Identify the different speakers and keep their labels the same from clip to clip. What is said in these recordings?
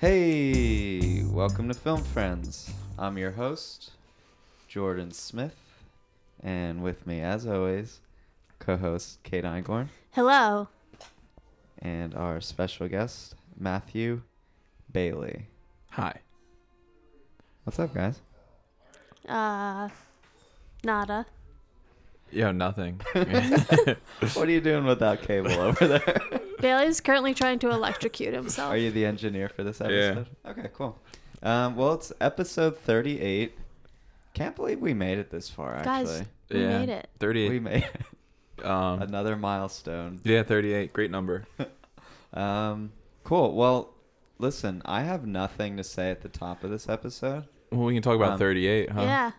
Speaker 1: Hey, welcome to Film Friends. I'm your host, Jordan Smith, and with me, as always, co-host Kate Igorn
Speaker 2: Hello.
Speaker 1: and our special guest Matthew Bailey.
Speaker 3: Hi.
Speaker 1: What's up, guys?
Speaker 2: Uh, nada.
Speaker 3: Yo, nothing.
Speaker 1: What are you doing with that cable over there?
Speaker 2: Bailey's currently trying to electrocute himself.
Speaker 1: Are you the engineer for this
Speaker 3: Yeah.
Speaker 1: episode? Okay, cool. Um, well, it's episode 38. Can't believe we made it this far.
Speaker 2: Guys,
Speaker 1: Actually,
Speaker 2: We made it.
Speaker 1: we
Speaker 3: 38.
Speaker 1: made
Speaker 3: um,
Speaker 1: another milestone.
Speaker 3: yeah, 38. Great number.
Speaker 1: Um, cool. Well, listen, I have nothing to say at the top of this episode.
Speaker 3: Well, we can talk about
Speaker 1: Um,
Speaker 3: 38, huh?
Speaker 2: Yeah.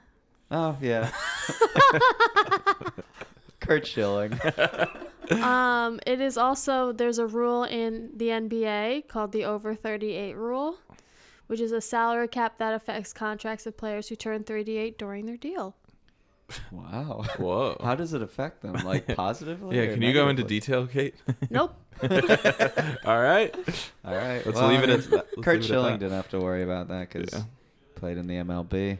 Speaker 1: Oh yeah, Kurt Schilling.
Speaker 2: Um, it is also there's a rule in the NBA called the over 38 rule, which is a salary cap that affects contracts of players who turn 38 during their deal.
Speaker 1: Wow.
Speaker 3: Whoa.
Speaker 1: How does it affect them? Like positively?
Speaker 3: yeah,
Speaker 1: or
Speaker 3: can you go into
Speaker 1: negatively?
Speaker 3: detail, Kate?
Speaker 2: Nope.
Speaker 3: All right.
Speaker 1: All right.
Speaker 3: Let's
Speaker 1: well,
Speaker 3: leave
Speaker 1: I
Speaker 3: it
Speaker 1: mean,
Speaker 3: at that. Let's
Speaker 1: Kurt
Speaker 3: leave it at
Speaker 1: Schilling
Speaker 3: that.
Speaker 1: didn't have to worry about that because
Speaker 3: Yeah.
Speaker 1: played in the MLB.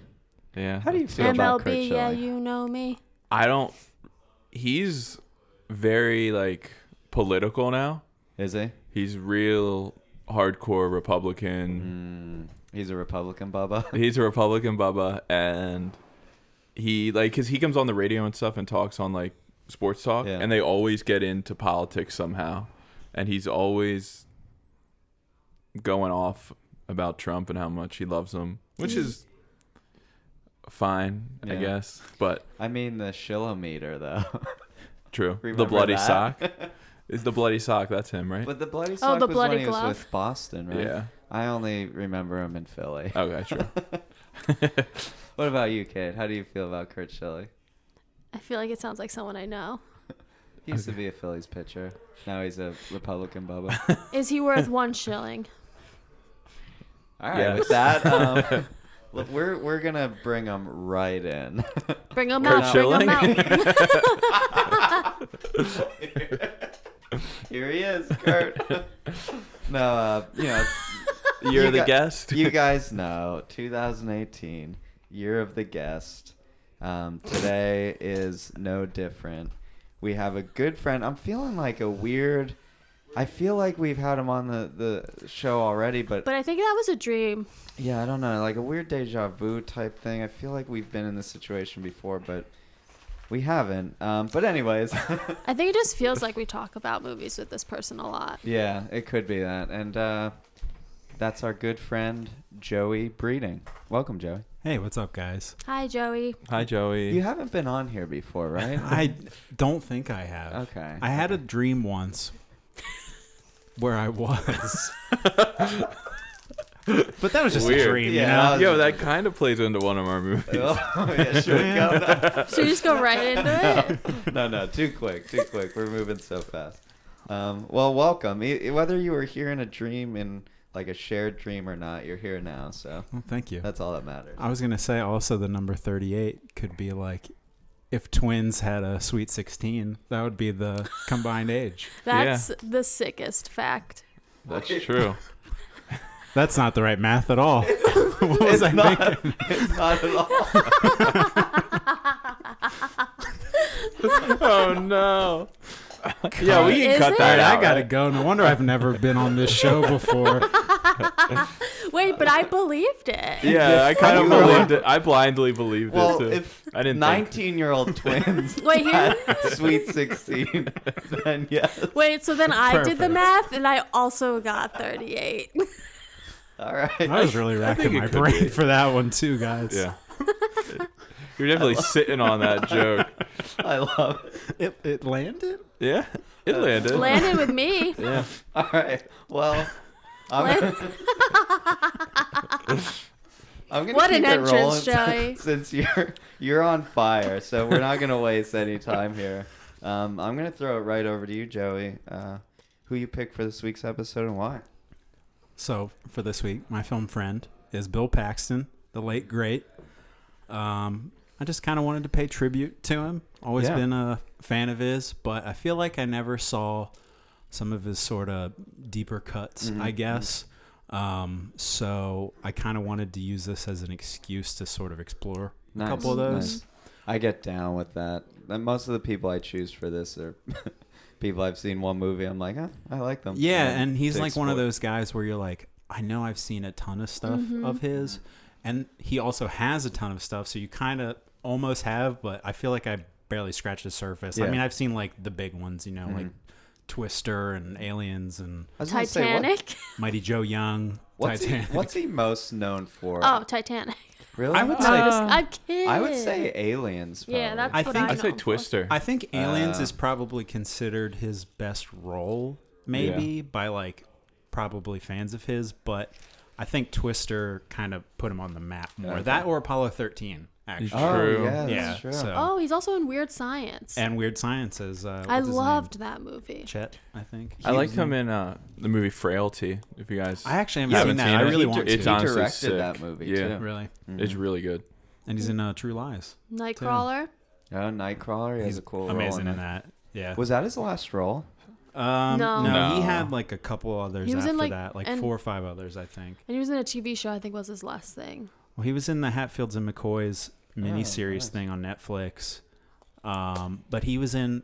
Speaker 3: Yeah.
Speaker 1: How do you
Speaker 3: Let's
Speaker 1: feel
Speaker 3: go back.
Speaker 1: about Kurt
Speaker 2: MLB, yeah,
Speaker 1: Schilling?
Speaker 2: you know me.
Speaker 3: I don't. He's very, like, political now.
Speaker 1: Is he?
Speaker 3: He's real hardcore Republican.
Speaker 1: Mm, he's a Republican, Bubba.
Speaker 3: He's a Republican, Bubba, and he like because he comes on the radio and stuff and talks on like sports talk,
Speaker 1: Yeah.
Speaker 3: and they always get into politics somehow, and he's always going off about Trump and how much he loves him, which is fine, I
Speaker 1: Mm. Yeah.
Speaker 3: guess, but
Speaker 1: I mean the Schillometer, though.
Speaker 3: true.
Speaker 1: Remember
Speaker 3: the bloody
Speaker 1: that?
Speaker 3: sock is the bloody sock. That's him, right?
Speaker 1: but the bloody sock
Speaker 2: Oh, the
Speaker 1: was
Speaker 2: bloody
Speaker 1: when he
Speaker 2: glove.
Speaker 1: was with Boston, right?
Speaker 3: Yeah.
Speaker 1: I only remember him in Philly.
Speaker 3: Okay, sure.
Speaker 1: What about you, Kate? How do you feel about Kurt Schilling?
Speaker 2: I feel like it sounds like someone I know.
Speaker 1: He used to be a Phillies pitcher. Now he's a Republican Bubba.
Speaker 2: Is he worth one shilling?
Speaker 1: All right,
Speaker 3: Yes.
Speaker 1: with that, um, look, we're we're gonna bring him right in.
Speaker 2: Bring him
Speaker 3: We're
Speaker 2: out. Bring him
Speaker 3: chilling.
Speaker 2: out.
Speaker 1: Here he is, Kurt. no, uh, you know,
Speaker 3: You're
Speaker 1: You
Speaker 3: the
Speaker 1: got-
Speaker 3: guest.
Speaker 1: you guys know, 2018, year of the guest. Um, today is no different. We have a good friend. I'm feeling like a weird. I feel like we've had him on the, the show already, but
Speaker 2: But I think that was a dream.
Speaker 1: Yeah, I don't know, like a weird deja vu type thing. I feel like we've been in this situation before, but we haven't. Um, but anyways,
Speaker 2: I think it just feels like we talk about movies with this person a lot.
Speaker 1: yeah, it could be that. And uh, that's our good friend Joey Breeding. Welcome, Joey.
Speaker 4: Hey, what's up, guys?
Speaker 2: Hi, Joey.
Speaker 3: Hi, Joey.
Speaker 1: You haven't been on here before, right?
Speaker 4: I don't think I have.
Speaker 1: Okay.
Speaker 4: I had a dream once where I was. but that was just
Speaker 3: Weird.
Speaker 4: a dream,
Speaker 1: Yeah.
Speaker 4: you know?
Speaker 3: Yo, that kind of plays into one of our movies.
Speaker 1: oh, yeah, should we go?
Speaker 2: Should we just go right into it?
Speaker 1: No, no, too quick, too quick. We're moving so fast. Um, well, welcome. E- e- Whether you were here in a dream, in like a shared dream or not, you're here now, so
Speaker 4: Well, Oh, thank you.
Speaker 1: that's all that matters.
Speaker 4: I was going to say also the number 38 could be like if twins had a sweet 16, that would be the combined age.
Speaker 2: That's the sickest fact.
Speaker 3: That's true.
Speaker 4: That's not the right math at all. what
Speaker 1: It's
Speaker 4: was I
Speaker 1: not,
Speaker 4: thinking?
Speaker 1: it's not at all.
Speaker 3: oh no. yeah, we can
Speaker 2: Is
Speaker 3: cut
Speaker 2: it?
Speaker 3: that
Speaker 4: All right,
Speaker 3: out.
Speaker 4: I gotta
Speaker 3: right?
Speaker 4: go. No wonder I've never been on this show before.
Speaker 2: Wait, but I believed it.
Speaker 3: Yeah, I kind
Speaker 1: You
Speaker 3: of
Speaker 1: were
Speaker 3: believed it. I blindly believed
Speaker 1: Well,
Speaker 3: it too.
Speaker 1: if
Speaker 3: I didn't think.
Speaker 1: 19 year old twins
Speaker 2: Wait, here.
Speaker 1: at Sweet 16, then yes.
Speaker 2: Wait, so then I did the
Speaker 4: Perfect.
Speaker 2: math and I also got 38.
Speaker 1: All right.
Speaker 4: I was really racking
Speaker 3: think it
Speaker 4: my
Speaker 3: could
Speaker 4: brain
Speaker 3: be.
Speaker 4: for that one too, guys.
Speaker 3: Yeah. You're definitely sitting on that joke.
Speaker 1: I love it.
Speaker 4: It, it landed?
Speaker 3: Yeah, it landed.
Speaker 2: Landed with me.
Speaker 3: Yeah.
Speaker 1: All right. Well, I'm,
Speaker 2: Land-
Speaker 1: I'm gonna
Speaker 2: What
Speaker 1: keep
Speaker 2: an
Speaker 1: it
Speaker 2: entrance,
Speaker 1: rolling
Speaker 2: Joey.
Speaker 1: since you're you're on fire. So we're not gonna waste any time here. Um, I'm gonna throw it right over to you, Joey. Uh, who you pick for this week's episode and why?
Speaker 4: So for this week, my film friend is Bill Paxton, the late great. Um, I just kind of wanted to pay tribute to him. Always
Speaker 1: Yeah.
Speaker 4: been a fan of his, but I Mm-hmm. feel like I never saw some of his sort of deeper cuts. I guess Um, so I kind of wanted to use this as an excuse to sort of explore
Speaker 1: Nice,
Speaker 4: a couple of those.
Speaker 1: nice. I get down with that. And most of the people I choose for this are people I've seen one movie. I'm like, huh, I like them.
Speaker 4: Yeah, and he's
Speaker 1: they
Speaker 4: like one of
Speaker 1: explore.
Speaker 4: those guys where you're like, I know I've seen a ton of stuff of his, and he also has a ton of stuff. So you kind of almost have, but I feel like I barely scratched the surface. I
Speaker 1: Yeah. Mm-hmm.
Speaker 4: mean, I've seen like the big ones, you know, like Twister and Aliens and
Speaker 1: I was gonna say, what-
Speaker 2: Titanic.
Speaker 4: Mighty Joe Young.
Speaker 1: what's, he,
Speaker 4: Titanic.
Speaker 1: what's he most known for?
Speaker 2: oh, Titanic.
Speaker 1: really?
Speaker 4: I would
Speaker 2: No,
Speaker 4: say-
Speaker 2: I'm, just,
Speaker 4: Um,
Speaker 2: I'm kidding.
Speaker 1: I would say Aliens. Probably.
Speaker 2: Yeah, that's
Speaker 4: I
Speaker 2: what
Speaker 4: think-
Speaker 2: I
Speaker 3: I say
Speaker 2: know.
Speaker 3: Twister.
Speaker 4: I think Aliens
Speaker 1: Uh,
Speaker 4: is probably considered his best role, maybe by like probably fans of his, but I think Twister kind of put him on the map more.
Speaker 1: Okay.
Speaker 4: That or Apollo 13, actually.
Speaker 1: Oh,
Speaker 3: True.
Speaker 1: yeah, that's
Speaker 4: yeah.
Speaker 1: true.
Speaker 4: So.
Speaker 2: Oh, he's also in Weird Science.
Speaker 4: And Weird Sciences. Uh,
Speaker 2: I
Speaker 4: what's his
Speaker 2: loved that movie.
Speaker 4: name? Chet, I think.
Speaker 3: I liked him in uh, the movie Frailty. If you guys,
Speaker 4: I actually haven't,
Speaker 3: You
Speaker 4: seen
Speaker 3: haven't
Speaker 4: that.
Speaker 3: seen
Speaker 4: I
Speaker 3: it?
Speaker 4: really
Speaker 3: He
Speaker 4: want
Speaker 3: d- it's
Speaker 4: to.
Speaker 3: on-
Speaker 1: he
Speaker 3: honestly
Speaker 1: directed
Speaker 3: sick.
Speaker 1: that movie
Speaker 3: Yeah.
Speaker 1: too.
Speaker 4: really,
Speaker 3: it's really good.
Speaker 4: and he's in uh, True Lies.
Speaker 2: Nightcrawler.
Speaker 1: Oh, Nightcrawler. He has a cool role
Speaker 4: amazing
Speaker 1: in
Speaker 4: in that. Yeah.
Speaker 1: Was that his last role?
Speaker 4: um,
Speaker 2: No.
Speaker 4: no. he
Speaker 3: No.
Speaker 4: had like a couple others
Speaker 2: He was
Speaker 4: after
Speaker 2: in, like,
Speaker 4: that, like
Speaker 2: an-
Speaker 4: four or five others, I think.
Speaker 2: And he was in a TV show, I think was his last thing.
Speaker 4: Well, he was in the Hatfields and McCoys miniseries
Speaker 1: nice.
Speaker 4: thing on Netflix. Um, but he was in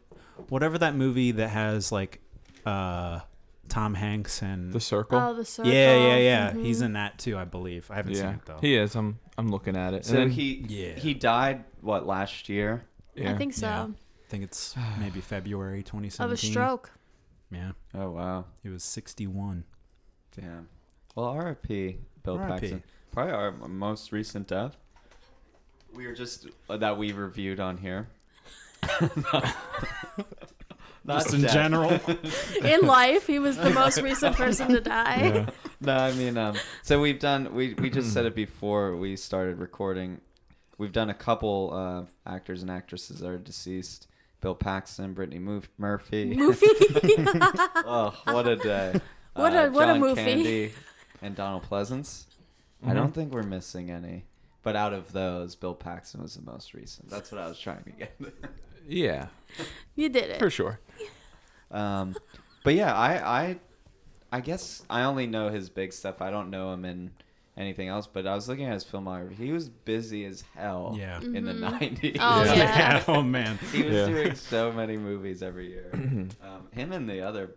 Speaker 4: whatever that movie that has like uh, Tom Hanks and
Speaker 3: The Circle.
Speaker 2: Oh, The Circle.
Speaker 4: yeah, yeah, yeah.
Speaker 2: Mhm.
Speaker 4: He's in that too, I believe. I haven't seen
Speaker 3: yeah,
Speaker 4: it though.
Speaker 3: he is. I'm I'm looking at it.
Speaker 1: So
Speaker 3: and then,
Speaker 1: he
Speaker 4: Yeah.
Speaker 1: he died what last year?
Speaker 3: yeah.
Speaker 2: I think so.
Speaker 4: Yeah. I think it's maybe February 2017.
Speaker 2: Of a stroke.
Speaker 4: Yeah,
Speaker 1: Oh wow,
Speaker 4: he was 61.
Speaker 1: damn. Well, R.I.P. Bill
Speaker 4: R.I.P..
Speaker 1: Paxton. Probably our most recent death. We were just uh, that we reviewed on here. Not
Speaker 4: Just in
Speaker 1: death.
Speaker 4: general.
Speaker 2: in life, he was the most recent person to die.
Speaker 1: No, I mean, um, so we've done. We we just said it before we started recording. We've done a couple uh, actors and actresses that are deceased. Bill Paxton, Brittany Muf- Murphy.
Speaker 2: Movie.
Speaker 1: oh, what a day! Uh,
Speaker 2: What a- what a
Speaker 1: John
Speaker 2: movie.
Speaker 1: Candy and Donald Pleasance. I don't think we're missing any. But out of those, Bill Paxton was the most recent. That's what I was trying to get.
Speaker 3: yeah,
Speaker 2: you did it.
Speaker 3: for sure.
Speaker 1: Um, but yeah, I, I, I guess I only know his big stuff. I don't know him in anything else. But I was looking at his filmography. He was busy as hell.
Speaker 4: Yeah.
Speaker 1: In the nineties.
Speaker 2: Oh, Yeah.
Speaker 4: yeah. Oh man.
Speaker 1: He was
Speaker 3: Yeah.
Speaker 1: doing so many movies every year. um, him and the other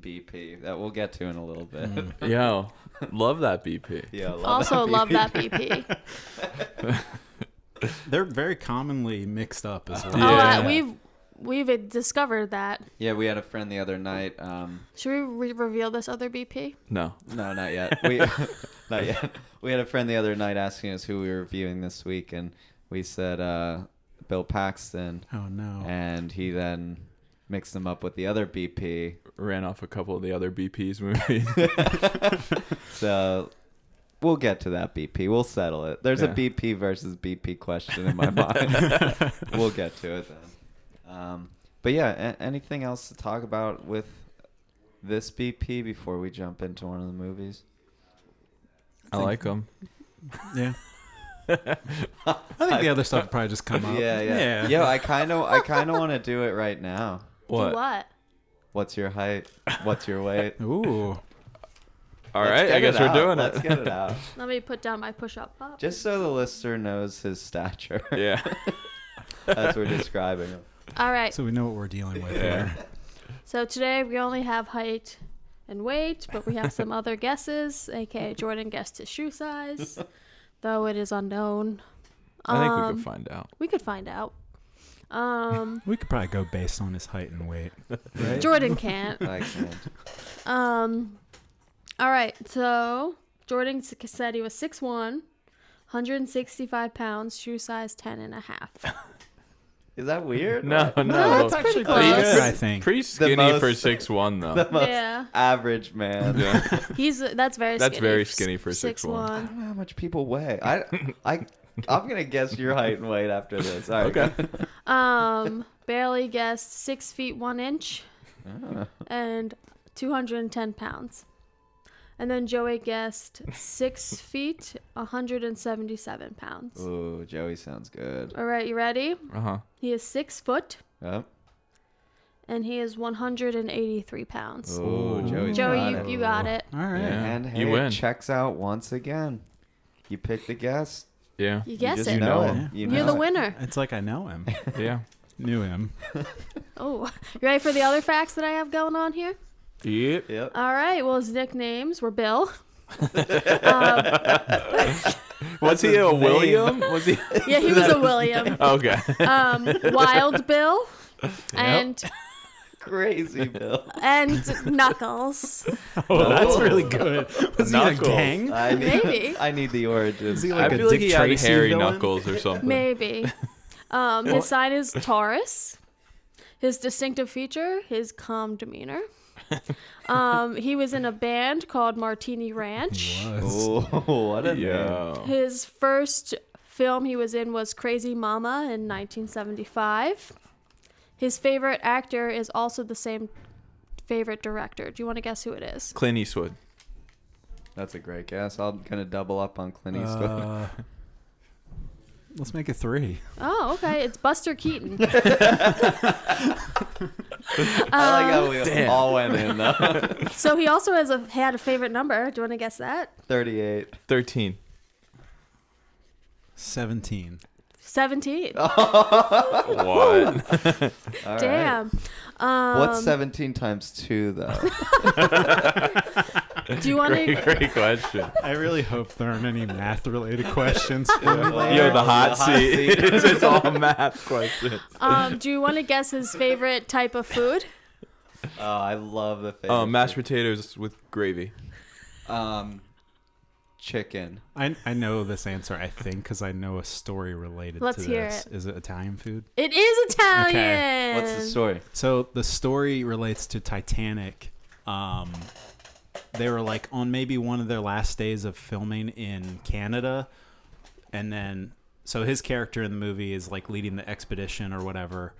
Speaker 1: BP that we'll get to in a little bit.
Speaker 3: Yo, love that BP.
Speaker 1: yeah. I Love
Speaker 2: also
Speaker 1: that
Speaker 2: love
Speaker 1: BP.
Speaker 2: that BP.
Speaker 4: They're very commonly mixed up as well.
Speaker 2: Oh,
Speaker 3: Yeah.
Speaker 2: uh, we've we've discovered that.
Speaker 1: Yeah, we had a friend the other night. Um,
Speaker 2: Should we re- reveal this other BP?
Speaker 3: No,
Speaker 1: no, not yet. We, not yet. We had a friend the other night asking us who we were reviewing this week, and we said uh, Bill Paxton.
Speaker 4: Oh no.
Speaker 1: and he then mixed them up with the other BP.
Speaker 3: ran off a couple of the other BP's movies.
Speaker 1: So we'll get to that BP. We'll settle it. There's
Speaker 3: Yeah.
Speaker 1: a BP versus BP question in my mind. we'll get to it then. Um, but yeah, a- anything else to talk about with this BP before we jump into one of the movies?
Speaker 3: I like them.
Speaker 4: Yeah. I think the other stuff would probably just come up.
Speaker 1: Yeah, yeah. Yo, I kind of, I kind of want to do it right now.
Speaker 3: What?
Speaker 2: Do what?
Speaker 1: What's your height? What's your weight?
Speaker 4: Ooh.
Speaker 3: All
Speaker 1: Let's
Speaker 3: right,
Speaker 1: get
Speaker 3: I guess
Speaker 1: it
Speaker 3: we're
Speaker 1: out.
Speaker 3: doing
Speaker 1: Let's
Speaker 3: it.
Speaker 1: get it out.
Speaker 2: Let me put down my push-up pop.
Speaker 1: Just so the listener knows his stature
Speaker 3: yeah.
Speaker 1: as we're describing him.
Speaker 2: All right.
Speaker 4: So we know what we're dealing with
Speaker 3: Yeah.
Speaker 4: here.
Speaker 2: So today we only have height and weight, but we have some other guesses, aka Jordan guessed his shoe size, though it is unknown.
Speaker 3: I think we
Speaker 2: Um,
Speaker 3: could find out.
Speaker 2: We could find out. Um,
Speaker 4: We could probably go based on his height and weight.
Speaker 1: Right?
Speaker 2: Jordan can't.
Speaker 1: I can't.
Speaker 2: Um, all right. So Jordan s- said he was 6'1", 165 pounds, shoe size 10 and a half.
Speaker 1: Is that weird?
Speaker 3: No,
Speaker 1: What?
Speaker 3: no.
Speaker 2: that's pretty
Speaker 3: Pretty-
Speaker 2: close.
Speaker 4: good, I think.
Speaker 3: Pretty skinny for
Speaker 1: most-
Speaker 3: six one though.
Speaker 1: The most
Speaker 2: Yeah,
Speaker 1: average man.
Speaker 3: yeah.
Speaker 2: he's that's very
Speaker 3: That's
Speaker 2: skinny.
Speaker 3: very skinny for 6'1".
Speaker 1: I don't know how much people weigh. I, I, I'm gonna guess your height and weight after this. All right.
Speaker 3: Okay.
Speaker 2: Um, barely guessed six feet one inch
Speaker 1: Ah.
Speaker 2: and 210 pounds. And then Joey guessed six feet, 177 pounds.
Speaker 1: Ooh, Joey sounds good.
Speaker 3: Uh-huh.
Speaker 2: All right, you ready?
Speaker 3: Uh huh.
Speaker 2: He is six foot
Speaker 1: Oh,
Speaker 2: and he is 183 pounds.
Speaker 1: Oh,
Speaker 4: Ooh.
Speaker 1: Joey,
Speaker 2: Joey,
Speaker 1: got
Speaker 2: you,
Speaker 1: it.
Speaker 2: you got it.
Speaker 4: All right.
Speaker 3: Yeah.
Speaker 1: And
Speaker 3: You
Speaker 1: hey, it
Speaker 3: win.
Speaker 1: checks out once again. You pick the guest.
Speaker 3: Yeah.
Speaker 2: You guessed
Speaker 1: just
Speaker 2: it.
Speaker 1: know
Speaker 4: Yeah.
Speaker 1: it. You know
Speaker 2: You're the
Speaker 1: it.
Speaker 2: winner.
Speaker 4: It's like I know him.
Speaker 3: Yeah.
Speaker 4: Knew him.
Speaker 2: Oh, you ready for the other facts that I have going on here?
Speaker 3: Yep.
Speaker 1: Yep.
Speaker 2: All right. Well, his nicknames were Bill. um,
Speaker 3: Was he
Speaker 1: his
Speaker 3: a
Speaker 1: name.
Speaker 3: William? Was he?
Speaker 2: yeah, he was a William.
Speaker 3: Okay.
Speaker 2: Um, Wild Bill and
Speaker 1: Crazy Bill.
Speaker 2: and Knuckles.
Speaker 4: Oh,
Speaker 3: that's really
Speaker 4: good. Was he
Speaker 3: Knuckles.
Speaker 4: in a gang?
Speaker 1: I need,
Speaker 2: Maybe.
Speaker 1: I need the origins.
Speaker 4: he
Speaker 3: I
Speaker 4: like a
Speaker 3: feel like
Speaker 4: Dick
Speaker 3: he had
Speaker 4: Tracy
Speaker 3: hairy
Speaker 4: villain?
Speaker 3: knuckles or something.
Speaker 2: Maybe. Um, his sign is Taurus. His distinctive feature, his calm demeanor. Um, he was in a band called Martini Ranch.
Speaker 1: Oh, what a name.
Speaker 3: Yeah.
Speaker 2: His first film he was in was Crazy Mama in 1975. His favorite actor is also the same favorite director. Do you want to guess who it is?
Speaker 3: Clint Eastwood.
Speaker 1: That's a great guess. I'm gonna double up on Clint Eastwood.
Speaker 4: Uh, let's make it three.
Speaker 2: Oh, okay. It's Buster Keaton.
Speaker 1: I like how we all went in though.
Speaker 2: Um, so he also has a had a favorite number. Do you want to guess that?
Speaker 1: 38.
Speaker 3: 13.
Speaker 4: 17.
Speaker 2: 17.
Speaker 3: What?
Speaker 1: All right.
Speaker 2: Damn. um,
Speaker 1: What's 17 times 2 though?
Speaker 2: Do you want to?
Speaker 3: great, great question.
Speaker 4: I really hope there aren't any math related questions.
Speaker 3: Yo, the
Speaker 1: hot
Speaker 3: hot, seat.
Speaker 1: seat.
Speaker 3: it's just all math questions.
Speaker 2: Um, do you want to guess his favorite type of food?
Speaker 1: Oh, I love the
Speaker 4: Oh,
Speaker 1: face.
Speaker 3: Um, mashed potatoes with gravy.
Speaker 1: Um, chicken.
Speaker 4: I, I know this answer, I think, because I know a story related
Speaker 2: Let's
Speaker 4: to
Speaker 2: hear
Speaker 4: this.
Speaker 2: it.
Speaker 4: Is it Italian food?
Speaker 2: It is Italian.
Speaker 1: What's the story?
Speaker 4: So the story relates to Titanic. Um, they were like on maybe one of their last days of filming in Canada, and then so his character in the movie is like leading the expedition or whatever,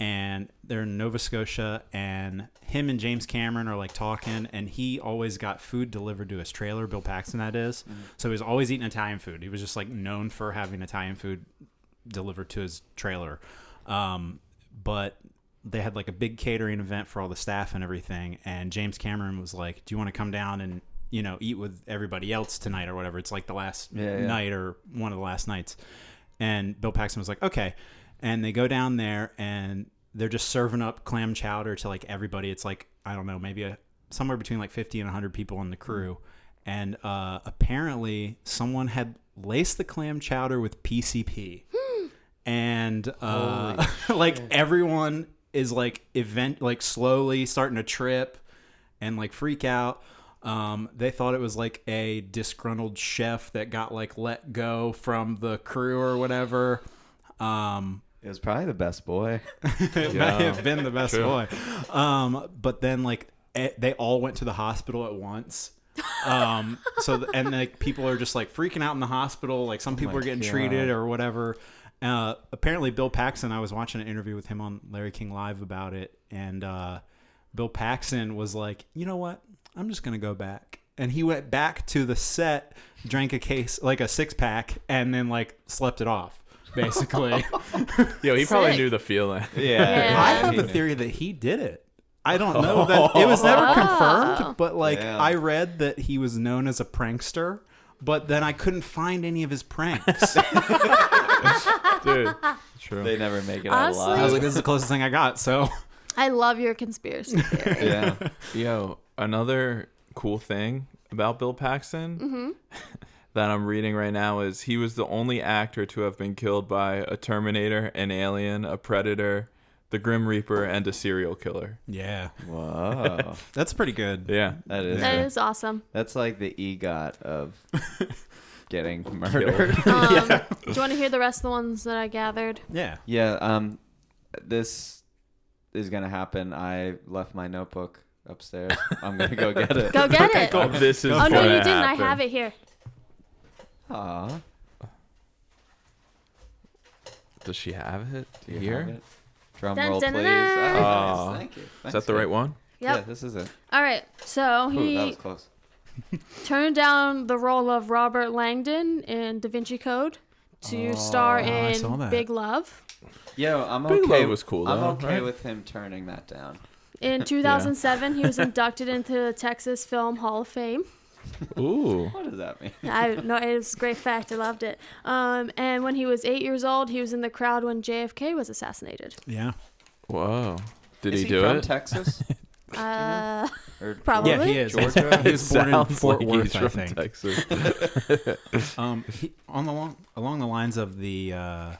Speaker 4: and they're in Nova Scotia, and him and James Cameron are like talking, and he always got food delivered to his trailer, Bill Paxton that is. So he was always eating Italian food. He was just like known for having Italian food delivered to his trailer. Um, but they had like a big catering event for all the staff and everything. And James Cameron was like, Do you want to come down and, you know, eat with everybody else tonight or whatever? It's like the last
Speaker 1: Yeah, yeah.
Speaker 4: night or one of the last nights. And Bill Paxton was like, Okay. And they go down there and they're just serving up clam chowder to like everybody. It's like, I don't know, maybe a, somewhere between like 50 and 100 people in the crew.
Speaker 1: Mm.
Speaker 4: And uh, apparently, someone had laced the clam chowder with PCP and uh, like everyone is like event like slowly starting to trip and like freak out. Um, they thought it was like a disgruntled chef that got like let go from the crew or whatever. Um,
Speaker 1: It was probably the best boy.
Speaker 4: it may have been the best boy. Um, but then like eh, they all went to the hospital at once. um so th- and like people are just like freaking out in the hospital like some people are getting treated or whatever uh apparently bill paxton i was watching an interview with him on larry king live about it and uh bill paxton was like you know what i'm just gonna go back and he went back to the set drank a case like a six-pack and then like slept it off basically
Speaker 3: Yo, he probably
Speaker 2: Sick.
Speaker 3: knew the feeling.
Speaker 2: Yeah.
Speaker 4: I
Speaker 2: Yeah.
Speaker 4: have a theory that he did it. I don't know that it was never
Speaker 3: Oh.
Speaker 4: confirmed, but like
Speaker 1: Yeah.
Speaker 4: I read that he was known as a prankster, but then I couldn't find any of his pranks.
Speaker 3: Dude. True.
Speaker 1: They never make it
Speaker 2: Honestly-
Speaker 1: out
Speaker 4: I was
Speaker 1: alive.
Speaker 4: like, this is the closest thing I got. So
Speaker 2: I love your conspiracy theory.
Speaker 1: yeah.
Speaker 3: Yo, another cool thing about Bill Paxton
Speaker 2: Mm-hmm.
Speaker 3: that I'm reading right now is he was the only actor to have been killed by a Terminator, an alien, a Predator, the Grim Reaper, and a serial killer.
Speaker 4: yeah,
Speaker 1: Whoa.
Speaker 4: that's pretty good.
Speaker 3: Yeah.
Speaker 1: That is.
Speaker 2: That is awesome.
Speaker 1: That's like the EGOT of getting murdered.
Speaker 2: Um, Do you want to hear the rest of the ones that I gathered?
Speaker 4: Yeah,
Speaker 1: Yeah, um, this is gonna happen. I left my notebook upstairs. I'm gonna go get it.
Speaker 2: Go get it.
Speaker 3: Oh, this is
Speaker 2: Oh no,
Speaker 3: what
Speaker 2: you didn't.
Speaker 3: happened.
Speaker 2: I have it here.
Speaker 1: Aw,
Speaker 3: Does she have it
Speaker 1: do you
Speaker 3: here?
Speaker 1: have it? Drum
Speaker 2: Dun,
Speaker 1: roll,
Speaker 2: dun,
Speaker 1: please.
Speaker 2: dun, dun.
Speaker 1: Oh, nice.
Speaker 3: Aw.
Speaker 1: Thank you.
Speaker 3: Is
Speaker 1: Thanks,
Speaker 3: that the
Speaker 1: man.
Speaker 3: right one?
Speaker 1: Yeah,
Speaker 2: Yep.
Speaker 1: this is it.
Speaker 2: All right. So
Speaker 1: Ooh,
Speaker 2: he
Speaker 1: that was close.
Speaker 2: turned down the role of Robert Langdon in Da Vinci Code to star
Speaker 4: I saw
Speaker 2: in
Speaker 4: that.
Speaker 2: Big Love.
Speaker 1: Yo, I'm okay.
Speaker 3: Bigelow was cool,
Speaker 1: I'm
Speaker 3: though,
Speaker 1: okay
Speaker 3: right?
Speaker 1: with him turning that down.
Speaker 2: In 2007, he was inducted into the Texas Film Hall of Fame.
Speaker 3: Ooh.
Speaker 1: What does that mean?
Speaker 2: I no, it was a great fact. I loved it. Um, and when he was eight years old, he was in the crowd when JFK was assassinated.
Speaker 4: Yeah.
Speaker 3: Whoa. Did
Speaker 1: Is
Speaker 3: he, do
Speaker 1: from
Speaker 3: it?
Speaker 1: Texas?
Speaker 2: Uh,
Speaker 1: Or
Speaker 2: Probably.
Speaker 4: Yeah, he is.
Speaker 1: Georgia?
Speaker 4: He was born in
Speaker 3: Sounds
Speaker 4: Fort
Speaker 3: like
Speaker 4: Worth,
Speaker 3: he's
Speaker 4: I
Speaker 3: from
Speaker 4: think.
Speaker 3: Texas.
Speaker 4: Um, he, on the long, along the lines of the uh,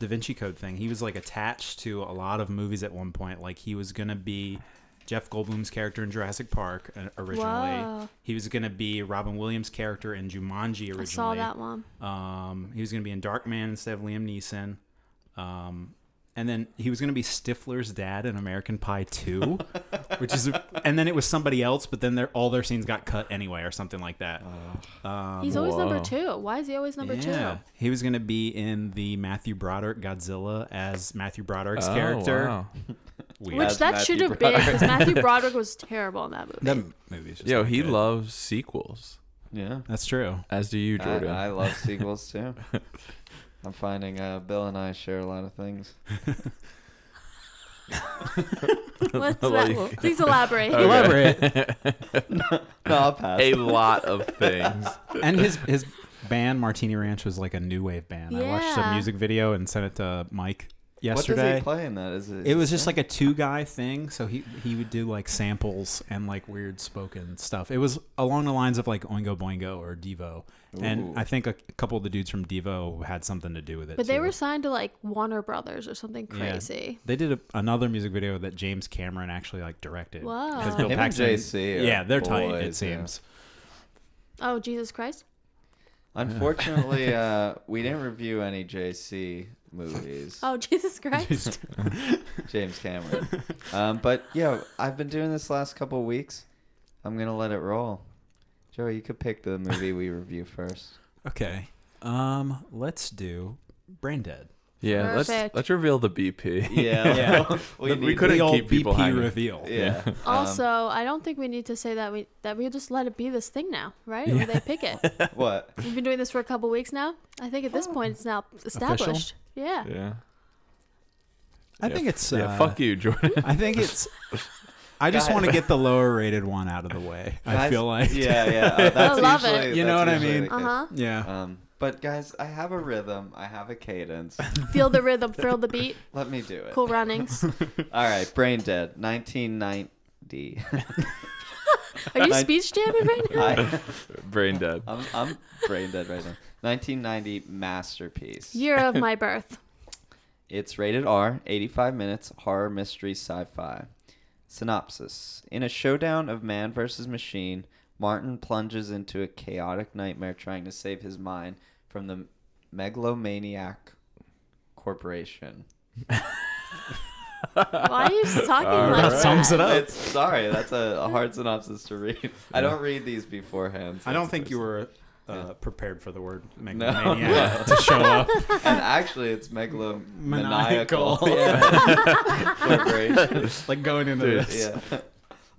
Speaker 4: Da Vinci Code thing, he was like attached to a lot of movies at one point. Like he was gonna be Jeff Goldblum's character in Jurassic Park uh, originally.
Speaker 2: Whoa.
Speaker 4: He was gonna be Robin Williams' character in Jumanji originally.
Speaker 2: I saw that one.
Speaker 4: Um, he was gonna be in Darkman instead of Liam Neeson. Um, and then he was gonna be Stifler's dad in American Pie Two, which is, a, and then it was somebody else. But then their all their scenes got cut anyway, or something like that. Um,
Speaker 2: He's always number
Speaker 3: Whoa.
Speaker 2: two. Why is he always number two?
Speaker 4: he was gonna be in the Matthew Broderick Godzilla as Matthew Broderick's
Speaker 3: Oh,
Speaker 4: character.
Speaker 3: wow.
Speaker 2: Which
Speaker 4: Weird.
Speaker 1: That's
Speaker 2: that
Speaker 1: Matthew
Speaker 2: should have been because
Speaker 1: Broderick.
Speaker 2: Matthew Broderick was terrible in that movie.
Speaker 4: that movie's just
Speaker 3: Yo,
Speaker 4: not
Speaker 3: he
Speaker 4: good.
Speaker 3: loves sequels,
Speaker 1: Yeah.
Speaker 4: That's true.
Speaker 3: as do you,
Speaker 1: I,
Speaker 3: Jordan.
Speaker 1: I love sequels too. I'm finding uh, Bill and I share a lot of things.
Speaker 2: What's
Speaker 3: Like-
Speaker 2: that? Please elaborate.
Speaker 3: Okay.
Speaker 4: Elaborate.
Speaker 1: No, I'll pass.
Speaker 3: a lot of things.
Speaker 4: and his his band Martini Ranch was like a new wave band. I watched a
Speaker 2: Yeah.
Speaker 4: music video and sent it to Mike
Speaker 1: what does
Speaker 4: yesterday.
Speaker 1: he play in that? Is it?
Speaker 4: It was just like a two guy thing, so he he would do like samples and like weird spoken stuff. It was along the lines of like Oingo Boingo or Devo,
Speaker 1: Ooh.
Speaker 4: and I think a couple of the dudes from Devo had something to do with it.
Speaker 2: But they
Speaker 4: too.
Speaker 2: were signed to like Warner Brothers or something
Speaker 4: Yeah.
Speaker 2: crazy.
Speaker 4: They did a, another music video that James Cameron actually like directed.
Speaker 2: Wow.
Speaker 4: 'Cause Bill
Speaker 1: Him and
Speaker 4: Paxton-
Speaker 1: JC are
Speaker 4: yeah, they're tight. It
Speaker 1: boys, yeah.
Speaker 4: seems.
Speaker 2: Oh Jesus Christ!
Speaker 1: Unfortunately, uh, we didn't review any JC movies.
Speaker 2: Oh Jesus Christ!
Speaker 1: James Cameron. um, but yeah, I've been doing this last couple weeks. I'm gonna let it roll. Joey, you could pick the movie we review first.
Speaker 4: Okay. Um, let's do Brain Dead.
Speaker 3: Yeah, let's
Speaker 2: Perfect.
Speaker 3: let's reveal the BP.
Speaker 4: Yeah.
Speaker 1: we,
Speaker 3: We
Speaker 1: need-
Speaker 3: couldn't
Speaker 4: the old
Speaker 3: keep people
Speaker 4: BP
Speaker 3: hiding.
Speaker 4: reveal.
Speaker 1: Yeah. Um,
Speaker 2: also, I don't think we need to say that we that we just let it be this thing now, right? Or they pick it.
Speaker 1: what?
Speaker 2: We've been doing this for a couple weeks now. I think at this point it's now established. Yeah.
Speaker 3: yeah.
Speaker 4: I
Speaker 3: Yeah,
Speaker 4: think
Speaker 3: f-
Speaker 4: it's. Uh,
Speaker 3: Yeah, fuck you, Jordan.
Speaker 4: I think it's. I just
Speaker 1: Guys-
Speaker 4: want to get the lower rated one out of the way. I
Speaker 1: Guys-
Speaker 4: feel like.
Speaker 1: Yeah, yeah. Uh, that's
Speaker 2: I love it.
Speaker 1: usually,
Speaker 4: You know
Speaker 1: that's
Speaker 4: what I
Speaker 1: usually
Speaker 4: mean?
Speaker 1: the
Speaker 2: Uh
Speaker 1: case.
Speaker 2: huh.
Speaker 4: Yeah.
Speaker 1: Um, but guys, I have a rhythm. I have a cadence.
Speaker 2: Feel the rhythm, feel the beat.
Speaker 1: Let me do it.
Speaker 2: Cool runnings.
Speaker 1: All right, Brain Dead, 1990.
Speaker 2: Are you
Speaker 1: I-
Speaker 2: speech jamming right now?
Speaker 1: I,
Speaker 3: Brain dead.
Speaker 1: I'm, I'm brain dead right now. 1990 masterpiece.
Speaker 2: Year of my birth.
Speaker 1: It's rated R, 85 minutes, horror, mystery, sci fi. Synopsis In a showdown of man versus machine, Martin plunges into a chaotic nightmare trying to save his mind from the megalomaniac corporation.
Speaker 2: Why are you talking
Speaker 3: All
Speaker 2: like
Speaker 3: right.
Speaker 2: that?
Speaker 4: Sums it up.
Speaker 1: It's, sorry, that's a, a hard synopsis to read. I don't read these beforehand.
Speaker 4: I don't think you were uh, prepared for the word
Speaker 1: No.
Speaker 4: megalomaniac to show up.
Speaker 1: And actually, it's megalomaniacal
Speaker 4: Maniacal. Yeah.
Speaker 1: corporation.
Speaker 4: like going into
Speaker 3: Dude,
Speaker 4: this.
Speaker 1: yeah.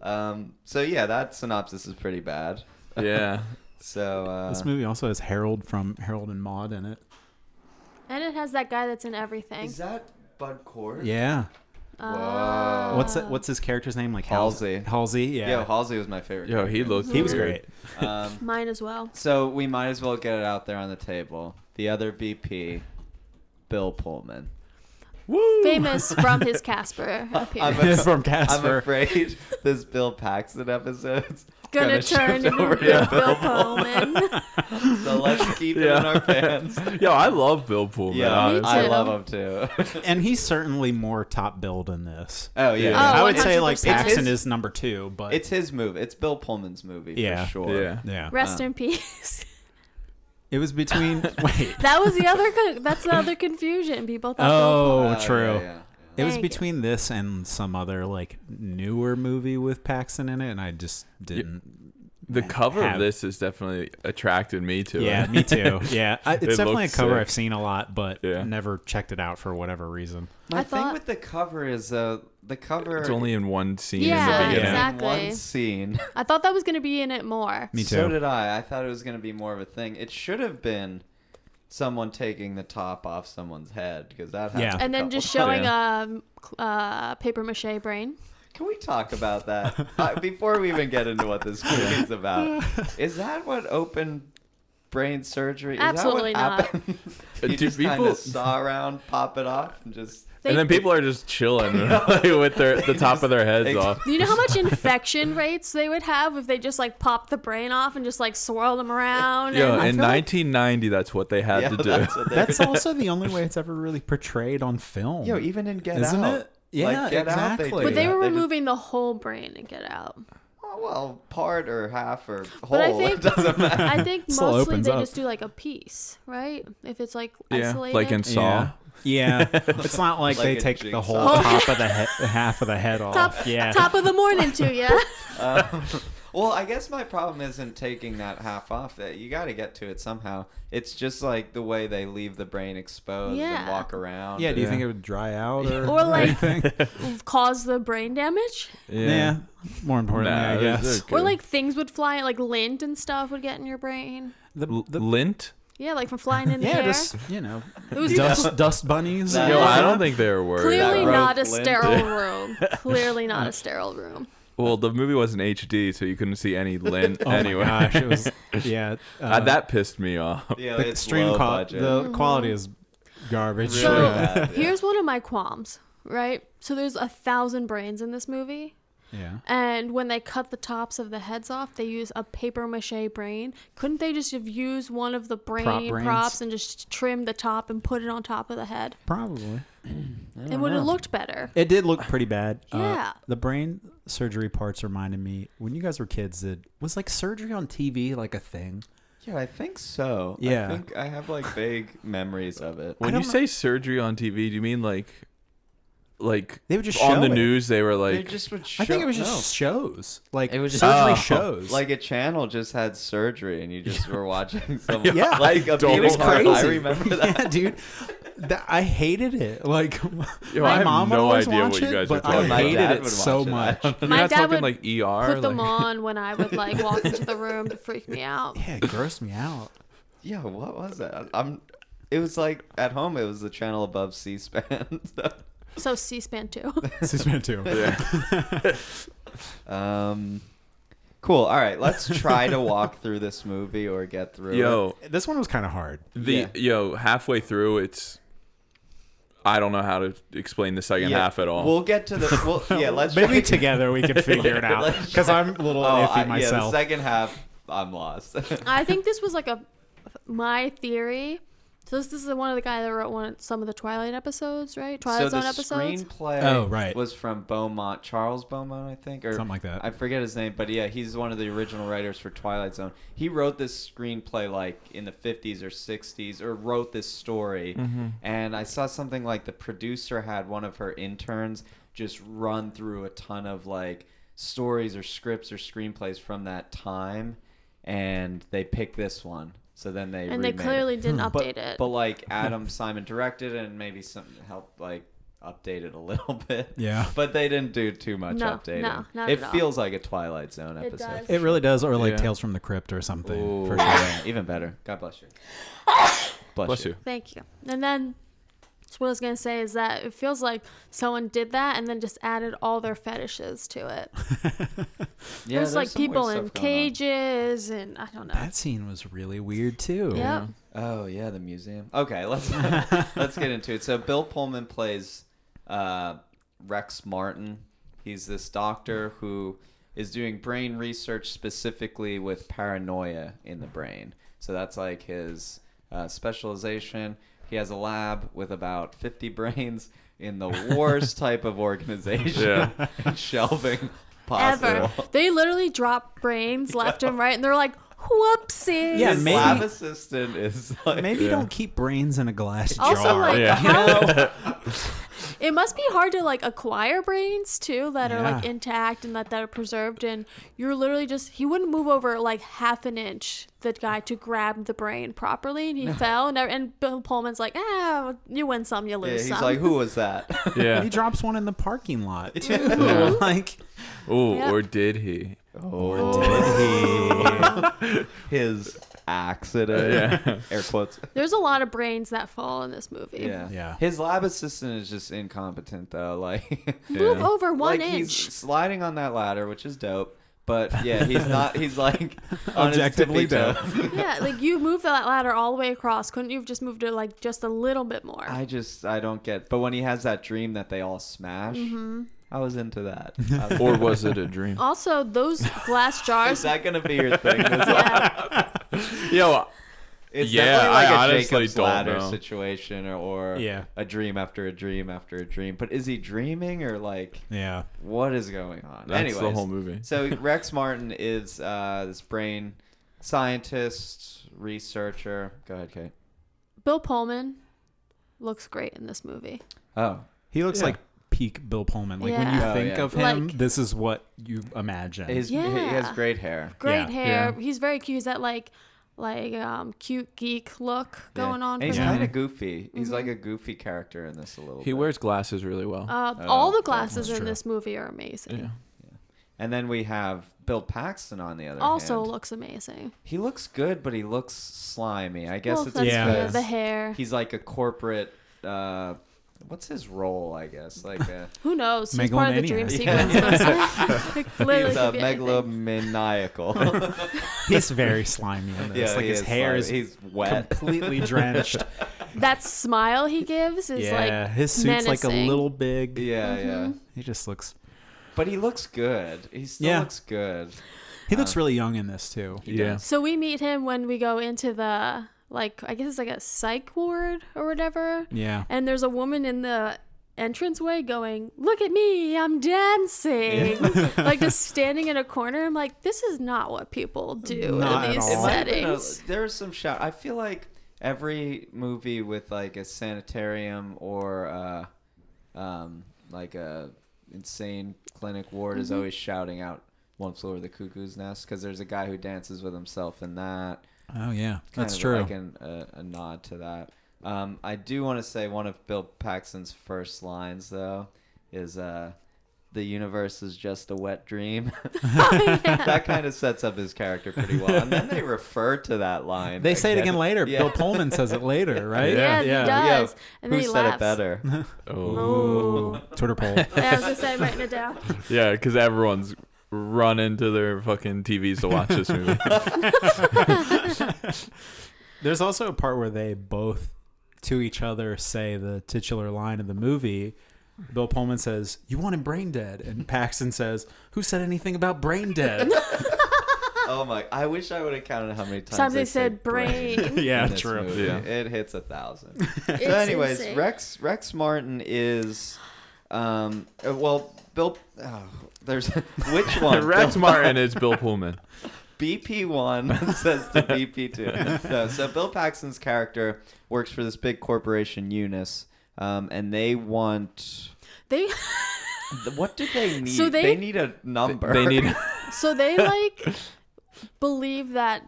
Speaker 1: Um, so yeah, that synopsis is pretty bad.
Speaker 3: Yeah.
Speaker 1: So uh,
Speaker 4: This movie also has Harold from Harold and Maude in it.
Speaker 2: And it has that guy that's in everything.
Speaker 1: is that Bud Cord?
Speaker 4: Yeah.
Speaker 2: Ah.
Speaker 4: What's it, what's his character's name? Like
Speaker 1: Halsey.
Speaker 4: Halsey. Yeah.
Speaker 1: Yo, Halsey was my favorite.
Speaker 3: Yo, he looked.
Speaker 4: he was
Speaker 3: weird.
Speaker 4: great.
Speaker 1: Um,
Speaker 2: Mine as well.
Speaker 1: so we might as well get it out there on the table. The other BP, Bill Pullman.
Speaker 4: Woo!
Speaker 2: Famous from his Casper appearance.
Speaker 1: I'm a-
Speaker 4: From
Speaker 1: I'm
Speaker 4: Casper.
Speaker 1: afraid this Bill Paxton episode's
Speaker 2: Gonna,
Speaker 1: shift
Speaker 2: turn into
Speaker 1: over to
Speaker 2: Bill
Speaker 1: Bill
Speaker 2: Pullman.
Speaker 1: Pullman. So let's keep it in
Speaker 3: Yeah.
Speaker 1: our pants.
Speaker 4: Oh,
Speaker 3: Yo, I love Bill Pullman.
Speaker 1: Yeah,
Speaker 2: Me
Speaker 3: honestly.
Speaker 1: I
Speaker 2: too.
Speaker 1: love him too.
Speaker 4: and he's certainly more top billed in this.
Speaker 1: oh yeah,
Speaker 2: Oh,
Speaker 4: I would say like
Speaker 2: 100%.
Speaker 4: Paxton is number two, but
Speaker 1: it's his move. It's Bill Pullman's movie
Speaker 4: Yeah.
Speaker 1: for sure.
Speaker 3: Yeah.
Speaker 4: yeah,
Speaker 2: Rest in peace.
Speaker 4: it was between wait.
Speaker 2: That was the other. co- That's the other confusion. People thought. Bill
Speaker 4: Oh,
Speaker 1: Uh,
Speaker 4: true.
Speaker 1: yeah, yeah.
Speaker 4: It was
Speaker 2: Thank you.
Speaker 4: between this and some other like newer movie with Paxton in it, and I just didn't.
Speaker 3: The cover
Speaker 4: Have-
Speaker 3: of this has definitely attracted me to
Speaker 4: Yeah,
Speaker 3: it.
Speaker 4: me too. Yeah, I, it's
Speaker 3: It
Speaker 4: definitely a
Speaker 3: looks
Speaker 4: cover
Speaker 3: sick.
Speaker 4: I've seen a lot, but
Speaker 3: Yeah.
Speaker 4: never checked it out for whatever reason.
Speaker 1: My
Speaker 2: I
Speaker 1: thing
Speaker 2: thought-
Speaker 1: with the cover is uh, the cover.
Speaker 3: It's only in one scene
Speaker 2: Yeah,
Speaker 3: in the
Speaker 1: only in
Speaker 3: beginning.
Speaker 2: exactly.
Speaker 1: One scene.
Speaker 2: Pullman. I thought that was gonna be in it more.
Speaker 4: Me too.
Speaker 1: So did I. I thought it was going to be more of a thing. It should have been someone taking the top off someone's head because that happened.
Speaker 4: Yeah.
Speaker 1: a
Speaker 2: and then
Speaker 1: couple
Speaker 2: just showing
Speaker 1: times.
Speaker 2: um cl- uh paper mache brain.
Speaker 1: Can we talk about that uh, before we even get into what this movie's about? Is that what open brain surgery? Is
Speaker 2: Absolutely
Speaker 1: that
Speaker 2: not.
Speaker 1: what happened?
Speaker 3: Uh,
Speaker 1: you
Speaker 3: do
Speaker 1: just kind
Speaker 3: people-
Speaker 1: of saw around, pop it off, and just
Speaker 2: They-
Speaker 3: and then people are just chilling like, with their the top of their heads
Speaker 1: they
Speaker 3: off.
Speaker 2: Do you know how much infection rates they would have if they just like popped the brain off and just like swirled them around?
Speaker 3: Yeah,
Speaker 2: and
Speaker 3: in 1990, that's what they had
Speaker 1: yeah,
Speaker 3: to
Speaker 1: that's
Speaker 3: do.
Speaker 1: what they.
Speaker 4: That's also the only way it's ever really portrayed on film.
Speaker 1: Yo, even in Get
Speaker 4: Isn't
Speaker 1: Out,
Speaker 4: it? Yeah,
Speaker 1: like, Get Out, they
Speaker 4: exactly.
Speaker 1: do
Speaker 2: but they
Speaker 1: that.
Speaker 2: were
Speaker 1: just-
Speaker 2: removing the whole brain and get out.
Speaker 1: Oh, well, part or half or whole.
Speaker 2: But I
Speaker 1: it
Speaker 2: think-
Speaker 1: doesn't matter.
Speaker 2: I think
Speaker 4: Still
Speaker 2: mostly
Speaker 4: opens
Speaker 2: they
Speaker 4: up.
Speaker 2: just do like a piece, right? If it's like
Speaker 3: yeah,
Speaker 2: isolated.
Speaker 3: like in Saw.
Speaker 4: Yeah. Yeah, it's not like,
Speaker 1: Like
Speaker 4: they
Speaker 1: a
Speaker 4: take the
Speaker 1: jigsaw.
Speaker 4: whole
Speaker 2: Oh.
Speaker 4: top of the he- half of the head off.
Speaker 2: top,
Speaker 4: yeah,
Speaker 2: top of the morning too, yeah.
Speaker 1: Um, well, I guess my problem isn't taking that half off. That you got to get to it somehow. It's just like the way they leave the brain exposed and
Speaker 2: Yeah.
Speaker 1: walk around.
Speaker 4: yeah. Do you
Speaker 3: Yeah.
Speaker 4: think it would dry out or,
Speaker 2: Or, like-
Speaker 4: anything?
Speaker 2: Cause the brain damage,
Speaker 3: Yeah.
Speaker 4: yeah? More importantly,
Speaker 3: Nah,
Speaker 4: I
Speaker 3: they're-
Speaker 4: guess
Speaker 3: they're
Speaker 2: or
Speaker 3: good.
Speaker 2: like things would fly, like lint and stuff would get in your brain.
Speaker 4: the,
Speaker 3: L-
Speaker 4: the-
Speaker 3: lint.
Speaker 2: Yeah, like from flying in the
Speaker 4: yeah,
Speaker 2: air.
Speaker 4: just you know,
Speaker 2: it was
Speaker 4: dust dust bunnies.
Speaker 1: That-
Speaker 4: and
Speaker 3: Yo,
Speaker 4: all
Speaker 3: I
Speaker 4: that.
Speaker 3: don't think they were worried.
Speaker 2: clearly
Speaker 1: broke
Speaker 2: not a
Speaker 1: lint.
Speaker 2: sterile room. Clearly not a sterile room.
Speaker 3: Well, the movie was in HD, so you couldn't see any lint
Speaker 4: Oh my
Speaker 3: anyway.
Speaker 4: gosh, it was yeah.
Speaker 3: Uh,
Speaker 4: uh,
Speaker 3: that pissed me off.
Speaker 1: Yeah,
Speaker 4: the
Speaker 1: it's
Speaker 4: extreme
Speaker 1: low
Speaker 4: qual-
Speaker 1: budget.
Speaker 4: the quality is garbage.
Speaker 1: Really
Speaker 2: Mm-hmm. So
Speaker 1: bad, yeah.
Speaker 2: here's one of my qualms, right? So there's a thousand brains in this movie,
Speaker 4: yeah.
Speaker 2: and when they cut the tops of the heads off, they use a paper mache brain. Couldn't they just have used one of the brain
Speaker 4: brains?
Speaker 2: props and just trim the top and put it on top of the head?
Speaker 4: Probably.
Speaker 2: It would have looked better.
Speaker 4: It did look pretty bad. Uh,
Speaker 2: Yeah.
Speaker 4: the brain surgery parts reminded me when you guys were kids. It was like surgery on TV, like a thing.
Speaker 1: Yeah, I think so.
Speaker 4: Yeah.
Speaker 1: I think I have like vague memories of it.
Speaker 3: When you
Speaker 4: don't know.
Speaker 3: say surgery on TV, do you mean like, like
Speaker 4: They would just
Speaker 3: on the
Speaker 4: show it.
Speaker 3: news? They were
Speaker 1: They
Speaker 3: like,
Speaker 1: just would show,
Speaker 4: I think it was just
Speaker 1: no.
Speaker 4: shows. Like
Speaker 1: It was just-
Speaker 4: surgery
Speaker 3: Oh.
Speaker 4: shows.
Speaker 1: like a channel just had surgery and you just were watching some
Speaker 4: Yeah.
Speaker 1: like a
Speaker 3: Don't-
Speaker 1: beat
Speaker 4: it's
Speaker 1: apart.
Speaker 4: crazy.
Speaker 1: I remember that.
Speaker 4: yeah, dude. That, I hated it. Like
Speaker 3: Yo,
Speaker 4: my
Speaker 3: I have
Speaker 4: mom would
Speaker 3: no
Speaker 4: always
Speaker 3: idea
Speaker 4: watch
Speaker 3: what you
Speaker 4: it,
Speaker 3: guys are
Speaker 4: but I
Speaker 3: talking about.
Speaker 4: hated
Speaker 1: My dad
Speaker 4: it
Speaker 1: would
Speaker 4: so
Speaker 1: watch it. I
Speaker 4: much.
Speaker 1: don't
Speaker 3: you're
Speaker 2: My
Speaker 3: not
Speaker 2: dad
Speaker 3: talking
Speaker 2: would
Speaker 3: like ER.
Speaker 2: Put them
Speaker 3: like,
Speaker 2: on when I would like walk into the room to freak me out.
Speaker 4: Yeah, it grossed me out.
Speaker 1: Yeah, what was that? I'm. It was like at home. It was the channel above C-SPAN. so,
Speaker 2: So C-SPAN too.
Speaker 4: Suspend too.
Speaker 1: um, cool. All right, let's try to walk through this movie or get through.
Speaker 3: yo,
Speaker 4: This one was kind of hard.
Speaker 3: the
Speaker 1: Yeah.
Speaker 3: yo halfway through, it's I don't know how to explain the
Speaker 1: it.
Speaker 3: second
Speaker 1: Yeah,
Speaker 3: half at all.
Speaker 1: We'll get to the. We'll, yeah, let's
Speaker 4: Maybe
Speaker 1: try-
Speaker 4: together we can figure it out
Speaker 1: Let's
Speaker 4: because I'm a little
Speaker 1: Oh,
Speaker 4: iffy
Speaker 1: I- yeah, the
Speaker 4: myself.
Speaker 1: second half, I'm lost.
Speaker 2: I think this was like a my theory. So this, this is one of the guy that wrote one some of the Twilight episodes, right? Twilight
Speaker 1: so the
Speaker 2: Zone episodes.
Speaker 1: screenplay
Speaker 4: Oh, right.
Speaker 1: was from Beaumont, Charles Beaumont, I think, or
Speaker 4: Something like that.
Speaker 1: I forget his name, but yeah, he's one of the original writers for Twilight Zone. He wrote this screenplay like in the 50s or 60s, or wrote this story.
Speaker 4: Mm-hmm.
Speaker 1: And I saw something like the producer had one of her interns just run through a ton of like stories or scripts or screenplays from that time, and they picked this one. So then they
Speaker 2: and they
Speaker 1: remade it Hmm.
Speaker 2: clearly didn't
Speaker 1: but,
Speaker 2: update it.
Speaker 1: But like Adam Simon directed it and maybe some helped like update it a little bit.
Speaker 4: Yeah.
Speaker 1: But they didn't do too much
Speaker 2: No,
Speaker 1: updating.
Speaker 2: no, not
Speaker 1: it
Speaker 2: at all.
Speaker 1: feels like a Twilight Zone
Speaker 2: It
Speaker 1: episode.
Speaker 2: does.
Speaker 1: for
Speaker 4: It really does, or like
Speaker 3: Yeah.
Speaker 4: Tales from the Crypt or something.
Speaker 1: Ooh.
Speaker 4: For sure.
Speaker 1: Even better. God bless you. Bless,
Speaker 3: Bless you.
Speaker 2: Thank you. And then so what I was gonna say is that it feels like someone did that and then just added all their fetishes to it.
Speaker 1: Yeah,
Speaker 2: there's, like
Speaker 1: some weird
Speaker 2: people
Speaker 1: stuff
Speaker 2: in
Speaker 1: going on.
Speaker 2: cages and I don't know.
Speaker 4: That scene was really weird too.
Speaker 2: yep.
Speaker 1: Oh yeah, the museum. Okay, let's let's get into it. So Bill Pullman plays uh, Rex Martin. He's this doctor who is doing brain research specifically with paranoia in the brain. So that's like his uh, specialization. He has a lab with about 50 brains in the worst type of organization, shelving possible.
Speaker 2: Ever. They literally drop brains left and right and they're like, whoopsies.
Speaker 4: Yeah,
Speaker 1: His
Speaker 4: maybe-
Speaker 1: lab assistant is like
Speaker 4: Maybe
Speaker 3: Yeah.
Speaker 4: don't keep brains in a glass
Speaker 2: Also,
Speaker 4: jar.
Speaker 2: like,
Speaker 3: Yeah.
Speaker 2: how it must be hard to like acquire brains too that are like
Speaker 4: Yeah.
Speaker 2: intact and that that are preserved. And you're literally just he wouldn't move over like half an inch. The guy to grab the brain properly, and he fell. And, and Bill Pullman's like, ah, you win some, you
Speaker 1: Yeah,
Speaker 2: lose
Speaker 1: he's
Speaker 2: some.
Speaker 1: like, who was that?
Speaker 3: yeah.
Speaker 4: he drops one in the parking lot too.
Speaker 3: Yeah.
Speaker 4: Like
Speaker 3: Ooh,
Speaker 2: Yeah.
Speaker 3: or did he?
Speaker 4: Oh.
Speaker 1: Or did he? His accident.
Speaker 3: Yeah.
Speaker 1: Air quotes.
Speaker 2: There's a lot of brains that fall in this movie.
Speaker 1: Yeah.
Speaker 4: Yeah.
Speaker 1: His lab assistant is just incompetent though. Like
Speaker 2: Move
Speaker 3: Yeah.
Speaker 2: over one
Speaker 1: like he's
Speaker 2: inch.
Speaker 1: sliding on that ladder, which is dope. But yeah, he's not. He's like on his
Speaker 4: Objectively
Speaker 1: tippy
Speaker 4: dope.
Speaker 1: toes.
Speaker 2: yeah, like you moved that ladder all the way across. Couldn't you have just moved it like just a little bit more?
Speaker 1: I just I don't get. But when he has that dream that they all smash,
Speaker 2: Mm-hmm.
Speaker 1: I was into that. I was-
Speaker 3: Or was it a dream?
Speaker 2: also, those glass
Speaker 1: is
Speaker 2: jars.
Speaker 1: that gonna be your thing?
Speaker 2: yeah,
Speaker 3: Yo,
Speaker 1: It's
Speaker 3: Yeah,
Speaker 1: definitely like
Speaker 3: I
Speaker 1: a
Speaker 3: honestly
Speaker 1: Jacob's
Speaker 3: don't
Speaker 1: ladder
Speaker 3: know.
Speaker 1: situation, or, or
Speaker 4: Yeah.
Speaker 1: a dream after a dream after a dream. But is he dreaming or like
Speaker 4: Yeah.
Speaker 1: what is going on?
Speaker 3: that's
Speaker 1: Anyways,
Speaker 3: the whole movie.
Speaker 1: so Rex Martin is uh, this brain scientist researcher. Go ahead, Kate.
Speaker 2: Bill Pullman looks great in this movie.
Speaker 1: Oh,
Speaker 4: He looks
Speaker 1: Yeah.
Speaker 4: like peak Bill Pullman. Like when you
Speaker 2: Yeah.
Speaker 1: Oh,
Speaker 4: think
Speaker 1: yeah.
Speaker 4: of him,
Speaker 2: Like-
Speaker 4: this is what you imagine.
Speaker 1: his he has
Speaker 2: Yeah.
Speaker 1: great hair.
Speaker 2: Great
Speaker 4: Yeah.
Speaker 2: hair.
Speaker 3: Yeah.
Speaker 2: He's very cute. He's that like, like um, cute geek look
Speaker 1: Yeah.
Speaker 2: going on.
Speaker 1: And he's
Speaker 2: for him. Mm-hmm.
Speaker 1: kind of goofy. He's like a goofy character in this a little.
Speaker 3: He
Speaker 1: bit.
Speaker 3: wears glasses really well.
Speaker 1: Oh,
Speaker 2: Uh, all the glasses
Speaker 4: that's
Speaker 2: in
Speaker 4: true.
Speaker 2: this movie are amazing.
Speaker 3: yeah.
Speaker 1: And then we have Bill Paxton on the other.
Speaker 2: Also
Speaker 1: hand.
Speaker 2: looks amazing.
Speaker 1: he looks good, but he looks slimy. I guess
Speaker 2: well,
Speaker 1: it's
Speaker 2: that's
Speaker 4: Yeah.
Speaker 2: the-
Speaker 1: because
Speaker 2: the hair.
Speaker 1: he's like a corporate. Uh, what's his role? I guess like a,
Speaker 2: Who knows? He's part of the dream
Speaker 4: Megalomaniac.
Speaker 2: sequence. Like, literally
Speaker 1: he's a
Speaker 2: could be anything.
Speaker 1: megalomaniacal.
Speaker 4: He's very slimy. In this. like
Speaker 1: he
Speaker 4: his
Speaker 1: is
Speaker 4: hair
Speaker 1: slimy.
Speaker 4: is
Speaker 1: he's wet.
Speaker 4: completely drenched.
Speaker 2: That smile he gives is
Speaker 4: yeah,
Speaker 2: like
Speaker 4: his suit's like a
Speaker 2: menacing.
Speaker 4: little big.
Speaker 1: Yeah,
Speaker 2: Mm-hmm.
Speaker 1: yeah.
Speaker 4: He just looks.
Speaker 1: But he looks good. He still
Speaker 4: Yeah.
Speaker 1: looks good.
Speaker 4: He
Speaker 1: Uh,
Speaker 4: looks really young in this too.
Speaker 3: Yeah.
Speaker 2: So we meet him when we go into the like I guess it's like a psych ward or whatever.
Speaker 4: Yeah.
Speaker 2: And there's a woman in the entranceway going, "Look at me, I'm dancing." like just standing in a corner. I'm like, this is not what people do
Speaker 4: Not
Speaker 2: in
Speaker 4: at
Speaker 2: these
Speaker 4: all. It might
Speaker 1: I don't know.
Speaker 2: settings.
Speaker 1: There's some shot. I feel like every movie with like a sanitarium or uh, um, like a insane clinic ward
Speaker 2: Mm-hmm.
Speaker 1: is always shouting out "One floor of the cuckoo's nest" because there's a guy who dances with himself in that.
Speaker 4: Oh yeah,
Speaker 1: Kind
Speaker 4: that's
Speaker 1: of
Speaker 4: true.
Speaker 1: Like an, a, a nod to that. Um, I do want to say one of Bill Paxton's first lines though is. Uh, the universe is just a wet dream.
Speaker 2: Oh,
Speaker 1: that kind of sets up his character pretty well. And then they refer to that line.
Speaker 4: they say it again later.
Speaker 1: Yeah.
Speaker 4: Bill Pullman says it later, right?
Speaker 2: Yeah, he
Speaker 4: yeah.
Speaker 1: Yeah,
Speaker 2: does. And then
Speaker 1: Who
Speaker 2: he
Speaker 1: said
Speaker 2: laughs.
Speaker 1: it better?
Speaker 3: Oh.
Speaker 2: Oh.
Speaker 4: Twitter poll.
Speaker 2: Yeah, I was gonna say, I'm writing it down.
Speaker 3: Yeah, because everyone's running to their fucking TVs to watch this movie.
Speaker 4: There's also a part where they both to each other say the titular line of the movie. Bill Pullman says, "You want him brain dead," and Paxton says, "Who said anything about brain dead?"
Speaker 1: oh my! I wish I would have counted how many times
Speaker 2: Sometimes
Speaker 1: they
Speaker 2: they said brain.
Speaker 4: yeah,
Speaker 1: in this movie.
Speaker 3: Yeah.
Speaker 1: It hits a thousand.
Speaker 2: It's
Speaker 1: so, anyways,
Speaker 2: insane.
Speaker 1: Rex Rex Martin is, um, uh, well, Bill. Oh, there's which one?
Speaker 3: Rex
Speaker 1: Bill-
Speaker 3: Martin is Bill Pullman.
Speaker 1: BP1 says to BP2. No, so Bill Paxton's character works for this big corporation, Eunice, um, and they want.
Speaker 2: They
Speaker 1: th- What do they need?
Speaker 2: So
Speaker 1: they,
Speaker 2: they-
Speaker 1: need a number.
Speaker 3: They need.
Speaker 2: so they like believe that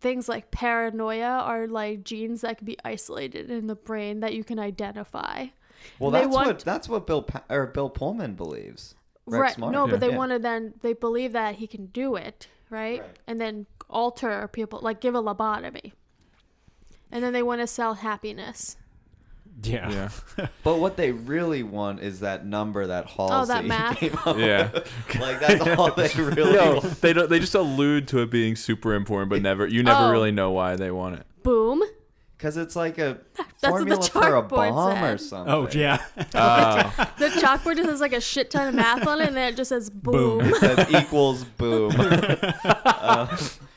Speaker 2: things like paranoia are like genes that can be isolated in the brain that you can identify.
Speaker 1: Well,
Speaker 2: they
Speaker 1: that's
Speaker 2: want-
Speaker 1: what that's what Bill pa- or Bill Pullman believes.
Speaker 2: right.
Speaker 1: Rex Martin.
Speaker 2: No, but they
Speaker 1: Yeah.
Speaker 2: want to then they believe that he can do it, right?
Speaker 1: Right.
Speaker 2: And then alter people, like give a lobotomy. And then they want to sell happiness.
Speaker 4: yeah.
Speaker 3: Yeah.
Speaker 1: But what they really want is that number that Halsey
Speaker 2: Oh, that math.
Speaker 1: came up
Speaker 3: Yeah.
Speaker 1: with. Like that's all they really
Speaker 3: Yo,
Speaker 1: want.
Speaker 3: they don't, they just allude to it being super important, but never you never
Speaker 2: Oh.
Speaker 3: really know why they want it.
Speaker 2: Boom.
Speaker 1: Because it's like a
Speaker 2: the
Speaker 1: formula for a
Speaker 2: chalkboard
Speaker 1: bomb or
Speaker 2: said.
Speaker 1: something.
Speaker 4: Oh yeah.
Speaker 3: Oh,
Speaker 2: The chalkboard just has like a shit ton of math on it, and then it just says boom.
Speaker 4: Boom.
Speaker 1: It says equals boom. Um,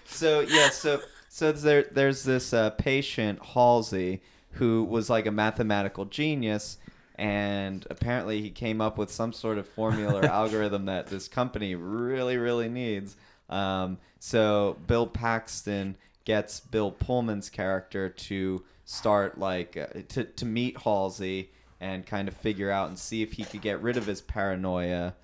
Speaker 1: so yeah, so so there there's this uh, patient Halsey who was like a mathematical genius, and apparently he came up with some sort of formula or algorithm that this company really really needs. Um, so Bill Paxton gets Bill Pullman's character to start like uh, to to meet Halsey and kind of figure out and see if he could get rid of his paranoia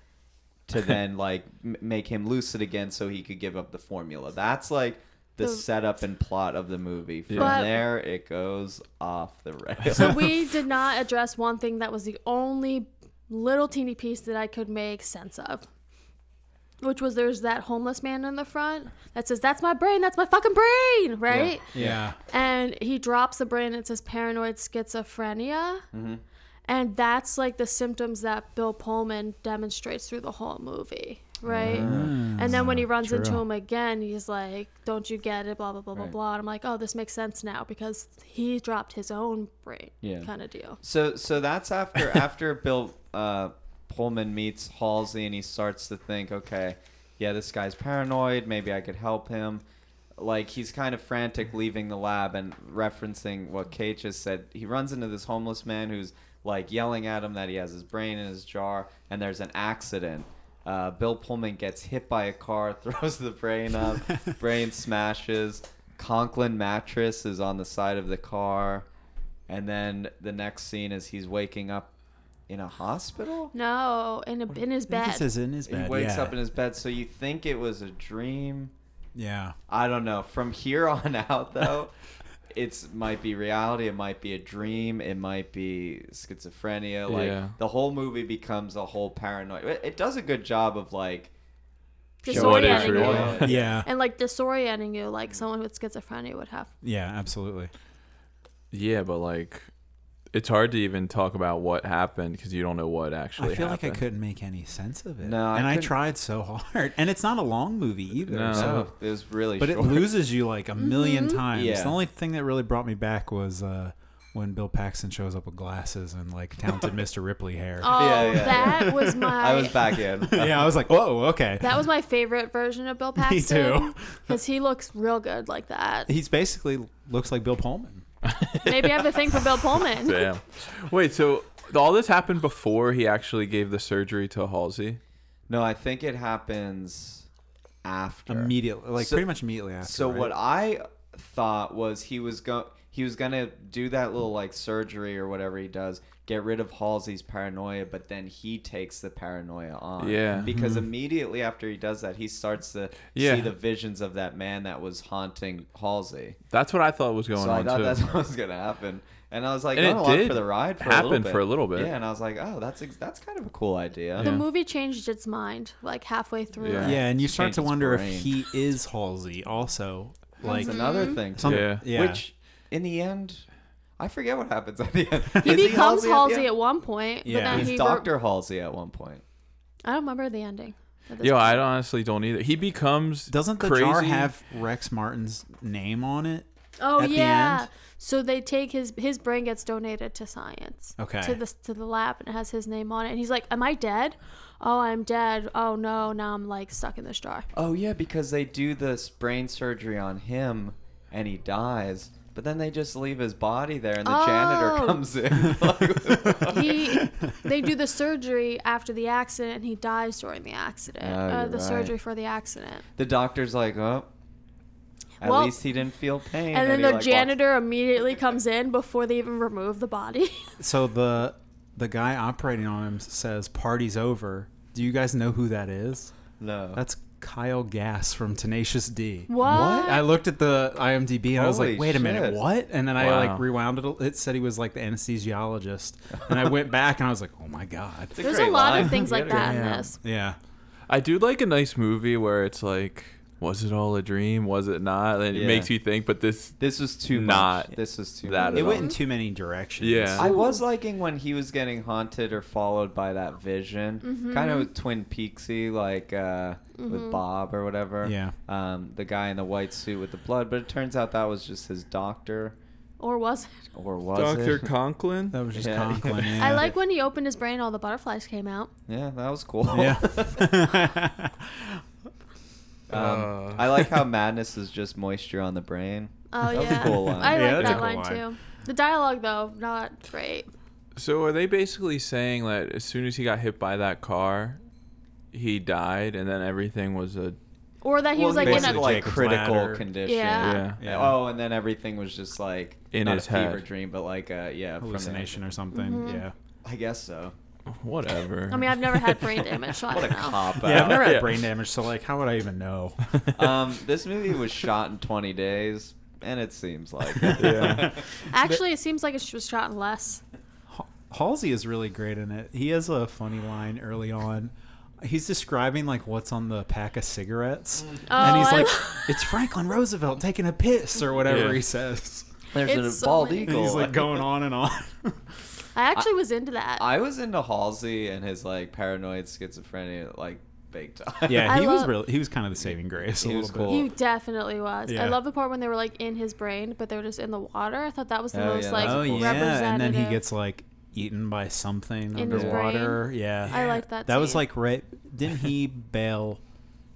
Speaker 1: to then like m- make him lucid again so he could give up the formula. That's like the
Speaker 2: The-
Speaker 1: setup and plot of the movie. From
Speaker 2: But-
Speaker 1: there, it goes off the rails.
Speaker 2: So we did not address one thing that was the only little teeny piece that I could make sense of. which was there's that homeless man in the front that says, That's my brain, that's my fucking brain, right?
Speaker 4: Yeah.
Speaker 2: And he drops the brain and it says paranoid schizophrenia.
Speaker 1: Mm-hmm.
Speaker 2: And that's like the symptoms that Bill Pullman demonstrates through the whole movie, right? And then when he runs into
Speaker 4: Mm. true.
Speaker 2: him again, he's like, Don't you get it? Blah, blah, blah, blah,
Speaker 1: Right.
Speaker 2: blah. And I'm like, Oh, this makes sense now because he dropped his own brain
Speaker 1: Yeah.
Speaker 2: kind of deal.
Speaker 1: So so that's after after Bill uh, Pullman meets Halsey and he starts to think, okay, yeah, this guy's paranoid. Maybe I could help him. Like he's kind of frantic leaving the lab and referencing what Kate just said. He runs into this homeless man who's like yelling at him that he has his brain in his jar, and there's an accident. Uh, Bill Pullman gets hit by a car, throws the brain up, brain smashes. Conklin mattress is on the side of the car. And then the next scene is he's waking up in a hospital.
Speaker 2: No, in, a, in his
Speaker 4: I think
Speaker 2: bed.
Speaker 4: it says in his
Speaker 1: He
Speaker 4: bed.
Speaker 1: wakes
Speaker 4: yeah.
Speaker 1: up in his bed, so you think it was a dream.
Speaker 4: yeah.
Speaker 1: I don't know. From here on out, though, it's might be reality. It might be a dream. It might be schizophrenia. Like
Speaker 3: Yeah.
Speaker 1: the whole movie becomes a whole paranoid. It, it does a good job of like
Speaker 3: Show what is
Speaker 2: Disorienting
Speaker 3: real.
Speaker 2: you.
Speaker 1: Yeah.
Speaker 4: Yeah.
Speaker 2: And like disorienting you, like someone with schizophrenia would have.
Speaker 4: Yeah, absolutely.
Speaker 3: Yeah, but like, it's hard to even talk about what happened because you don't know what actually.
Speaker 4: I feel
Speaker 3: happened.
Speaker 4: like I couldn't make any sense of it.
Speaker 1: No, I
Speaker 4: and I
Speaker 1: couldn't-
Speaker 4: tried so hard. And it's not a long movie either.
Speaker 3: No.
Speaker 4: So,
Speaker 1: Oh, it was really.
Speaker 4: but it
Speaker 1: short.
Speaker 4: loses you like a 1000000
Speaker 2: Mm-hmm.
Speaker 4: times.
Speaker 1: Yeah.
Speaker 4: The only thing that really brought me back was uh, when Bill Paxton shows up with glasses and like talented Mr. Ripley hair.
Speaker 2: Oh,
Speaker 1: Yeah, yeah,
Speaker 2: that was my.
Speaker 1: I was back in.
Speaker 4: yeah, I was like, whoa, okay.
Speaker 2: That was my favorite version of Bill
Speaker 4: Me
Speaker 2: Paxton.
Speaker 4: too.
Speaker 2: Because he looks real good like that.
Speaker 4: He's basically looks like Bill Pullman.
Speaker 2: Maybe I have a thing for Bill Pullman.
Speaker 3: Damn. Wait, so all this happened before he actually gave the surgery to Halsey?
Speaker 1: No, I think it happens after.
Speaker 4: Immediately, like
Speaker 1: So-
Speaker 4: pretty much immediately after.
Speaker 1: So
Speaker 4: right?
Speaker 1: what I thought was he was going he was gonna do that little like surgery or whatever he does, get rid of Halsey's paranoia, but then he takes the paranoia on.
Speaker 3: Yeah. Mm-hmm.
Speaker 1: Because immediately after he does that, he starts to
Speaker 3: Yeah.
Speaker 1: see the visions of that man that was haunting Halsey.
Speaker 3: That's what I thought was going
Speaker 1: So I
Speaker 3: on
Speaker 1: thought
Speaker 3: too.
Speaker 1: that's what was gonna happen. And I was like,
Speaker 3: And
Speaker 1: going
Speaker 3: it
Speaker 1: along
Speaker 3: did
Speaker 1: for the ride for a
Speaker 3: happen
Speaker 1: little bit.
Speaker 3: for a little bit.
Speaker 1: Yeah, and I was like, oh, that's ex- that's kind of a cool idea.
Speaker 2: The
Speaker 4: Yeah.
Speaker 2: movie changed its mind like halfway through.
Speaker 3: Yeah.
Speaker 2: it.
Speaker 4: Yeah, and you start
Speaker 1: Change
Speaker 4: to
Speaker 1: his
Speaker 4: wonder
Speaker 1: brain.
Speaker 4: if he is Halsey also. Like,
Speaker 1: That's another
Speaker 2: Mm-hmm.
Speaker 1: thing. Too.
Speaker 4: some-
Speaker 3: Yeah.
Speaker 4: yeah.
Speaker 1: Which, in the end, I forget what happens at the end.
Speaker 2: He
Speaker 1: Is
Speaker 2: becomes
Speaker 1: at the
Speaker 2: Halsey,
Speaker 1: end?
Speaker 2: at one point,
Speaker 4: Yeah.
Speaker 2: but then
Speaker 1: He's
Speaker 2: he.
Speaker 1: Doctor Halsey at one point.
Speaker 2: I don't remember the ending. at this
Speaker 3: Yo,
Speaker 2: point.
Speaker 3: I honestly don't either. He becomes
Speaker 4: doesn't the
Speaker 3: crazy.
Speaker 4: jar have Rex Martin's name on it?
Speaker 2: Oh
Speaker 4: at the
Speaker 2: yeah.
Speaker 4: end?
Speaker 2: So they take his his brain gets donated to science.
Speaker 4: Okay.
Speaker 2: To the to the lab and it has his name on it and he's like, "Am I dead? Oh, I'm dead. Oh no, now I'm like stuck in this jar."
Speaker 1: Oh yeah, because they do this brain surgery on him, and he dies. But then they just leave his body there, and the janitor
Speaker 2: Oh.
Speaker 1: comes in. Like,
Speaker 2: He they do the surgery after the accident and he dies during the accident.
Speaker 1: Oh,
Speaker 2: uh,
Speaker 1: you're
Speaker 2: the
Speaker 1: right.
Speaker 2: surgery for the accident.
Speaker 1: the doctor's like, "Oh, at
Speaker 2: Well-
Speaker 1: least he didn't feel pain."
Speaker 2: And, then
Speaker 1: he,
Speaker 2: the
Speaker 1: like, walks-
Speaker 2: janitor immediately comes in before they even remove the body.
Speaker 4: So the the guy operating on him says, "Party's over." Do you guys know who that is?
Speaker 1: No,
Speaker 4: That's Kyle Gass from Tenacious D.
Speaker 2: What?
Speaker 4: I looked at the IMDb and I was
Speaker 1: Holy
Speaker 4: like, "Wait a minute,
Speaker 1: shit.
Speaker 4: what?" And then
Speaker 3: Wow.
Speaker 4: I like rewound it. It said he was like the anesthesiologist, and I went back and I was like, "Oh my god."
Speaker 1: It's
Speaker 2: There's a
Speaker 1: great
Speaker 2: lot
Speaker 1: line.
Speaker 2: of things like
Speaker 1: Yeah.
Speaker 2: that in
Speaker 4: Yeah.
Speaker 2: this.
Speaker 4: Yeah.
Speaker 3: I do like a nice movie where it's like, was it all a dream? Was it not? And
Speaker 1: Yeah.
Speaker 3: it makes you think. But this,
Speaker 1: This was too
Speaker 3: Not
Speaker 1: much. This was too much.
Speaker 3: that at
Speaker 4: It
Speaker 3: all.
Speaker 4: went in too many directions.
Speaker 3: Yeah.
Speaker 2: Oh.
Speaker 1: I was liking when he was getting haunted or followed by that vision,
Speaker 2: Mm-hmm.
Speaker 1: kind of Twin Peaksy, like uh, with Bob or whatever.
Speaker 4: Yeah.
Speaker 1: um, the guy in the white suit with the blood. But it turns out that was just his doctor,
Speaker 2: Or was it?
Speaker 1: or was
Speaker 3: Doctor
Speaker 1: it?
Speaker 3: Conklin.
Speaker 4: That was just
Speaker 1: Yeah.
Speaker 4: Conklin.
Speaker 1: I
Speaker 4: Yeah.
Speaker 2: I like when he opened his brain all the butterflies came out.
Speaker 1: yeah, that was cool.
Speaker 4: Yeah.
Speaker 1: um,
Speaker 3: Uh.
Speaker 1: I like how madness is just moisture on the brain.
Speaker 2: Oh
Speaker 1: That was a
Speaker 2: yeah,
Speaker 1: cool line.
Speaker 2: I
Speaker 4: Yeah,
Speaker 2: like
Speaker 4: that's a
Speaker 2: that
Speaker 4: cool
Speaker 2: line,
Speaker 4: line.
Speaker 2: too. The dialogue though, not great.
Speaker 3: So are they basically saying that as soon as he got hit by that car, he died, and then everything was a
Speaker 2: Or that he was like in
Speaker 1: basically,
Speaker 2: a
Speaker 1: like
Speaker 4: Jacob's
Speaker 1: critical
Speaker 4: ladder.
Speaker 1: condition.
Speaker 2: Yeah.
Speaker 3: yeah.
Speaker 4: Yeah.
Speaker 1: Oh, and then everything was just like
Speaker 3: In
Speaker 1: not
Speaker 3: his
Speaker 1: a fever
Speaker 3: head.
Speaker 1: dream, but like a yeah from the-
Speaker 4: hallucination or something. Yeah.
Speaker 1: I guess so.
Speaker 3: Whatever.
Speaker 2: Mm-hmm. I mean, I've never had brain damage, so I
Speaker 1: What a
Speaker 2: don't know.
Speaker 1: cop out.
Speaker 4: Yeah, I've never had
Speaker 3: Yeah.
Speaker 4: brain damage, so like, how would I even know?
Speaker 1: um, this movie was shot in 20 days, and it seems like. it.
Speaker 3: Yeah.
Speaker 2: Actually, it seems like it was shot in less.
Speaker 4: Halsey is really great in it. He has a funny line early on. he's describing like what's on the pack of cigarettes,
Speaker 2: Oh,
Speaker 4: and he's
Speaker 2: I
Speaker 4: like, "It's Franklin Roosevelt taking a piss" or whatever
Speaker 3: Yeah.
Speaker 4: he says.
Speaker 1: There's a
Speaker 2: It's so
Speaker 1: bald
Speaker 2: many.
Speaker 1: eagle.
Speaker 4: And he's like going on and on.
Speaker 2: I actually was into that.
Speaker 1: I was into Halsey and his like paranoid schizophrenia like big time.
Speaker 4: yeah,
Speaker 2: I
Speaker 4: he was
Speaker 2: love-
Speaker 4: really he was kind of the saving grace.
Speaker 1: He
Speaker 4: a
Speaker 1: was
Speaker 4: little bit.
Speaker 1: cool.
Speaker 2: He definitely was. I
Speaker 4: Yeah.
Speaker 2: love the part when they were like in his brain, but they were just in the water. I thought that was the
Speaker 1: Oh,
Speaker 2: most
Speaker 1: yeah,
Speaker 2: like
Speaker 1: that's
Speaker 4: oh
Speaker 1: cool.
Speaker 4: yeah, and then he
Speaker 2: representative.
Speaker 4: gets like eaten by something
Speaker 2: In his
Speaker 4: underwater. Yeah,
Speaker 2: I liked that
Speaker 4: That was
Speaker 2: scene.
Speaker 4: like right. Didn't he bail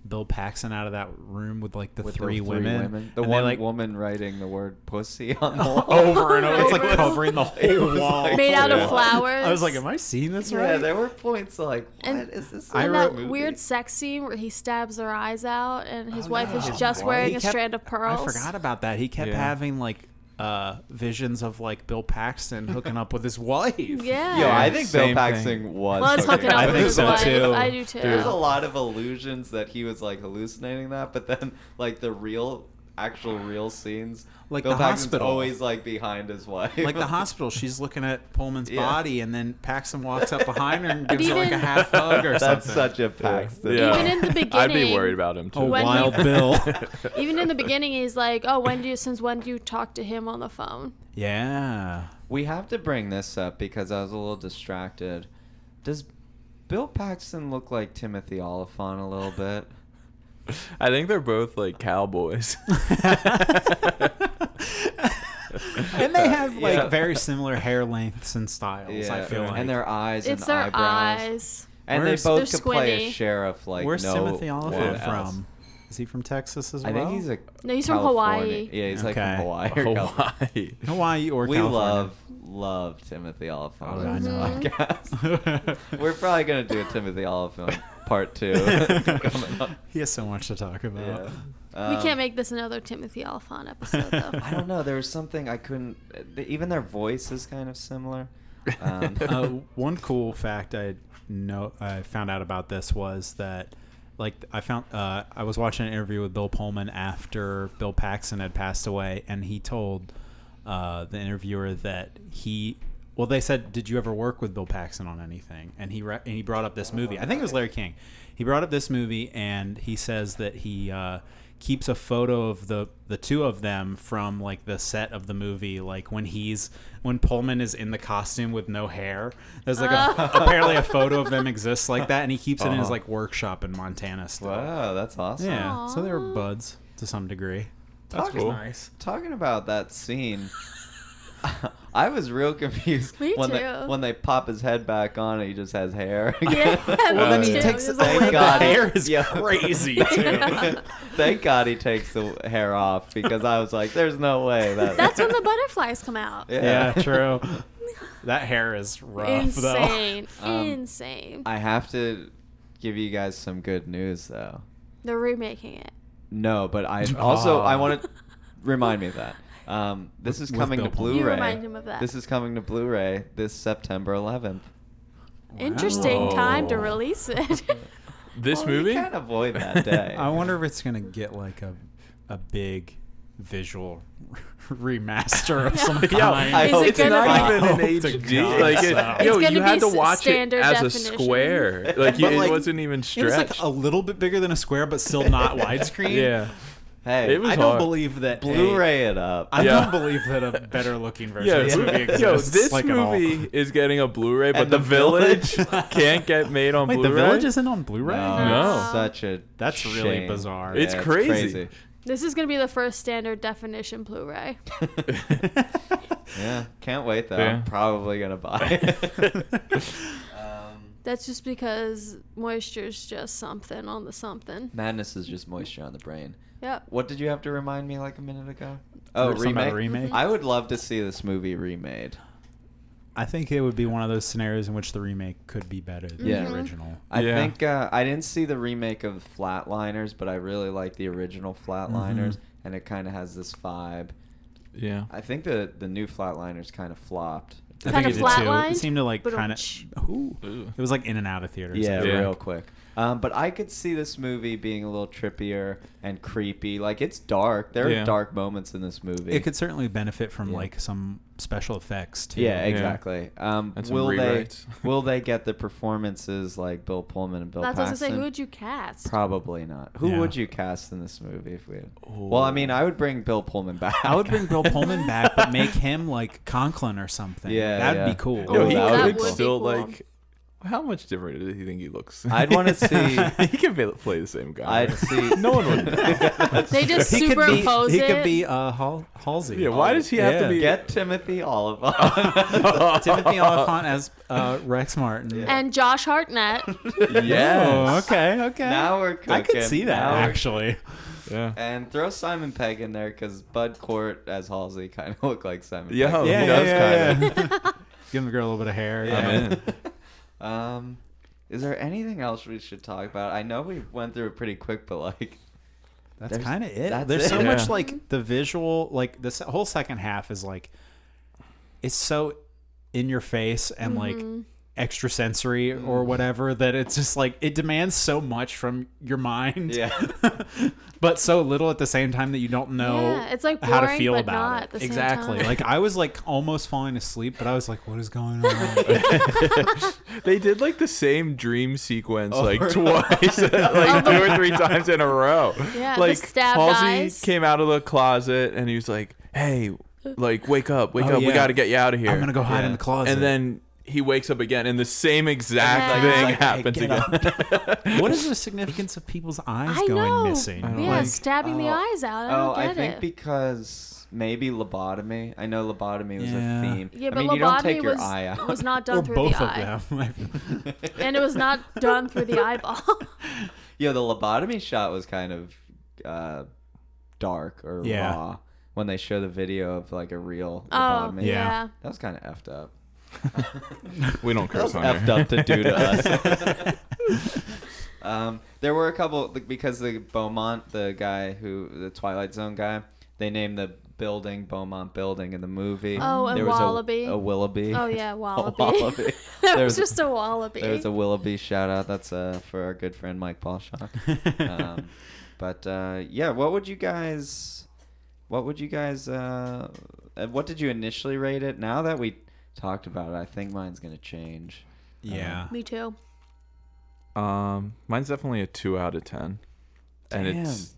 Speaker 4: Bill Paxton out of that room with like the,
Speaker 1: With the
Speaker 4: three, women?
Speaker 1: The
Speaker 4: and they,
Speaker 1: one
Speaker 4: like
Speaker 1: woman writing the word pussy on the wall.
Speaker 4: over and over.
Speaker 2: Over
Speaker 4: It's like
Speaker 2: and over.
Speaker 4: covering the
Speaker 1: It
Speaker 4: whole
Speaker 1: was
Speaker 4: wall.
Speaker 1: like-
Speaker 2: made out
Speaker 1: Yeah.
Speaker 2: of flowers.
Speaker 4: I was like, am I seeing this right?
Speaker 1: Yeah, there were points like what is
Speaker 2: And-
Speaker 1: this?
Speaker 4: I
Speaker 2: and
Speaker 4: wrote-
Speaker 2: that weird sex scene where he stabs their eyes out, and his wife
Speaker 1: Oh, yeah.
Speaker 2: is just
Speaker 1: His
Speaker 2: wearing
Speaker 4: He
Speaker 2: a
Speaker 4: kept-
Speaker 2: strand of pearls.
Speaker 4: I forgot about that. He kept
Speaker 3: Yeah.
Speaker 4: having like uh visions of like Bill Paxton hooking up with his wife.
Speaker 2: Yeah.
Speaker 1: Yo, I
Speaker 3: Yeah,
Speaker 1: think Bill
Speaker 3: same
Speaker 1: Paxton
Speaker 3: thing.
Speaker 1: was.
Speaker 2: Well, it's hooking up
Speaker 4: I
Speaker 2: with
Speaker 4: think
Speaker 2: his
Speaker 4: so,
Speaker 2: wife.
Speaker 4: too.
Speaker 2: I do too.
Speaker 1: There's a lot of illusions that he was like hallucinating that, but then like the real, actual real scenes,
Speaker 4: Like
Speaker 1: Bill
Speaker 4: the
Speaker 1: Paxton's
Speaker 4: hospital.
Speaker 1: always like behind his wife,
Speaker 4: Like the hospital, she's looking at Pullman's
Speaker 1: Yeah.
Speaker 4: body, and then Paxton walks up behind her and gives her like a
Speaker 2: even-
Speaker 4: half hug or
Speaker 1: That's
Speaker 4: something.
Speaker 1: such a Paxton.
Speaker 3: Yeah.
Speaker 2: Even in the
Speaker 3: I'd be
Speaker 2: beginning,
Speaker 3: worried about him too.
Speaker 4: Oh,
Speaker 2: When
Speaker 4: Wild
Speaker 2: he-
Speaker 4: Bill.
Speaker 2: Even in the beginning, he's like, "Oh, when do you? Since when do you talk to him on the phone?"
Speaker 4: yeah.
Speaker 1: We have to bring this up because I was a little distracted. Does Bill Paxton look like Timothy Oliphant a little bit?
Speaker 3: I think they're both like cowboys.
Speaker 4: and they have like
Speaker 1: Yeah.
Speaker 4: very similar hair lengths and styles. I feel like.
Speaker 1: and their eyes
Speaker 2: It's
Speaker 1: and
Speaker 2: their
Speaker 1: eyebrows,
Speaker 2: eyes.
Speaker 1: and
Speaker 4: Where's-
Speaker 1: they
Speaker 2: They're
Speaker 1: both could play a
Speaker 2: squinty.
Speaker 1: sheriff like
Speaker 4: Where's
Speaker 1: no
Speaker 4: Timothy
Speaker 1: one
Speaker 4: Oliphant
Speaker 1: else.
Speaker 4: from? Is he from Texas as well?
Speaker 1: I think he's a.
Speaker 2: No, he's from Hawaii.
Speaker 1: California- Yeah, he's like
Speaker 4: Okay.
Speaker 1: from Hawaii. or California.
Speaker 3: Hawaii.
Speaker 4: Hawaii or
Speaker 1: We
Speaker 4: California.
Speaker 1: love love Timothy Oliphant.
Speaker 4: Oh,
Speaker 1: on
Speaker 4: I
Speaker 1: this
Speaker 4: know.
Speaker 2: Mm-hmm.
Speaker 1: podcast. We're probably gonna do a Timothy Oliphant part two. coming up.
Speaker 4: he has so much to talk about.
Speaker 1: Yeah.
Speaker 2: we
Speaker 1: Um,
Speaker 2: can't make this another Timothy Oliphant episode, though.
Speaker 1: I don't know. There was something I couldn't. th- Even their voice is kind of similar. Um,
Speaker 4: uh, one cool fact I know I found out about this was that like I found uh, I was watching an interview with Bill Pullman after Bill Paxton had passed away, and he told uh, the interviewer that he well they said did you ever work with Bill Paxton on anything and he re- and he brought up this movie I think it was Larry King he brought up this movie and he says that he uh, keeps a photo of the the two of them from like the set of the movie like when he's when Pullman is in the costume with no hair there's like a,
Speaker 2: Oh.
Speaker 4: apparently a photo of them exists like that and he keeps it in his
Speaker 1: Uh-huh.
Speaker 4: like workshop in Montana still
Speaker 1: wow, that's awesome.
Speaker 4: yeah so they were
Speaker 2: Aw.
Speaker 4: buds to some degree
Speaker 1: That's
Speaker 3: cool.
Speaker 4: nice
Speaker 1: Talking about that scene, I was real confused
Speaker 2: Me
Speaker 1: when they
Speaker 2: too.
Speaker 1: when they pop his head back on and he just has hair.
Speaker 2: Yeah.
Speaker 1: Well,
Speaker 3: then he
Speaker 1: takes
Speaker 2: it.
Speaker 1: the Thank God.
Speaker 4: hair is
Speaker 1: Yeah.
Speaker 4: crazy
Speaker 2: Yeah.
Speaker 1: Thank God he takes the hair off because I was like, "There's no way." That,
Speaker 2: That's when the butterflies come out.
Speaker 4: Yeah, true. That hair is rough
Speaker 2: Insane.
Speaker 1: Um,
Speaker 2: Insane.
Speaker 1: I have to give you guys some good news though.
Speaker 2: They're remaking it.
Speaker 1: No, but I also I
Speaker 4: Oh.
Speaker 1: want to remind me of that. Um, this is
Speaker 4: With
Speaker 1: coming to
Speaker 4: Bill Pullman.
Speaker 1: Blu-ray.
Speaker 2: You remind him of that.
Speaker 1: This is coming to Blu-ray this September 11th.
Speaker 4: though.
Speaker 2: Interesting
Speaker 3: Wow.
Speaker 2: time to release it. Oh,
Speaker 3: This
Speaker 1: Well,
Speaker 3: movie?
Speaker 1: You can't avoid that day.
Speaker 4: I wonder if it's gonna get like a a big visual remaster of some kind.
Speaker 3: Yo, I
Speaker 2: Is hope it
Speaker 3: it's
Speaker 2: gonna
Speaker 3: not
Speaker 2: be-
Speaker 3: even an
Speaker 4: Oh, to
Speaker 3: HD.
Speaker 4: God.
Speaker 3: Like it,
Speaker 4: It's
Speaker 3: yo,
Speaker 2: gonna
Speaker 3: you had
Speaker 2: be
Speaker 3: to
Speaker 2: s-
Speaker 3: watch it
Speaker 2: standard
Speaker 3: as a
Speaker 2: definition.
Speaker 3: square. Like you,
Speaker 1: But, like,
Speaker 3: it wasn't even
Speaker 4: it was
Speaker 3: stretched.
Speaker 4: like a little bit bigger than a square, but still not widescreen.
Speaker 3: yeah,
Speaker 1: hey,
Speaker 3: it was
Speaker 4: I don't
Speaker 3: hard.
Speaker 4: believe that a-
Speaker 1: Blu-ray it up.
Speaker 4: I
Speaker 3: Yeah.
Speaker 4: don't believe that a better looking version
Speaker 3: Yo,
Speaker 4: of this movie exists.
Speaker 3: yo, this
Speaker 4: like, at all.
Speaker 3: movie is getting a Blu-ray, but
Speaker 1: And
Speaker 3: the,
Speaker 1: The
Speaker 3: Village
Speaker 1: Village.
Speaker 3: can't get made on
Speaker 4: Wait,
Speaker 3: Blu-ray.
Speaker 4: the village isn't on Blu-ray.
Speaker 1: No,
Speaker 3: No.
Speaker 1: Oh, it's such a
Speaker 4: That's really
Speaker 1: shame.
Speaker 4: bizarre.
Speaker 3: It's crazy.
Speaker 2: this is going to be the first standard definition Blu ray.
Speaker 1: crazy. yeah, can't wait though. I'm
Speaker 3: Yeah.
Speaker 1: probably gonna buy it. um,
Speaker 2: That's just because moisture's just something on the something.
Speaker 1: madness is just moisture on the brain.
Speaker 2: Yep.
Speaker 1: What did you have to remind me like a minute ago?
Speaker 4: We
Speaker 1: Oh,
Speaker 4: were talking about
Speaker 1: remake?
Speaker 4: a remake?
Speaker 1: I would love to see this movie remade.
Speaker 4: I think it would be one of those scenarios in which the remake could be better than
Speaker 1: Yeah.
Speaker 4: the original.
Speaker 1: I
Speaker 3: Yeah.
Speaker 1: think uh, I didn't see the remake of Flatliners, but I really like the original Flatliners,
Speaker 4: Mhm.
Speaker 3: Mm-hmm.
Speaker 1: and it kind of has this vibe.
Speaker 3: Yeah.
Speaker 1: I think the the new Flatliners kind of flopped.
Speaker 4: I
Speaker 2: Kinda
Speaker 4: think it did too.
Speaker 2: flatlined.
Speaker 4: It seemed to like kind
Speaker 2: Ba-dum-tsh.
Speaker 4: of. It was like in and out of theaters.
Speaker 1: Yeah,
Speaker 3: Yeah.
Speaker 1: real quick. Um, but I could see this movie being a little trippier and creepy. Like it's dark. There are
Speaker 3: Yeah.
Speaker 1: dark moments in this movie.
Speaker 4: It could certainly benefit from
Speaker 1: Yeah.
Speaker 4: like some special effects too.
Speaker 1: yeah,
Speaker 3: Yeah.
Speaker 1: exactly. Um,
Speaker 3: And some
Speaker 1: will they
Speaker 3: rewrites.
Speaker 1: will they get the performances like Bill Pullman and Bill
Speaker 2: That's what I was
Speaker 1: Paxton?
Speaker 2: gonna say. Who would you cast?
Speaker 1: Probably not. Who
Speaker 4: Yeah.
Speaker 1: would you cast in this movie if we had? Well, I mean, I would bring Bill Pullman back.
Speaker 4: I would bring Bill Pullman back, but make him like Conklin or something.
Speaker 1: Yeah,
Speaker 4: that'd
Speaker 1: yeah.
Speaker 4: be cool.
Speaker 1: Yo,
Speaker 3: he
Speaker 1: that would
Speaker 3: could
Speaker 1: be cool.
Speaker 3: still
Speaker 2: That would be cool.
Speaker 3: like. How much different do you think he looks?
Speaker 1: I'd wanna see-
Speaker 3: he can be- play the same guy.
Speaker 1: I'd see.
Speaker 3: no one would. know.
Speaker 2: They just
Speaker 4: he could be,
Speaker 2: superimpose
Speaker 4: he
Speaker 2: it.
Speaker 4: could be uh, Hal- Halsey.
Speaker 3: Yeah, why does he have to
Speaker 4: Yeah.
Speaker 3: be?
Speaker 1: Get Timothy Oliphant.
Speaker 4: Timothy Oliphant as uh, Rex Martin.
Speaker 2: and Josh Hartnett.
Speaker 4: Oh,
Speaker 1: yes.
Speaker 4: okay, okay.
Speaker 1: Now we're cooking.
Speaker 4: I could see that
Speaker 1: Now we're-
Speaker 4: actually.
Speaker 3: yeah.
Speaker 1: And throw Simon Pegg in there because Bud Court as Halsey kind of look like Simon.
Speaker 3: Yeah,
Speaker 1: Pegg.
Speaker 3: he Yeah, does yeah,
Speaker 4: yeah, Give the girl a little bit of hair.
Speaker 1: Yeah.
Speaker 3: I'm in.
Speaker 1: Um, is there anything else we should talk about? I know we went through it pretty quick, but like,
Speaker 4: That's
Speaker 1: There's-
Speaker 4: kind of it.
Speaker 1: that's
Speaker 4: There's so
Speaker 1: it.
Speaker 3: Yeah.
Speaker 4: much like the visual, like the s- whole second half is like, it's so in your face and
Speaker 2: Mm-hmm.
Speaker 4: like extra sensory or whatever that it's just like it demands so much from your mind,
Speaker 1: yeah,
Speaker 4: but so little at the same time that you don't know.
Speaker 2: Yeah, it's, like,
Speaker 4: how to
Speaker 2: boring,
Speaker 4: feel
Speaker 2: but
Speaker 4: about
Speaker 2: not
Speaker 4: it.
Speaker 2: at the same
Speaker 4: exactly.
Speaker 2: time.
Speaker 4: Like I was like almost falling asleep, but I was like, "What is going on?"
Speaker 3: They did like the same dream sequence like
Speaker 1: Over-
Speaker 3: twice, like two or three times in a row.
Speaker 2: Yeah, the
Speaker 3: like
Speaker 2: stabbed
Speaker 3: Halsey
Speaker 2: eyes.
Speaker 3: came out of the closet and he was like, "Hey, like wake up, wake
Speaker 4: Oh,
Speaker 3: up, we
Speaker 4: yeah.
Speaker 3: got to get you out of here."
Speaker 4: I'm gonna go hide in the closet.
Speaker 3: And then he wakes up again, and the same exact
Speaker 2: Yeah.
Speaker 3: thing
Speaker 4: Like, hey,
Speaker 3: happens
Speaker 4: get
Speaker 3: again.
Speaker 4: up. what is the significance of people's eyes
Speaker 2: I
Speaker 4: going
Speaker 2: know.
Speaker 4: missing?
Speaker 3: I don't
Speaker 2: Yeah,
Speaker 3: like-
Speaker 2: stabbing the
Speaker 1: Oh.
Speaker 2: eyes out. I
Speaker 1: oh,
Speaker 2: don't
Speaker 1: I
Speaker 2: get
Speaker 1: think
Speaker 2: it.
Speaker 1: because maybe lobotomy. I know lobotomy was
Speaker 4: Yeah.
Speaker 1: a theme.
Speaker 2: yeah,
Speaker 1: I
Speaker 2: but
Speaker 1: mean,
Speaker 2: lobotomy
Speaker 1: you don't take your
Speaker 2: was,
Speaker 1: eye out.
Speaker 2: was not done
Speaker 4: or
Speaker 2: through
Speaker 4: both
Speaker 2: the
Speaker 4: of
Speaker 2: eye,
Speaker 4: them.
Speaker 2: and it was not done through the eyeball.
Speaker 1: yeah, the lobotomy shot was kind of uh, dark or
Speaker 4: Yeah.
Speaker 1: raw when they show the video of like a real
Speaker 2: oh,
Speaker 1: lobotomy.
Speaker 2: yeah.
Speaker 4: Yeah.
Speaker 1: That was kind of effed up.
Speaker 3: We don't
Speaker 1: That was
Speaker 3: curse on
Speaker 1: effed
Speaker 3: here.
Speaker 1: up to do to us. um, there were a couple like, because the Beaumont, the guy who the Twilight Zone guy, they named the building Beaumont Building in the movie.
Speaker 2: Oh, and
Speaker 1: there was a-
Speaker 2: Wallaby.
Speaker 1: A, Willoughby.
Speaker 2: Oh yeah, wallaby.
Speaker 1: wallaby.
Speaker 2: that
Speaker 1: There
Speaker 2: was
Speaker 1: was-
Speaker 2: just a wallaby.
Speaker 1: There's a Willoughby shout out. That's uh, for our good friend Mike Paulshock. Um, but uh, yeah, what would you guys? What would you guys? Uh, uh, what did you initially rate it? Now that we talked about it, I think mine's gonna change.
Speaker 4: yeah.
Speaker 2: Me too.
Speaker 3: Um, mine's definitely a two out of ten, and it's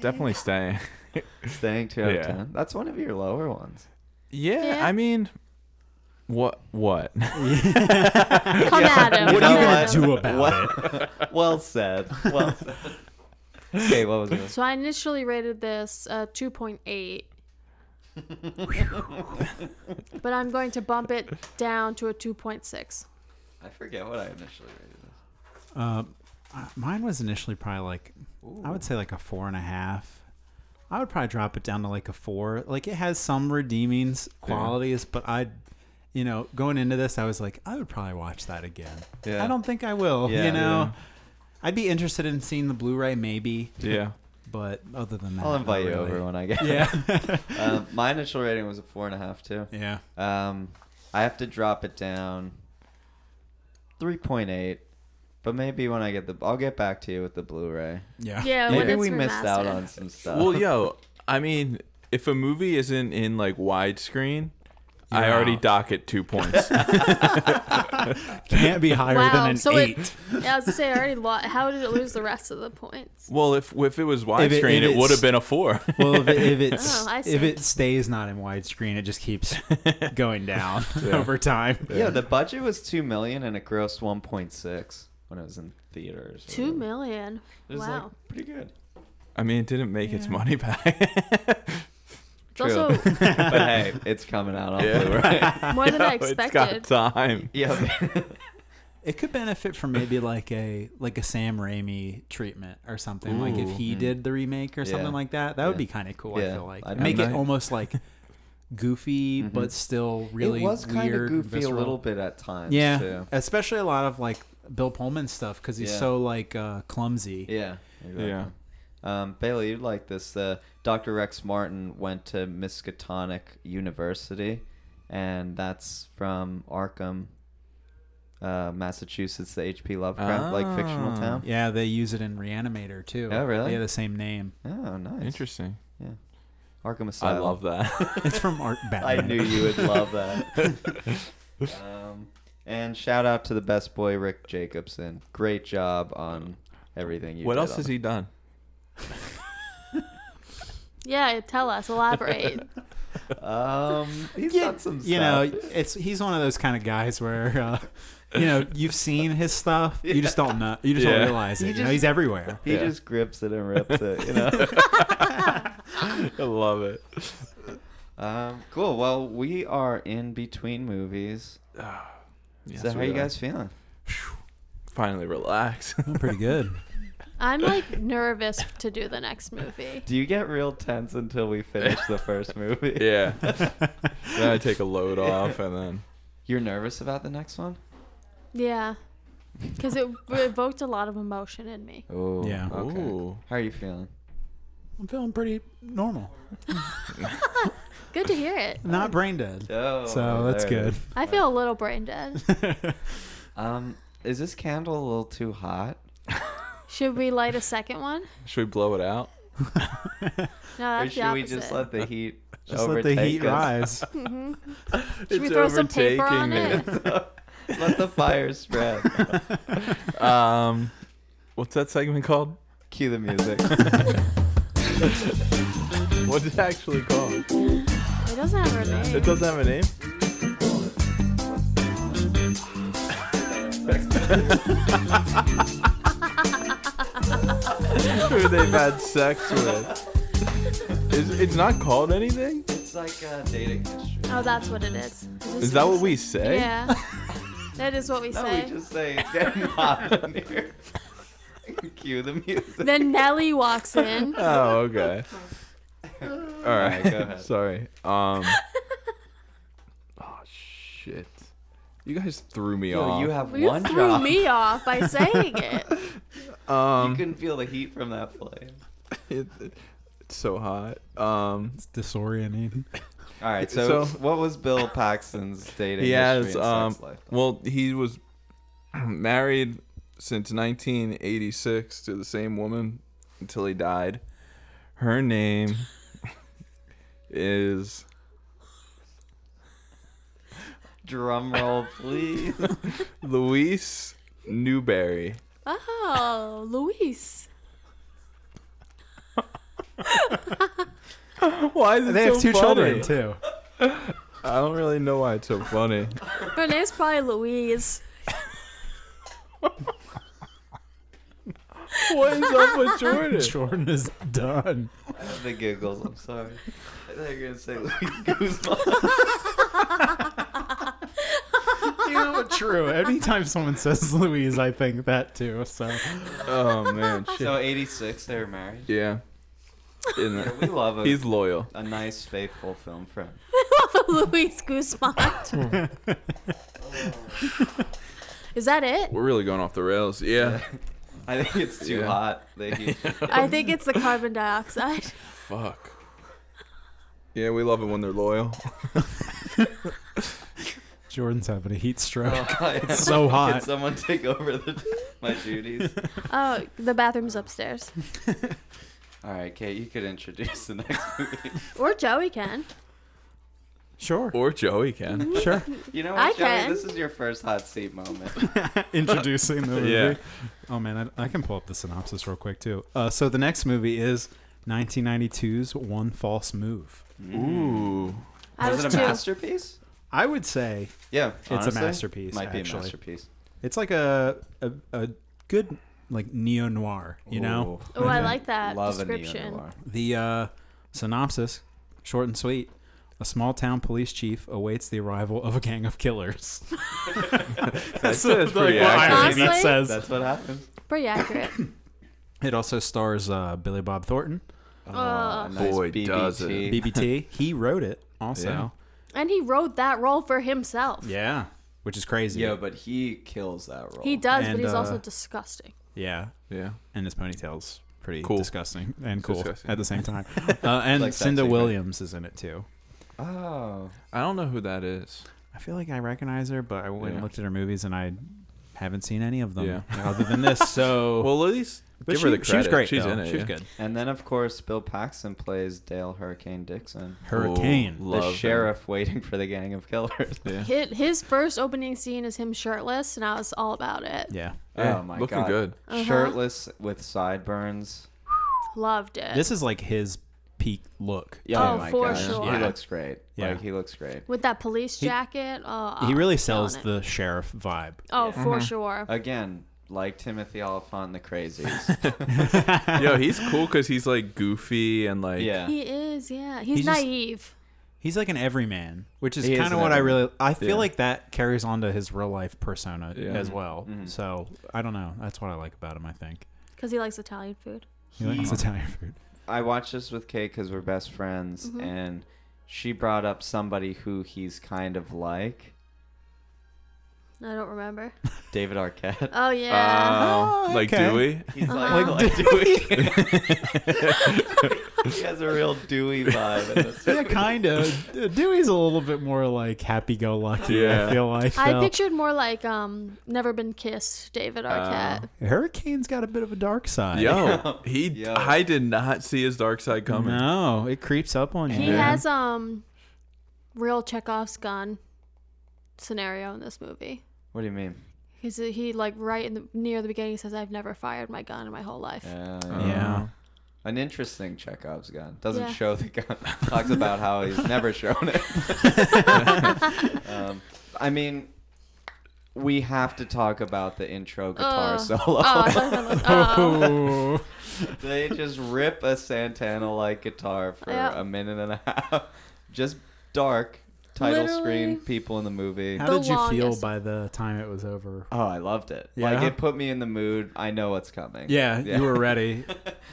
Speaker 3: definitely staying.
Speaker 1: Staying two out of
Speaker 3: Yeah.
Speaker 1: ten. That's one of your lower ones.
Speaker 3: yeah,
Speaker 2: Yeah.
Speaker 3: I mean, what? What?
Speaker 2: Come at him.
Speaker 1: What
Speaker 4: What are you
Speaker 2: come
Speaker 4: gonna
Speaker 2: at him.
Speaker 4: do about it?
Speaker 1: well said. Well said. okay, what was it?
Speaker 2: So I initially rated this uh, 2.8. but I'm going to bump it down to a 2.6.
Speaker 1: I forget what I initially rated. this.
Speaker 4: Uh, uh, mine was initially probably like I would say like a four and a half. I would probably drop it down to like a four. Like it has some redeeming s- qualities, but I, you know, going into this, I was like, I would probably watch that again.
Speaker 1: Yeah.
Speaker 4: I don't think I will.
Speaker 1: Yeah.
Speaker 4: you know, I'd be interested in seeing the Blu-ray maybe,
Speaker 3: yeah.
Speaker 4: but other than that,
Speaker 1: I'll invite
Speaker 4: not
Speaker 1: you
Speaker 4: really.
Speaker 1: over when I get.
Speaker 4: Yeah,
Speaker 1: Um, my initial rating was a four and a half too.
Speaker 4: yeah.
Speaker 1: Um, I have to drop it down. Three point eight, but maybe when I get the, I'll get back to you with the Blu-ray.
Speaker 4: Yeah.
Speaker 2: Yeah, when
Speaker 1: Maybe
Speaker 2: it's
Speaker 1: we missed out
Speaker 2: remastered.
Speaker 1: on some stuff.
Speaker 3: Well, yo, I mean, if a movie isn't in like widescreen, I
Speaker 4: You're
Speaker 3: already
Speaker 4: out.
Speaker 3: dock it two points.
Speaker 4: Can't be higher
Speaker 2: Wow,
Speaker 4: than an
Speaker 2: so
Speaker 4: eight.
Speaker 2: it. Yeah, I was gonna say I already lost. How did it lose the rest of the points?
Speaker 3: well, if if it was
Speaker 4: If it-
Speaker 3: widescreen,
Speaker 4: if
Speaker 3: it, would
Speaker 4: it's-
Speaker 3: have been a four.
Speaker 4: well, if it, if it's
Speaker 2: Oh, I see.
Speaker 4: if it stays not in widescreen, it just keeps going down
Speaker 3: Yeah.
Speaker 4: over time.
Speaker 1: yeah, the budget was two million and it grossed one point six when it was in theaters. or
Speaker 2: Two
Speaker 1: whatever.
Speaker 2: million.
Speaker 1: It was,
Speaker 2: wow.
Speaker 1: like, pretty good.
Speaker 3: I mean, it didn't make its money back.
Speaker 2: it's also
Speaker 1: but hey, it's coming out on
Speaker 3: Yeah.
Speaker 1: Blu-ray.
Speaker 2: more than I
Speaker 3: It's got
Speaker 2: expected.
Speaker 3: time.
Speaker 1: Oh, yeah.
Speaker 4: It could benefit from maybe like a like a Sam Raimi treatment or something. like if
Speaker 3: Ooh.
Speaker 4: he did the remake or
Speaker 1: mm-hmm. Yeah.
Speaker 4: something like that, that would
Speaker 1: Yeah.
Speaker 4: be kind of cool.
Speaker 1: Yeah.
Speaker 4: I feel like
Speaker 1: I'd
Speaker 4: make
Speaker 3: have
Speaker 4: it
Speaker 3: that.
Speaker 4: almost like goofy but still really
Speaker 1: Mm-hmm. it was kind of
Speaker 4: weird
Speaker 1: goofy
Speaker 4: visceral.
Speaker 1: a little bit at times.
Speaker 4: Yeah,
Speaker 1: Too.
Speaker 4: especially a lot of like Bill Pullman stuff because he's
Speaker 1: Yeah.
Speaker 4: so like uh, clumsy.
Speaker 1: Yeah. Exactly.
Speaker 3: Yeah.
Speaker 1: Um, Bailey, you'd like this. Uh, Dr. Rex Martin went to Miskatonic University, and that's from Arkham. uh, Massachusetts, the H.P. Lovecraft like fictional
Speaker 3: Ah.
Speaker 1: town.
Speaker 4: Yeah, they use it in Reanimator too.
Speaker 1: Oh, really?
Speaker 4: Yeah, the same name.
Speaker 1: Oh, nice.
Speaker 3: Interesting.
Speaker 1: Arkham
Speaker 3: I
Speaker 1: Asylum.
Speaker 3: love that.
Speaker 4: It's from Art
Speaker 1: I
Speaker 4: Batman.
Speaker 1: knew you would love that. um, and shout out to the best boy Rick Jacobson. Great job on everything you
Speaker 3: what
Speaker 1: did
Speaker 3: else
Speaker 1: on
Speaker 3: has he done?
Speaker 2: Yeah, tell us, elaborate.
Speaker 1: Um, he's
Speaker 4: Yeah,
Speaker 1: done some stuff.
Speaker 4: you know, it's he's one of those kind of guys where, uh, you know, you've seen his stuff, you just don't know, you just
Speaker 3: Yeah.
Speaker 4: don't realize it.
Speaker 1: He
Speaker 4: you know,
Speaker 1: just-
Speaker 4: he's everywhere.
Speaker 1: he
Speaker 3: Yeah.
Speaker 1: just grips it and rips it. You know.
Speaker 3: I love it.
Speaker 1: um, cool. Well, we are in between movies.
Speaker 3: Yes,
Speaker 1: so how
Speaker 3: we
Speaker 1: you
Speaker 3: are.
Speaker 1: guys feeling?
Speaker 3: finally relax?
Speaker 4: Pretty good.
Speaker 2: I'm like nervous to do the next movie.
Speaker 1: Do you get real tense until we finish the first movie?
Speaker 3: yeah. then I take a load off and then
Speaker 1: You're nervous about the next one?
Speaker 2: Yeah, because it evoked a lot of emotion in me.
Speaker 1: Oh.
Speaker 4: Yeah.
Speaker 1: Okay.
Speaker 3: Ooh.
Speaker 1: How are you feeling?
Speaker 4: I'm feeling pretty normal,
Speaker 2: Good to hear it.
Speaker 4: not brain dead.
Speaker 1: Oh,
Speaker 4: So that's
Speaker 1: there it
Speaker 4: good.
Speaker 1: is.
Speaker 2: I feel a little brain dead.
Speaker 1: Um, is this candle a little too hot?
Speaker 2: Should we light a second one?
Speaker 3: should we blow it out?
Speaker 2: No, that's
Speaker 1: or
Speaker 2: the
Speaker 1: should we
Speaker 2: opposite.
Speaker 1: just let the heat
Speaker 4: Just let
Speaker 1: overtake
Speaker 4: the heat
Speaker 1: us?
Speaker 4: rise.
Speaker 2: Should we throw some paper on it?
Speaker 1: let the fire spread.
Speaker 3: it? Um, what's that segment called?
Speaker 1: Cue the music.
Speaker 3: What's it actually called?
Speaker 2: It doesn't have her name.
Speaker 3: It doesn't have a name. Who they've had sex with? Is it's not called anything?
Speaker 1: it's like uh, dating history.
Speaker 2: Oh, that's what it is.
Speaker 3: Is that what we say?
Speaker 2: Yeah. that is what we
Speaker 1: Eh? No,
Speaker 2: say.
Speaker 1: we just say it's getting hot in here. Cue the music.
Speaker 2: Then Nelly walks in.
Speaker 3: Oh, okay. All right.
Speaker 1: go ahead.
Speaker 3: Sorry. Um. oh shit! You guys threw me
Speaker 1: Yo,
Speaker 3: off.
Speaker 1: you have
Speaker 2: You
Speaker 1: one
Speaker 2: threw
Speaker 1: job.
Speaker 2: me off by saying it.
Speaker 1: You
Speaker 3: um.
Speaker 1: couldn't feel the heat from that flame.
Speaker 3: it- it's so hot. Um.
Speaker 4: It's disorienting.
Speaker 1: All right. So,
Speaker 3: So-
Speaker 1: what was Bill Paxton's dating
Speaker 3: He has.
Speaker 1: history and
Speaker 3: Um.
Speaker 1: sex life?
Speaker 3: Well, he was married since 1986 to the same woman until he died. Her name is
Speaker 1: Drum roll, please.
Speaker 3: Louise Newberry.
Speaker 2: Oh, Luis.
Speaker 3: Why is it
Speaker 4: They
Speaker 3: so
Speaker 4: have two
Speaker 3: funny?
Speaker 4: children too.
Speaker 3: I don't really know why it's so funny.
Speaker 2: Her name's probably Louise.
Speaker 3: what is up with Jordan?
Speaker 4: Jordan is done.
Speaker 1: the giggles. I'm sorry. I thought you were gonna say Luis Guzman.
Speaker 4: You know, but true. Anytime someone says Louise, I think that too. So
Speaker 3: Oh man, shit.
Speaker 1: so '86, they were married.
Speaker 3: yeah. Isn't
Speaker 1: Yeah,
Speaker 3: it?
Speaker 1: we love a,
Speaker 3: He's loyal.
Speaker 1: a nice, faithful film friend.
Speaker 2: Luis Guzman. Is that it?
Speaker 3: We're really going off the rails. Yeah.
Speaker 1: I think it's too
Speaker 3: Yeah.
Speaker 1: hot. The heat.
Speaker 2: I think it's the carbon dioxide.
Speaker 3: Fuck. Yeah, we love it when they're loyal.
Speaker 4: Jordan's having a heat stroke.
Speaker 1: Oh, it's
Speaker 4: so
Speaker 1: Can
Speaker 4: hot.
Speaker 1: someone take over the, my duties?
Speaker 2: Oh, the bathroom's upstairs.
Speaker 1: All right, Kate, you could introduce the next movie.
Speaker 2: Or Joey can.
Speaker 4: Sure.
Speaker 3: Or Joey can.
Speaker 4: Sure.
Speaker 1: You know
Speaker 2: I
Speaker 1: what, Joey?
Speaker 2: can.
Speaker 1: This is your first hot seat moment.
Speaker 4: Introducing the movie.
Speaker 3: Yeah.
Speaker 4: Oh man, I, I can pull up the synopsis real quick too. Uh, so the next movie is 1992's One False Move.
Speaker 3: Ooh.
Speaker 2: I
Speaker 1: is
Speaker 2: was
Speaker 1: it a
Speaker 2: two.
Speaker 1: masterpiece?
Speaker 4: I would say
Speaker 1: Yeah,
Speaker 4: a
Speaker 1: honestly,
Speaker 4: masterpiece,
Speaker 1: Might be a
Speaker 4: actually.
Speaker 1: masterpiece.
Speaker 4: it's like a a, a good like neo noir. You know
Speaker 2: Oh, I like that
Speaker 1: Love a
Speaker 2: description.
Speaker 1: neo-noir.
Speaker 4: the uh, synopsis, short and sweet. A small town police chief awaits the arrival of a gang of killers.
Speaker 3: That's, that's pretty
Speaker 4: Like, what
Speaker 3: accurate.
Speaker 4: irony it
Speaker 2: Honestly?
Speaker 4: says.
Speaker 1: That's what happened.
Speaker 2: Pretty accurate.
Speaker 4: It also stars uh, Billy Bob Thornton,
Speaker 1: Oh, nice
Speaker 3: Boy, does it.
Speaker 1: BBT.
Speaker 4: BBT. he wrote it also.
Speaker 2: And he wrote that role for himself.
Speaker 4: Yeah. Which is crazy.
Speaker 1: Yo, but he kills that role.
Speaker 2: He does,
Speaker 4: And,
Speaker 2: but he's
Speaker 4: uh,
Speaker 2: also disgusting.
Speaker 4: yeah.
Speaker 3: Yeah.
Speaker 4: And his ponytail's pretty
Speaker 3: Cool.
Speaker 4: disgusting and cool
Speaker 3: Disgusting.
Speaker 4: at the same time. uh, and
Speaker 1: Like that
Speaker 4: Cinda
Speaker 1: scene, right?
Speaker 4: Williams is in it too.
Speaker 1: Oh,
Speaker 3: I don't know who that is.
Speaker 4: I feel like I recognize her, but I went
Speaker 3: Yeah.
Speaker 4: and looked at her movies and I haven't seen any of them
Speaker 3: Yeah.
Speaker 4: other than this. So
Speaker 3: Well, at least
Speaker 4: But
Speaker 3: give
Speaker 4: she,
Speaker 3: her the credit.
Speaker 4: she was great.
Speaker 3: She's
Speaker 4: though.
Speaker 3: in it.
Speaker 4: She was
Speaker 3: yeah.
Speaker 4: good.
Speaker 1: And then, of course, Bill Paxton plays Dale Hurricane Dixon,
Speaker 4: Hurricane.
Speaker 1: the
Speaker 3: Oh, love him.
Speaker 1: sheriff waiting for the gang of killers.
Speaker 3: Yeah.
Speaker 2: His, his first opening scene is him shirtless, and I was all about it.
Speaker 4: Yeah.
Speaker 3: Yeah,
Speaker 1: oh my
Speaker 3: looking
Speaker 1: god,
Speaker 3: good.
Speaker 2: Uh-huh.
Speaker 1: shirtless with sideburns.
Speaker 2: Loved it.
Speaker 4: This is like his peak look.
Speaker 2: Oh, for sure.
Speaker 1: He
Speaker 4: Yeah.
Speaker 1: looks great.
Speaker 4: Yeah.
Speaker 1: Like he looks great.
Speaker 2: With that police
Speaker 4: He-
Speaker 2: jacket. oh,
Speaker 4: He really
Speaker 2: I'm
Speaker 4: sells
Speaker 2: feeling it.
Speaker 4: the sheriff vibe.
Speaker 2: Oh, for sure.
Speaker 1: Again, like Timothy Oliphant in the Crazies.
Speaker 3: Yo, he's cool because he's like goofy and like
Speaker 1: yeah.
Speaker 2: He is, yeah. He's
Speaker 4: He just-
Speaker 2: naive.
Speaker 4: He's like an everyman, which is
Speaker 1: He is
Speaker 4: kind of
Speaker 1: an
Speaker 4: what I
Speaker 1: everyman.
Speaker 4: really. I feel
Speaker 3: Yeah.
Speaker 4: like that carries on to his real life persona
Speaker 3: Yeah.
Speaker 4: as well.
Speaker 1: Mhm.
Speaker 4: So I don't know. That's what I like about him. I think
Speaker 2: Because he likes Italian food.
Speaker 4: he likes Italian food.
Speaker 1: I watched this with Kate because we're best friends,
Speaker 2: Mm-hmm.
Speaker 1: and she brought up somebody who he's kind of like
Speaker 2: I don't remember.
Speaker 1: David Arquette.
Speaker 2: Oh, yeah.
Speaker 3: Uh,
Speaker 4: Oh,
Speaker 3: like
Speaker 4: okay.
Speaker 3: Dewey.
Speaker 1: He's like,
Speaker 2: Uh-huh.
Speaker 1: like Dewey. he has a real Dewey vibe. In this.
Speaker 4: yeah, kind of. Dewey's a little bit more like happy-go-lucky. I
Speaker 3: Yeah.
Speaker 4: feel like
Speaker 2: I
Speaker 4: though.
Speaker 2: pictured more like um, Never Been Kissed, David
Speaker 4: Oh,
Speaker 2: Arquette.
Speaker 4: Hurricane's got a bit of a dark side.
Speaker 3: Yo, he.
Speaker 1: Yo.
Speaker 3: I did not see his dark side coming.
Speaker 4: No, it creeps up on
Speaker 2: he
Speaker 4: you.
Speaker 3: Yeah.
Speaker 2: has um, real Chekhov's gun scenario in this movie.
Speaker 1: What do you mean?
Speaker 2: He's he like right in the near the beginning says I've never fired my gun in my whole life.
Speaker 1: Uh,
Speaker 4: yeah.
Speaker 1: An interesting Chekhov's gun. Doesn't
Speaker 2: Yeah.
Speaker 1: show the gun. Talks about how he's never shown it. um, I mean, we have to talk about the intro guitar
Speaker 2: Uh,
Speaker 1: solo.
Speaker 2: Oh, I thought that was, oh.
Speaker 4: Oh.
Speaker 1: they just rip a Santana like guitar for
Speaker 2: Yeah.
Speaker 1: a minute and a half. Just dark title
Speaker 2: Literally.
Speaker 1: screen people in the movie.
Speaker 4: How
Speaker 2: The
Speaker 4: did you feel
Speaker 2: longest.
Speaker 4: by the time it was over?
Speaker 1: Oh, I loved it.
Speaker 4: Yeah?
Speaker 1: Like it put me in the mood. I know what's coming.
Speaker 4: Yeah, you were ready.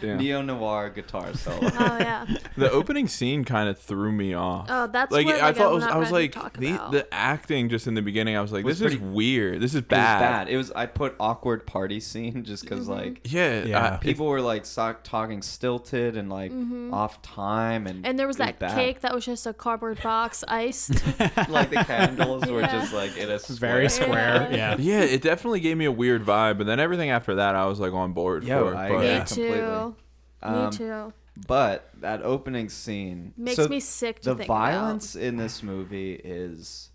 Speaker 3: Yeah.
Speaker 1: neo noir guitar solo.
Speaker 2: oh yeah.
Speaker 3: The opening scene kind of threw me off.
Speaker 2: Oh, that's
Speaker 3: like
Speaker 2: what,
Speaker 3: I
Speaker 2: like,
Speaker 3: thought
Speaker 2: I'm
Speaker 3: it was.
Speaker 2: not
Speaker 3: I was
Speaker 2: ready
Speaker 3: like
Speaker 2: to talk
Speaker 3: the,
Speaker 2: about.
Speaker 3: the acting just in the beginning. I was like,
Speaker 1: Was
Speaker 3: this is
Speaker 1: pretty-
Speaker 3: weird. This is
Speaker 1: It was
Speaker 3: bad.
Speaker 1: bad. It was. I put awkward party scene just because
Speaker 2: Mm-hmm.
Speaker 1: like
Speaker 3: Yeah,
Speaker 4: Yeah.
Speaker 3: I-
Speaker 1: people were like so- talking stilted and like off time and
Speaker 2: Mm-hmm. And there was
Speaker 1: it
Speaker 2: that
Speaker 1: bad.
Speaker 2: cake that was just a cardboard box iced.
Speaker 1: like the candles were
Speaker 2: Yeah.
Speaker 1: just like in a
Speaker 4: Very square.
Speaker 2: Yeah.
Speaker 4: Yeah.
Speaker 3: yeah, it definitely gave me a weird vibe. But then everything after that, I was like on board
Speaker 1: Yo,
Speaker 3: for.
Speaker 1: I
Speaker 3: but,
Speaker 2: Me
Speaker 1: Yeah.
Speaker 2: too.
Speaker 1: Um,
Speaker 2: me too.
Speaker 1: But that opening scene
Speaker 2: Makes
Speaker 1: so
Speaker 2: me sick to
Speaker 1: The
Speaker 2: think
Speaker 1: violence in this movie is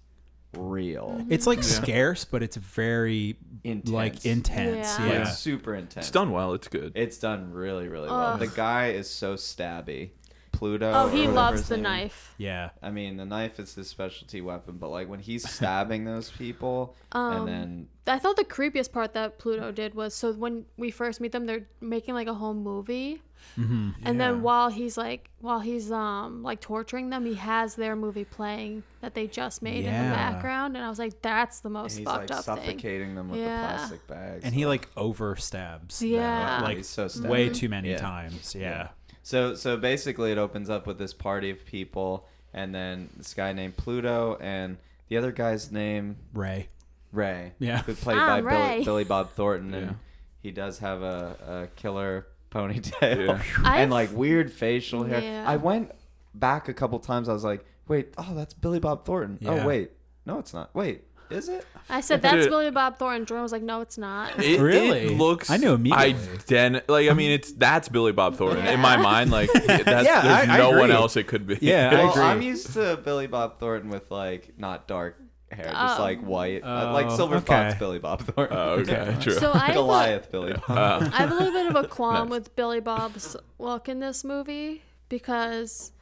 Speaker 1: real,
Speaker 2: Mm-hmm.
Speaker 4: It's like scarce, but it's very
Speaker 1: Intense.
Speaker 4: like intense.
Speaker 2: Yeah.
Speaker 4: Yeah.
Speaker 1: like super intense.
Speaker 3: It's done well. It's good.
Speaker 1: It's done really, really well.
Speaker 2: Ugh.
Speaker 1: The guy is so stabby. Pluto. or
Speaker 2: about. Oh, he
Speaker 1: whatever
Speaker 2: loves
Speaker 1: his
Speaker 2: the
Speaker 1: name-
Speaker 2: knife.
Speaker 4: yeah.
Speaker 1: I mean, the knife is his specialty weapon, but like when he's stabbing those people,
Speaker 2: Um,
Speaker 1: and then
Speaker 2: I thought the creepiest part that Pluto did was so when we first meet them, they're making like a whole movie, and
Speaker 4: Yeah.
Speaker 2: then while he's like while he's um like torturing them, he has their movie playing that they just made in
Speaker 4: Yeah.
Speaker 2: the background, and I was like, that's the most
Speaker 1: he's like
Speaker 2: fucked up thing.
Speaker 1: suffocating them with
Speaker 2: Yeah.
Speaker 1: the plastic bags.
Speaker 4: And he like over stabs. them,
Speaker 2: Yeah.
Speaker 4: Like
Speaker 1: He's so stabby.
Speaker 4: way too many
Speaker 1: Yeah.
Speaker 4: times. Yeah.
Speaker 1: So so basically, it opens up with this party of people, and then this guy named Pluto, and the other guy's name
Speaker 4: Ray.
Speaker 1: Ray,
Speaker 4: Yeah.
Speaker 1: who played by
Speaker 2: Ah,
Speaker 1: Billy,
Speaker 2: Ray.
Speaker 1: Billy Bob Thornton,
Speaker 3: Yeah.
Speaker 1: and he does have a, a killer ponytail
Speaker 3: Yeah.
Speaker 2: I've-
Speaker 1: and like weird facial hair.
Speaker 2: Yeah.
Speaker 1: I went back a couple times. I was like, wait, oh, that's Billy Bob Thornton.
Speaker 4: Yeah.
Speaker 1: Oh wait, no, it's not. Wait, is it?
Speaker 2: I said that's
Speaker 3: Dude.
Speaker 2: Billy Bob Thornton. Jordan was like, no, it's not.
Speaker 3: It,
Speaker 4: Really?
Speaker 3: it looks.
Speaker 4: I knew immediately.
Speaker 3: Ident- like I mean, it's that's Billy Bob Thornton in my mind. Like that's,
Speaker 4: Yeah,
Speaker 3: there's
Speaker 4: I- I
Speaker 3: no one
Speaker 4: agree.
Speaker 3: else it could be.
Speaker 4: Yeah, I
Speaker 1: well,
Speaker 4: agree.
Speaker 1: am used to Billy Bob Thornton with like not dark hair, just
Speaker 2: Oh.
Speaker 1: like white, uh, like
Speaker 4: Oh,
Speaker 1: Silver
Speaker 4: okay.
Speaker 1: Fox Billy Bob Thornton.
Speaker 3: Oh, okay, true. Uh,
Speaker 2: So I have a-
Speaker 1: Goliath Billy Bob.
Speaker 2: I have a little bit of a qualm with Billy Bob's look in this movie because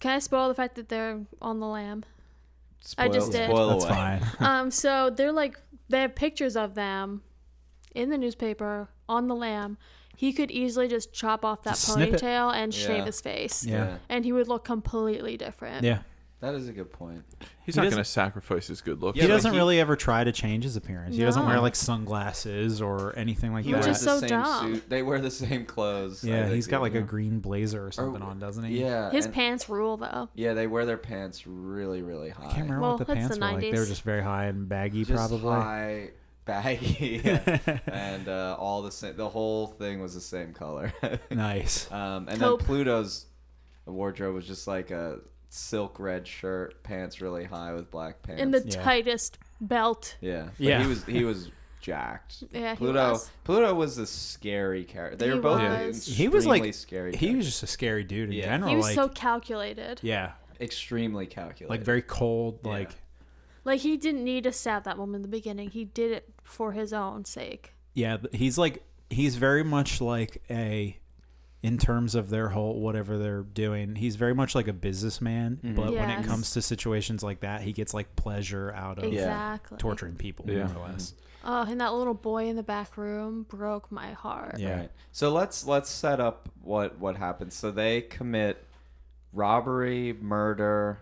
Speaker 2: can I spoil the fact that they're on the lamb? I just did.
Speaker 1: Spoil
Speaker 4: That's
Speaker 1: away.
Speaker 4: fine.
Speaker 2: Um, so they're like they have pictures of them in the newspaper on the lamb. He could easily just chop off that
Speaker 4: Just snip it.
Speaker 2: ponytail and shave
Speaker 1: Yeah.
Speaker 2: his face,
Speaker 4: Yeah.
Speaker 2: and he would look completely different.
Speaker 4: Yeah.
Speaker 1: that is a good point.
Speaker 3: He's
Speaker 4: He
Speaker 3: not
Speaker 4: doesn't-
Speaker 3: gonna sacrifice his good looks.
Speaker 1: He
Speaker 4: He
Speaker 1: Yeah, like
Speaker 4: doesn't
Speaker 1: he-
Speaker 4: really ever try to change his appearance. He doesn't
Speaker 2: No.
Speaker 4: wear like sunglasses or anything like
Speaker 1: He
Speaker 4: that.
Speaker 2: Which
Speaker 1: wears
Speaker 2: is
Speaker 1: the
Speaker 2: so
Speaker 1: same
Speaker 2: dumb.
Speaker 1: suit. They wear the same clothes. I
Speaker 4: yeah,
Speaker 1: think
Speaker 4: he's got
Speaker 1: they-
Speaker 4: like a
Speaker 1: yeah.
Speaker 4: green blazer or something on, doesn't he?
Speaker 1: Yeah,
Speaker 2: His
Speaker 1: and-
Speaker 2: pants rule though.
Speaker 1: Yeah, they wear their pants really, really high.
Speaker 4: I can't remember
Speaker 2: Well,
Speaker 4: what the
Speaker 2: that's
Speaker 4: pants
Speaker 2: the
Speaker 4: were like. They were
Speaker 2: 90s.
Speaker 4: just very high and baggy,
Speaker 1: Just
Speaker 4: probably.
Speaker 1: high, baggy, and uh, all the same. The whole thing was the same color.
Speaker 4: Nice.
Speaker 1: um, and then
Speaker 2: Taupe.
Speaker 1: Pluto's wardrobe was just like a silk red shirt, pants really high with black pants.
Speaker 2: in the
Speaker 4: Yeah.
Speaker 2: tightest belt.
Speaker 1: yeah, But
Speaker 4: Yeah.
Speaker 1: He was he was jacked.
Speaker 2: Yeah, he
Speaker 1: Pluto
Speaker 2: was.
Speaker 1: Pluto was a scary character. They
Speaker 2: He
Speaker 1: were both
Speaker 2: was.
Speaker 1: extremely
Speaker 4: He was, like-
Speaker 1: scary.
Speaker 4: He was
Speaker 1: characters.
Speaker 4: just a scary dude in
Speaker 1: Yeah.
Speaker 4: general.
Speaker 2: He was
Speaker 4: like,
Speaker 2: so calculated.
Speaker 4: yeah,
Speaker 1: extremely calculated.
Speaker 4: like very cold.
Speaker 1: Yeah.
Speaker 4: Like
Speaker 2: Like he didn't need to stab that woman in the beginning. He did it for his own sake.
Speaker 4: yeah, th- he's like he's very much like a in terms of their whole whatever they're doing. He's very much like a businessman, but when it
Speaker 2: Yes.
Speaker 4: comes to situations like that, he gets like pleasure
Speaker 1: Oh.
Speaker 4: out of
Speaker 2: Exactly.
Speaker 4: torturing people,
Speaker 3: Yeah.
Speaker 4: more or less.
Speaker 2: Oh, and that little boy in the back room broke my heart.
Speaker 4: Yeah.
Speaker 1: Right. So let's let's set up what what happens. So they commit robbery, murder,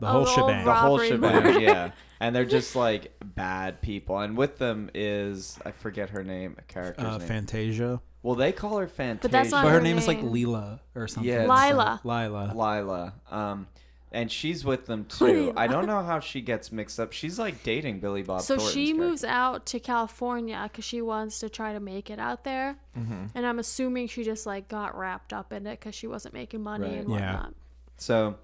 Speaker 4: The
Speaker 2: A
Speaker 4: whole
Speaker 2: little
Speaker 4: shebang.
Speaker 1: the whole
Speaker 2: Robbery,
Speaker 1: shebang.
Speaker 2: murder.
Speaker 1: Yeah. And they're just like bad people. And with them is I forget her name, a character's
Speaker 4: uh,
Speaker 1: name.
Speaker 4: Fantasia,
Speaker 1: well, they call her Fantasia.
Speaker 2: But that's not
Speaker 4: but her
Speaker 2: her
Speaker 4: name is like
Speaker 2: name.
Speaker 4: Leela or something.
Speaker 1: Yeah,
Speaker 2: Lila.
Speaker 4: Lila.
Speaker 1: Lila. Um, and she's with them too.
Speaker 2: Lila.
Speaker 1: I don't know how she gets mixed up. She's like dating Billy Bob.
Speaker 2: So
Speaker 1: Thornton's
Speaker 2: she
Speaker 1: character.
Speaker 2: moves out to California because she wants to try to make it out there.
Speaker 1: Mm-hmm.
Speaker 2: And I'm assuming she just like got wrapped up in it because she wasn't making money
Speaker 1: Right.
Speaker 2: and
Speaker 4: Yeah.
Speaker 2: whatnot.
Speaker 1: So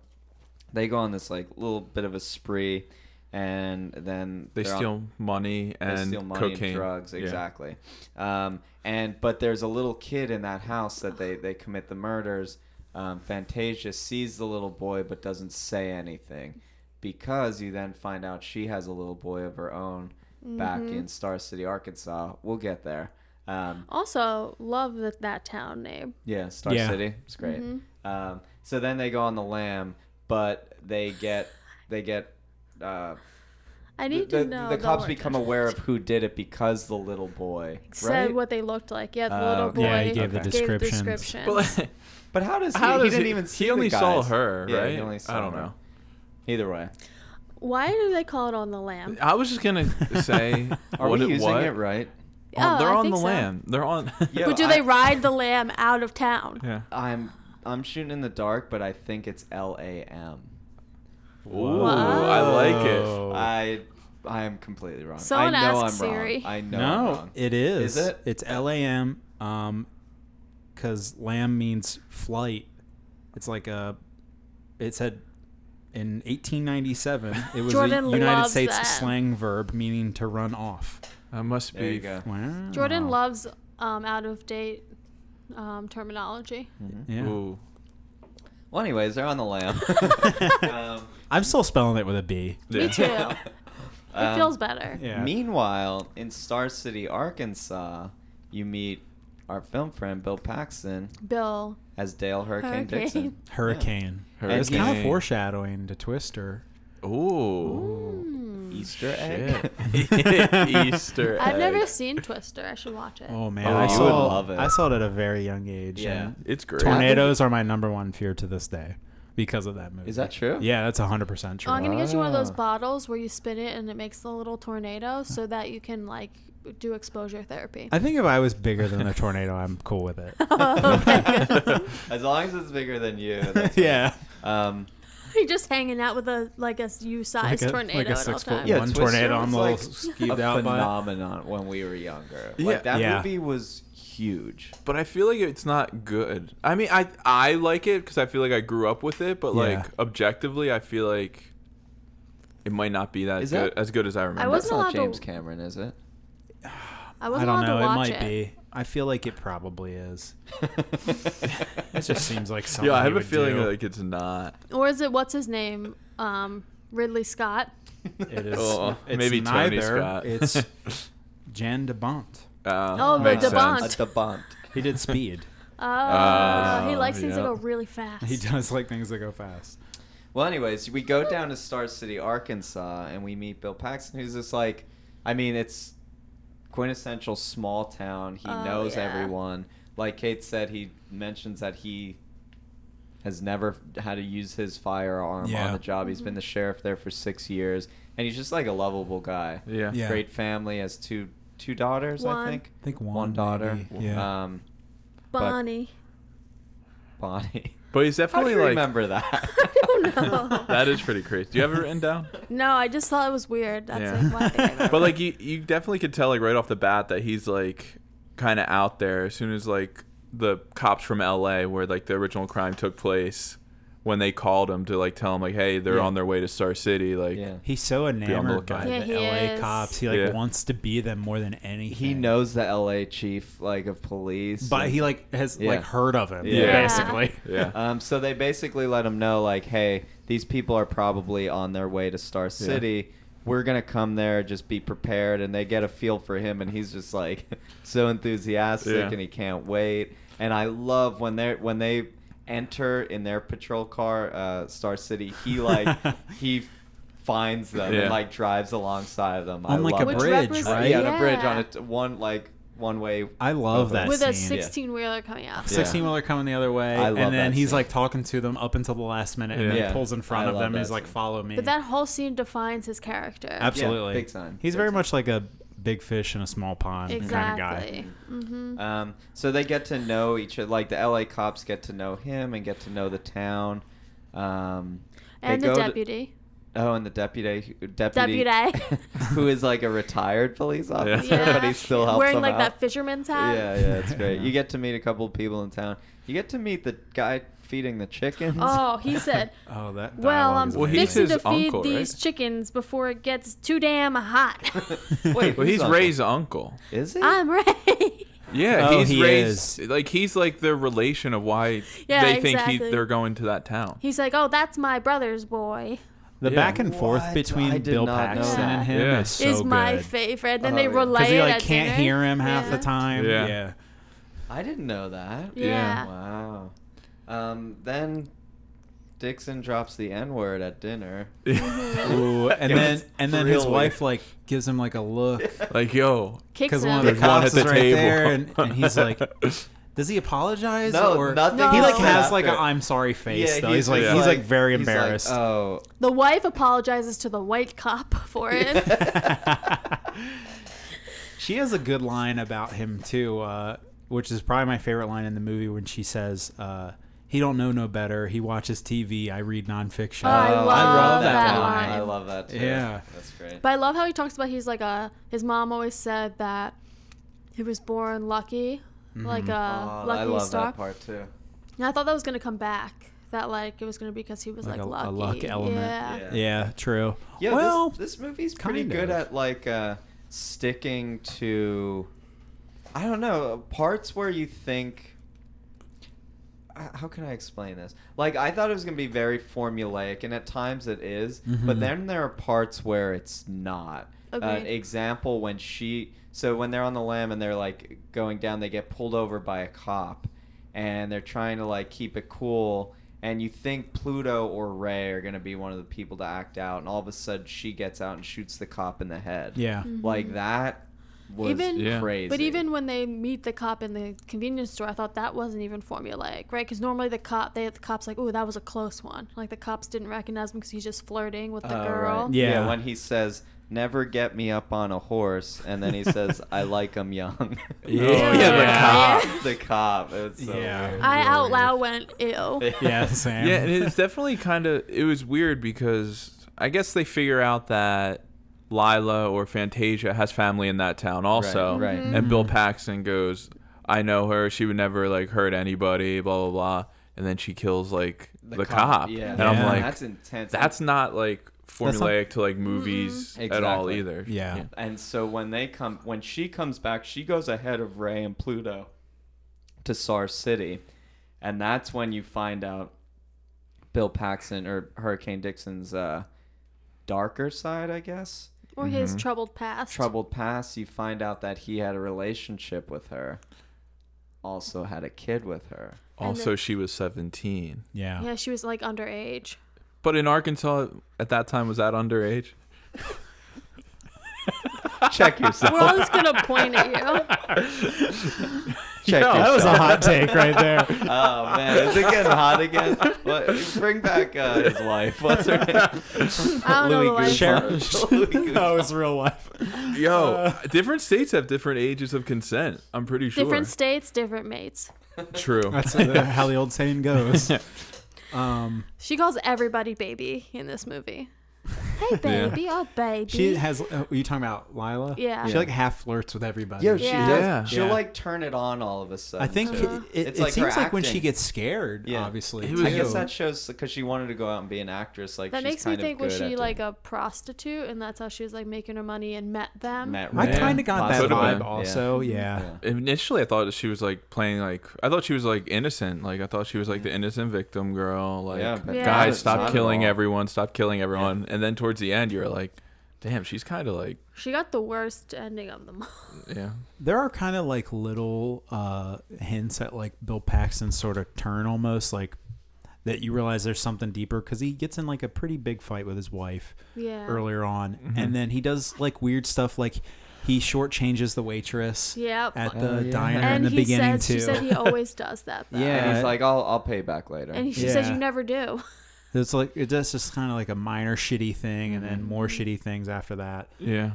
Speaker 1: they go on this like little bit of a spree, and then
Speaker 3: They
Speaker 1: they're on-
Speaker 3: steal money and
Speaker 1: they steal money
Speaker 3: cocaine,
Speaker 1: and drugs
Speaker 3: Yeah.
Speaker 1: exactly um, and but there's a little kid in that house that they they commit the murders um, fantasia sees the little boy but doesn't say anything because you then find out she has a little boy of her own back
Speaker 2: Mm-hmm.
Speaker 1: in star city arkansas we'll get there um,
Speaker 2: Also, love that that town name.
Speaker 1: yeah star
Speaker 4: Yeah.
Speaker 1: city it's great
Speaker 2: Mm-hmm.
Speaker 1: um, so then they go on the lam but they get they get uh, the,
Speaker 2: I need
Speaker 1: the,
Speaker 2: to know.
Speaker 1: the
Speaker 2: the
Speaker 1: cops
Speaker 2: word.
Speaker 1: become aware of who did it because the little boy
Speaker 2: Said
Speaker 1: right?
Speaker 2: what they looked like. Yeah, the
Speaker 1: Oh,
Speaker 2: little
Speaker 1: okay.
Speaker 2: boy
Speaker 4: Yeah, he gave
Speaker 1: the
Speaker 4: descriptions.
Speaker 2: descriptions.
Speaker 3: But like,
Speaker 1: But how does
Speaker 3: how
Speaker 1: he,
Speaker 3: does
Speaker 1: he didn't even see
Speaker 3: He
Speaker 1: the
Speaker 3: only saw
Speaker 1: guys.
Speaker 3: her,
Speaker 1: Yeah,
Speaker 3: right?
Speaker 1: he only saw
Speaker 3: I don't
Speaker 1: her.
Speaker 3: know.
Speaker 1: Either way,
Speaker 2: Why do they call it on the lamb?
Speaker 3: I was just gonna say
Speaker 1: are
Speaker 3: what
Speaker 1: we
Speaker 3: it
Speaker 1: using
Speaker 3: what?
Speaker 1: it right?
Speaker 3: Oh,
Speaker 2: Oh,
Speaker 3: they're
Speaker 2: I
Speaker 3: on
Speaker 2: think
Speaker 3: the
Speaker 2: so.
Speaker 3: lamb. They're on.
Speaker 1: Yeah.
Speaker 2: But do
Speaker 1: I-
Speaker 2: they ride the lamb out of town?
Speaker 3: yeah.
Speaker 1: I'm I'm shooting in the dark, but I think it's L A M.
Speaker 3: Ooh, I like it.
Speaker 4: Whoa.
Speaker 1: I I am completely wrong.
Speaker 2: Someone
Speaker 1: I know
Speaker 2: ask
Speaker 1: I'm
Speaker 2: Siri.
Speaker 1: wrong. I know. I'm
Speaker 4: No,
Speaker 1: wrong.
Speaker 4: it is.
Speaker 1: Is it?
Speaker 4: It's L A M. Um, because lamb means flight. It's like a. It said. In 1897, it was
Speaker 2: Jordan
Speaker 4: a United
Speaker 2: loves
Speaker 4: States
Speaker 2: that.
Speaker 4: slang verb meaning to run off.
Speaker 3: I must be.
Speaker 1: There you go.
Speaker 4: Wow.
Speaker 2: Jordan loves um, out of date um, terminology.
Speaker 4: Yeah.
Speaker 3: Ooh.
Speaker 1: Well, anyways, they're on the lamb. um,
Speaker 4: I'm still spelling it with a B.
Speaker 2: Me
Speaker 3: Yeah.
Speaker 2: too. it
Speaker 1: um,
Speaker 2: feels better.
Speaker 4: Yeah.
Speaker 1: Meanwhile, in Star City, Arkansas, you meet our film friend Bill Paxton
Speaker 2: Bill.
Speaker 1: as Dale Hurricane,
Speaker 2: Hurricane.
Speaker 1: Dixon.
Speaker 4: Hurricane.
Speaker 3: Hurricane.
Speaker 4: It's kind of foreshadowing to Twister.
Speaker 3: Ooh.
Speaker 1: Easter egg.
Speaker 3: Shit. Easter.
Speaker 2: Mm. I've never
Speaker 3: egg.
Speaker 2: seen Twister. I should watch it.
Speaker 4: Oh man,
Speaker 1: Oh,
Speaker 4: I
Speaker 1: you
Speaker 4: saw.
Speaker 1: would love it.
Speaker 4: I saw it at a very young age.
Speaker 1: Yeah.
Speaker 4: and
Speaker 3: It's great.
Speaker 4: Tornadoes are my number one fear to this day because of that movie.
Speaker 1: Is that true?
Speaker 4: Yeah, that's 100% true.
Speaker 2: Oh, I'm gonna get you one of those
Speaker 1: Ah.
Speaker 2: bottles where you spin it and it makes the little tornado, so that you can like do exposure therapy.
Speaker 4: I think if I was bigger than a tornado, I'm cool with it.
Speaker 2: Oh,
Speaker 1: As long as it's bigger than you. That's
Speaker 4: yeah.
Speaker 1: Um,
Speaker 2: You're just hanging out with a like a U-sized tornado
Speaker 4: like a
Speaker 2: at all
Speaker 4: six foot
Speaker 2: times.
Speaker 1: Yeah,
Speaker 4: one
Speaker 1: Twister
Speaker 4: tornado. I'm
Speaker 1: was
Speaker 4: a little
Speaker 1: like
Speaker 4: skeeved
Speaker 1: a
Speaker 4: out by it.
Speaker 1: phenomenon when we were younger.
Speaker 3: Yeah.
Speaker 1: Like that
Speaker 4: Yeah.
Speaker 1: movie was huge.
Speaker 3: But I feel like it's not good. I mean, I I like it because I feel like I grew up with it. But
Speaker 4: Yeah.
Speaker 3: like objectively, I feel like it might not be that
Speaker 1: Is
Speaker 3: good
Speaker 1: that-
Speaker 3: as good as I remember.
Speaker 2: I wasn't
Speaker 1: That's not
Speaker 2: allowed to-
Speaker 1: James Cameron, is it?
Speaker 2: I
Speaker 4: I
Speaker 2: wasn't
Speaker 4: don't
Speaker 2: allowed
Speaker 4: know.
Speaker 2: to
Speaker 4: It
Speaker 2: watch
Speaker 4: might
Speaker 2: it.
Speaker 4: be. I feel like it probably is. It just seems like something.
Speaker 3: yeah, I have
Speaker 4: he
Speaker 3: a
Speaker 4: would
Speaker 3: feeling
Speaker 4: do.
Speaker 3: like it's not.
Speaker 2: Or is it what's his name? Um, Ridley Scott.
Speaker 4: it is.
Speaker 3: Oh,
Speaker 4: it's
Speaker 3: maybe Tony
Speaker 4: neither.
Speaker 3: Scott.
Speaker 4: It's Jan de Bont.
Speaker 3: Uh,
Speaker 2: Oh,
Speaker 3: makes
Speaker 2: the
Speaker 3: sense.
Speaker 2: Bond.
Speaker 1: A debont.
Speaker 4: He did Speed.
Speaker 2: Uh,
Speaker 3: Ah,
Speaker 2: Oh, he likes things that
Speaker 3: yeah.
Speaker 2: go really fast.
Speaker 4: he does like things that go fast.
Speaker 1: Well, anyways, we go down to Star City, Arkansas, and we meet Bill Paxton, who's just like, I mean, it's quintessential small town. He
Speaker 2: Oh,
Speaker 1: knows
Speaker 2: yeah.
Speaker 1: everyone. Like Kate said, he mentions that he has never had to use his firearm
Speaker 4: Yeah.
Speaker 1: on the job. He's
Speaker 2: Mm-hmm.
Speaker 1: been the sheriff there for six years, and he's just like a lovable guy.
Speaker 3: Yeah.
Speaker 4: Yeah.
Speaker 1: Great family, has two two daughters, I
Speaker 2: One.
Speaker 1: think.
Speaker 4: I think one,
Speaker 1: daughter.
Speaker 4: maybe. Yeah.
Speaker 1: Um,
Speaker 2: Bonnie.
Speaker 1: Bonnie.
Speaker 3: But he's
Speaker 1: How do
Speaker 3: definitely
Speaker 1: you
Speaker 3: like.
Speaker 1: remember that?
Speaker 2: I don't know.
Speaker 3: That is pretty crazy. Do you have it written down?
Speaker 2: No, I just thought it was weird. That's
Speaker 3: Yeah.
Speaker 2: like one thing I remember.
Speaker 3: But like you, you definitely could tell like right off the bat that he's like kind of out there. As soon as like the cops from L.A. where like the original crime took place when they called him to like tell him like, hey, they're
Speaker 1: Yeah.
Speaker 3: on their way to Star City. Like,
Speaker 1: yeah.
Speaker 4: He's so enamored
Speaker 3: lookout.
Speaker 4: by
Speaker 2: Yeah,
Speaker 4: the
Speaker 2: he
Speaker 4: LA
Speaker 2: is.
Speaker 4: cops. He like
Speaker 3: Yeah.
Speaker 4: wants to be them more than anything.
Speaker 1: He knows the LA chief like of police.
Speaker 4: but
Speaker 1: and-
Speaker 4: he like has
Speaker 1: Yeah.
Speaker 4: like heard of him.
Speaker 3: Yeah.
Speaker 4: basically.
Speaker 3: yeah.
Speaker 1: Um, so they basically let him know, like, hey, these people are probably on their way to Star City. We're gonna come there. Just be prepared. And they get a feel for him, and he's just like so enthusiastic,
Speaker 3: Yeah.
Speaker 1: and he can't wait. And I love when they are when they enter in their patrol car, uh, Star City. He like he finds them
Speaker 3: Yeah.
Speaker 1: and like drives alongside them. I
Speaker 4: On like a
Speaker 1: love it.
Speaker 2: Which
Speaker 4: bridge,
Speaker 2: represents-
Speaker 1: Uh,
Speaker 4: right?
Speaker 1: yeah, on a bridge
Speaker 2: Yeah.
Speaker 1: on a t- one like one way.
Speaker 4: I
Speaker 1: With
Speaker 4: love that
Speaker 2: with a
Speaker 4: scene.
Speaker 2: 16 wheeler coming out.
Speaker 1: Yeah.
Speaker 4: 16 wheeler coming the other way.
Speaker 1: I love
Speaker 4: and then
Speaker 1: that
Speaker 4: he's
Speaker 1: scene.
Speaker 4: like talking to them up until the last minute and then
Speaker 1: Yeah.
Speaker 4: he pulls in front
Speaker 1: I
Speaker 4: of
Speaker 1: love
Speaker 4: them and
Speaker 1: that
Speaker 4: he's like,
Speaker 1: scene.
Speaker 4: follow me.
Speaker 2: But that whole scene defines his character.
Speaker 4: Absolutely.
Speaker 1: Yeah, big time,
Speaker 4: He's
Speaker 1: big
Speaker 4: very
Speaker 1: time.
Speaker 4: much like a big fish in a small pond kind of guy.
Speaker 2: Exactly. Mm-hmm.
Speaker 1: Um, so they get to know each other. Like the LA cops get to know him and get to know the town. Um, they
Speaker 2: And the
Speaker 1: go to-
Speaker 2: deputy.
Speaker 1: oh, and the deputy. Deputy.
Speaker 2: Deputy.
Speaker 1: who is like a retired police officer,
Speaker 3: Yeah.
Speaker 1: but he still helps
Speaker 2: Wearing
Speaker 1: them
Speaker 2: like
Speaker 1: out.
Speaker 2: that fisherman's hat.
Speaker 1: Yeah, yeah, it's great.
Speaker 4: Yeah.
Speaker 1: You get to meet a couple people in town. You get to meet the guy feeding the chickens.
Speaker 2: Oh, he said,
Speaker 4: Oh, that.
Speaker 2: "Well,
Speaker 4: dialogue
Speaker 2: I'm
Speaker 4: is
Speaker 3: Well, he's
Speaker 2: fixing
Speaker 4: amazing.
Speaker 2: to
Speaker 3: his
Speaker 2: feed
Speaker 3: uncle,
Speaker 2: these
Speaker 3: right?
Speaker 2: chickens before it gets too damn hot."
Speaker 1: Wait,
Speaker 3: Well,
Speaker 1: who's
Speaker 3: he's
Speaker 1: on-
Speaker 3: Ray's uncle.
Speaker 1: Is he?
Speaker 2: I'm ready.
Speaker 3: Yeah,
Speaker 4: Oh,
Speaker 3: he's
Speaker 4: he
Speaker 3: Ray's. Like he's like their relation of why
Speaker 2: Yeah,
Speaker 3: they think he
Speaker 2: exactly.
Speaker 3: they're going to that town.
Speaker 2: He's like, "Oh, that's my brother's boy."
Speaker 4: the
Speaker 3: Yeah.
Speaker 4: back and forth
Speaker 1: What? I
Speaker 4: between
Speaker 1: did
Speaker 4: Bill
Speaker 1: not know
Speaker 4: Paxton
Speaker 2: that.
Speaker 4: and him
Speaker 3: Yeah.
Speaker 4: is so
Speaker 2: is
Speaker 4: good.
Speaker 2: my favorite. Then they
Speaker 1: Oh, yeah. 'Cause
Speaker 2: relay
Speaker 4: he
Speaker 2: it
Speaker 4: like
Speaker 2: at
Speaker 4: can't
Speaker 2: dinner.
Speaker 4: hear him half the
Speaker 2: Yeah.
Speaker 4: time.
Speaker 3: Yeah.
Speaker 4: yeah.
Speaker 1: I didn't know that.
Speaker 2: Yeah.
Speaker 3: Yeah.
Speaker 1: Wow. Um, then Dixon drops the N word at dinner.
Speaker 4: Ooh, and
Speaker 1: It
Speaker 4: then
Speaker 1: was
Speaker 4: and then
Speaker 1: real
Speaker 4: his wife
Speaker 1: weird.
Speaker 4: like gives him like a look
Speaker 3: like yo,
Speaker 2: Kicks
Speaker 4: because
Speaker 2: him.
Speaker 4: one of the
Speaker 3: There's one
Speaker 4: cops
Speaker 3: at
Speaker 4: is
Speaker 3: the
Speaker 4: right
Speaker 3: table.
Speaker 4: there, and, and he's like, "Does he apologize?"
Speaker 1: No,
Speaker 4: or
Speaker 1: nothing
Speaker 4: he like
Speaker 2: No.
Speaker 4: has like an
Speaker 1: after.
Speaker 4: "I'm sorry" face. though. he's, like
Speaker 1: just
Speaker 4: he's like uh, very
Speaker 1: he's like,
Speaker 4: embarrassed.
Speaker 1: oh,
Speaker 2: the wife apologizes to the white cop for it.
Speaker 4: she has a good line about him too, uh, which is probably my favorite line in the movie when she says, uh, "He don't know no better. He watches TV. I read nonfiction."
Speaker 2: Oh, I
Speaker 1: oh,
Speaker 2: love
Speaker 4: that line.
Speaker 1: I love that. Too.
Speaker 4: Yeah.
Speaker 1: that's great.
Speaker 2: But I love how he talks about he's like a his mom always said that he was born lucky,
Speaker 4: Mm-hmm.
Speaker 2: like a
Speaker 1: Oh,
Speaker 2: uh, lucky
Speaker 1: I love
Speaker 2: star.
Speaker 1: that part too.
Speaker 2: And I thought that was gonna come back. That like it was gonna be because he was
Speaker 4: Like
Speaker 2: like,
Speaker 4: a-
Speaker 2: lucky.
Speaker 4: a luck element.
Speaker 2: Yeah.
Speaker 1: Yeah.
Speaker 4: yeah, true.
Speaker 1: Yeah,
Speaker 4: well,
Speaker 1: this, this movie's pretty
Speaker 4: kind
Speaker 1: good
Speaker 4: of.
Speaker 1: at like uh, sticking to, I don't know, parts where you think. h- How can I explain this? Like I thought it was gonna be very formulaic, and at times it is,
Speaker 4: Mhm.
Speaker 1: but then there are parts where it's not. An
Speaker 2: Agreed.
Speaker 1: example when she, so when they're on the lam and they're like going down, they get pulled over by a cop, and they're trying to like keep it cool and you think pluto or ray are going to be one of the people to act out and all of a sudden she gets out and shoots the cop in the head
Speaker 4: yeah.
Speaker 1: like that was
Speaker 2: Mm-hmm. Even-
Speaker 3: Yeah.
Speaker 1: crazy
Speaker 2: But even when they meet the cop in the convenience store, I thought that wasn't even formulaic, right? Because normally the cop, they the cops like, oh, that was a close one. Like the cops didn't recognize him because he's just flirting with the
Speaker 1: Oh,
Speaker 2: girl.
Speaker 1: right.
Speaker 4: Yeah.
Speaker 1: yeah. when he says never get me up on a horse and then he says i like 'em young
Speaker 4: Yeah.
Speaker 3: Yeah, the
Speaker 2: Yeah.
Speaker 1: cop the cop it's so
Speaker 4: Yeah.
Speaker 1: weird.
Speaker 2: I
Speaker 4: Really
Speaker 2: out
Speaker 4: weird.
Speaker 2: loud went ew.
Speaker 4: Yeah, Sam.
Speaker 3: yeah, and it's definitely kind of it was weird because I guess they figure out that Lila or Fantasia has family in that town also,
Speaker 1: right.
Speaker 3: and Bill Paxton goes, "I know her. She would never like hurt anybody." Blah blah blah, and then she kills like the, cop,
Speaker 1: yeah
Speaker 3: and I'm
Speaker 4: Yeah.
Speaker 3: like,
Speaker 1: that's intense
Speaker 3: that's not like
Speaker 4: not-
Speaker 3: formulaic to like movies at all
Speaker 1: Exactly.
Speaker 3: either.
Speaker 4: Yeah.
Speaker 1: And so when they come, when she comes back, she goes ahead of Ray and Pluto to Sar City, and that's when you find out Bill Paxton or Hurricane Dixon's uh, darker side, I guess.
Speaker 2: Or his troubled past.
Speaker 1: Troubled past. You find out that he had a relationship with her, also had a kid with her.
Speaker 3: Also, she was 17,
Speaker 4: yeah.
Speaker 2: Yeah, she was like underage.
Speaker 3: but in Arkansas at that time was that underage?
Speaker 1: Check
Speaker 2: We're
Speaker 1: yourself.
Speaker 2: all just gonna point at you.
Speaker 1: Check
Speaker 4: No,
Speaker 1: yourself.
Speaker 4: that was a hot take right there.
Speaker 1: Oh man, is it getting hot again? What, bring back uh, his wife. What's her name?
Speaker 2: I don't know the
Speaker 1: Louis
Speaker 2: life.
Speaker 4: Sharon-
Speaker 1: Louis Guzman.
Speaker 4: that was real life.
Speaker 3: Yo, different states have different ages of consent. I'm pretty sure.
Speaker 2: Different states, different mates.
Speaker 3: True.
Speaker 4: That's uh, how the old saying goes. Um,
Speaker 2: She calls everybody baby in this movie. Hey,
Speaker 3: Yeah.
Speaker 2: baby. Oh, baby.
Speaker 4: She has. Uh, are you talking about Lila?
Speaker 2: Yeah.
Speaker 4: She
Speaker 1: Yeah.
Speaker 4: like half flirts with everybody.
Speaker 1: Yo, she
Speaker 2: Yeah.
Speaker 1: does.
Speaker 3: Yeah.
Speaker 1: She'll
Speaker 4: Yeah.
Speaker 1: like turn it on all of a sudden.
Speaker 4: I think
Speaker 1: too.
Speaker 2: Uh-huh.
Speaker 4: it, it,
Speaker 1: It's
Speaker 4: it
Speaker 1: like her
Speaker 4: seems like when she
Speaker 1: acting.
Speaker 4: gets scared,
Speaker 1: Yeah.
Speaker 4: obviously.
Speaker 3: It
Speaker 4: too.
Speaker 3: was-
Speaker 1: I guess that shows because she wanted to go out and be an actress. Like
Speaker 2: that
Speaker 1: she's
Speaker 2: makes me
Speaker 1: kind of
Speaker 2: think was
Speaker 1: good
Speaker 2: she
Speaker 1: at
Speaker 2: like
Speaker 1: doing
Speaker 2: a prostitute and that's how she was like making her money and met them.
Speaker 1: Matt
Speaker 4: I
Speaker 1: Ryan.
Speaker 3: Yeah.
Speaker 4: kind of got that
Speaker 3: Could've
Speaker 1: Possibly.
Speaker 4: vibe
Speaker 3: been.
Speaker 4: also. Yeah.
Speaker 1: Yeah.
Speaker 3: Initially, I thought that she was like playing like I thought she was like innocent. Like I thought she was like the innocent victim girl. Like
Speaker 1: Yeah, but
Speaker 2: Yeah.
Speaker 3: guys,
Speaker 2: not-
Speaker 3: stop
Speaker 2: not at
Speaker 3: killing
Speaker 1: all.
Speaker 3: everyone, stop killing everyone. And then towards the end, you're like, damn, she's kind of like
Speaker 2: She got the worst ending of them all.
Speaker 3: yeah.
Speaker 4: There are kind of like little uh, hints at like Bill Paxton's sort of turn almost like that you realize there's something deeper because he gets in like a pretty big fight with his wife
Speaker 2: Yeah.
Speaker 4: earlier on. And then he does like weird stuff like he shortchanges the waitress
Speaker 2: Yep.
Speaker 4: at the
Speaker 1: Oh, yeah.
Speaker 4: diner
Speaker 2: and
Speaker 4: in the
Speaker 2: he
Speaker 4: beginning
Speaker 2: says
Speaker 4: too.
Speaker 2: she said he always does that. Though.
Speaker 4: Yeah.
Speaker 1: And he's like, I'll I'll pay back later.
Speaker 2: And she says
Speaker 4: Yeah.
Speaker 2: you never do.
Speaker 4: It's like it's just, kind of like a minor shitty thing, and then more
Speaker 2: Mm-hmm.
Speaker 4: shitty things after that.
Speaker 3: Yeah.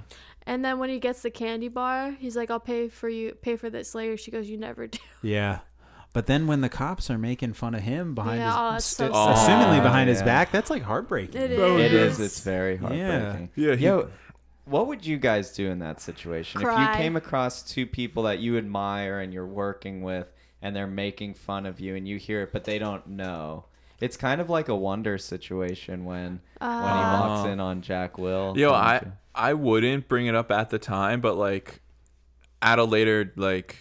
Speaker 2: And then when he gets the candy bar, he's like, "I'll pay for you, pay for this later." She goes, "You never do."
Speaker 4: Yeah, but then when the cops are making fun of him behind
Speaker 2: Yeah, oh,
Speaker 4: his,
Speaker 2: it's so sad.
Speaker 4: st- assumingly behind his
Speaker 1: Yeah.
Speaker 4: back, that's like heartbreaking.
Speaker 2: It
Speaker 1: it is.
Speaker 2: is.
Speaker 1: It's very heartbreaking.
Speaker 3: Yeah, he-
Speaker 1: Yo, what would you guys do in that situation if
Speaker 2: Cry.
Speaker 1: you came across two people that you admire and you're working with, and they're making fun of you, and you hear it, but they don't know? It's kind of like a wonder situation when
Speaker 2: Uh,
Speaker 1: when he
Speaker 2: Ah.
Speaker 1: walks
Speaker 3: Oh.
Speaker 1: in on Jack Will.
Speaker 3: Yo,
Speaker 1: and-
Speaker 3: I I wouldn't bring it up at the time, but like at a later like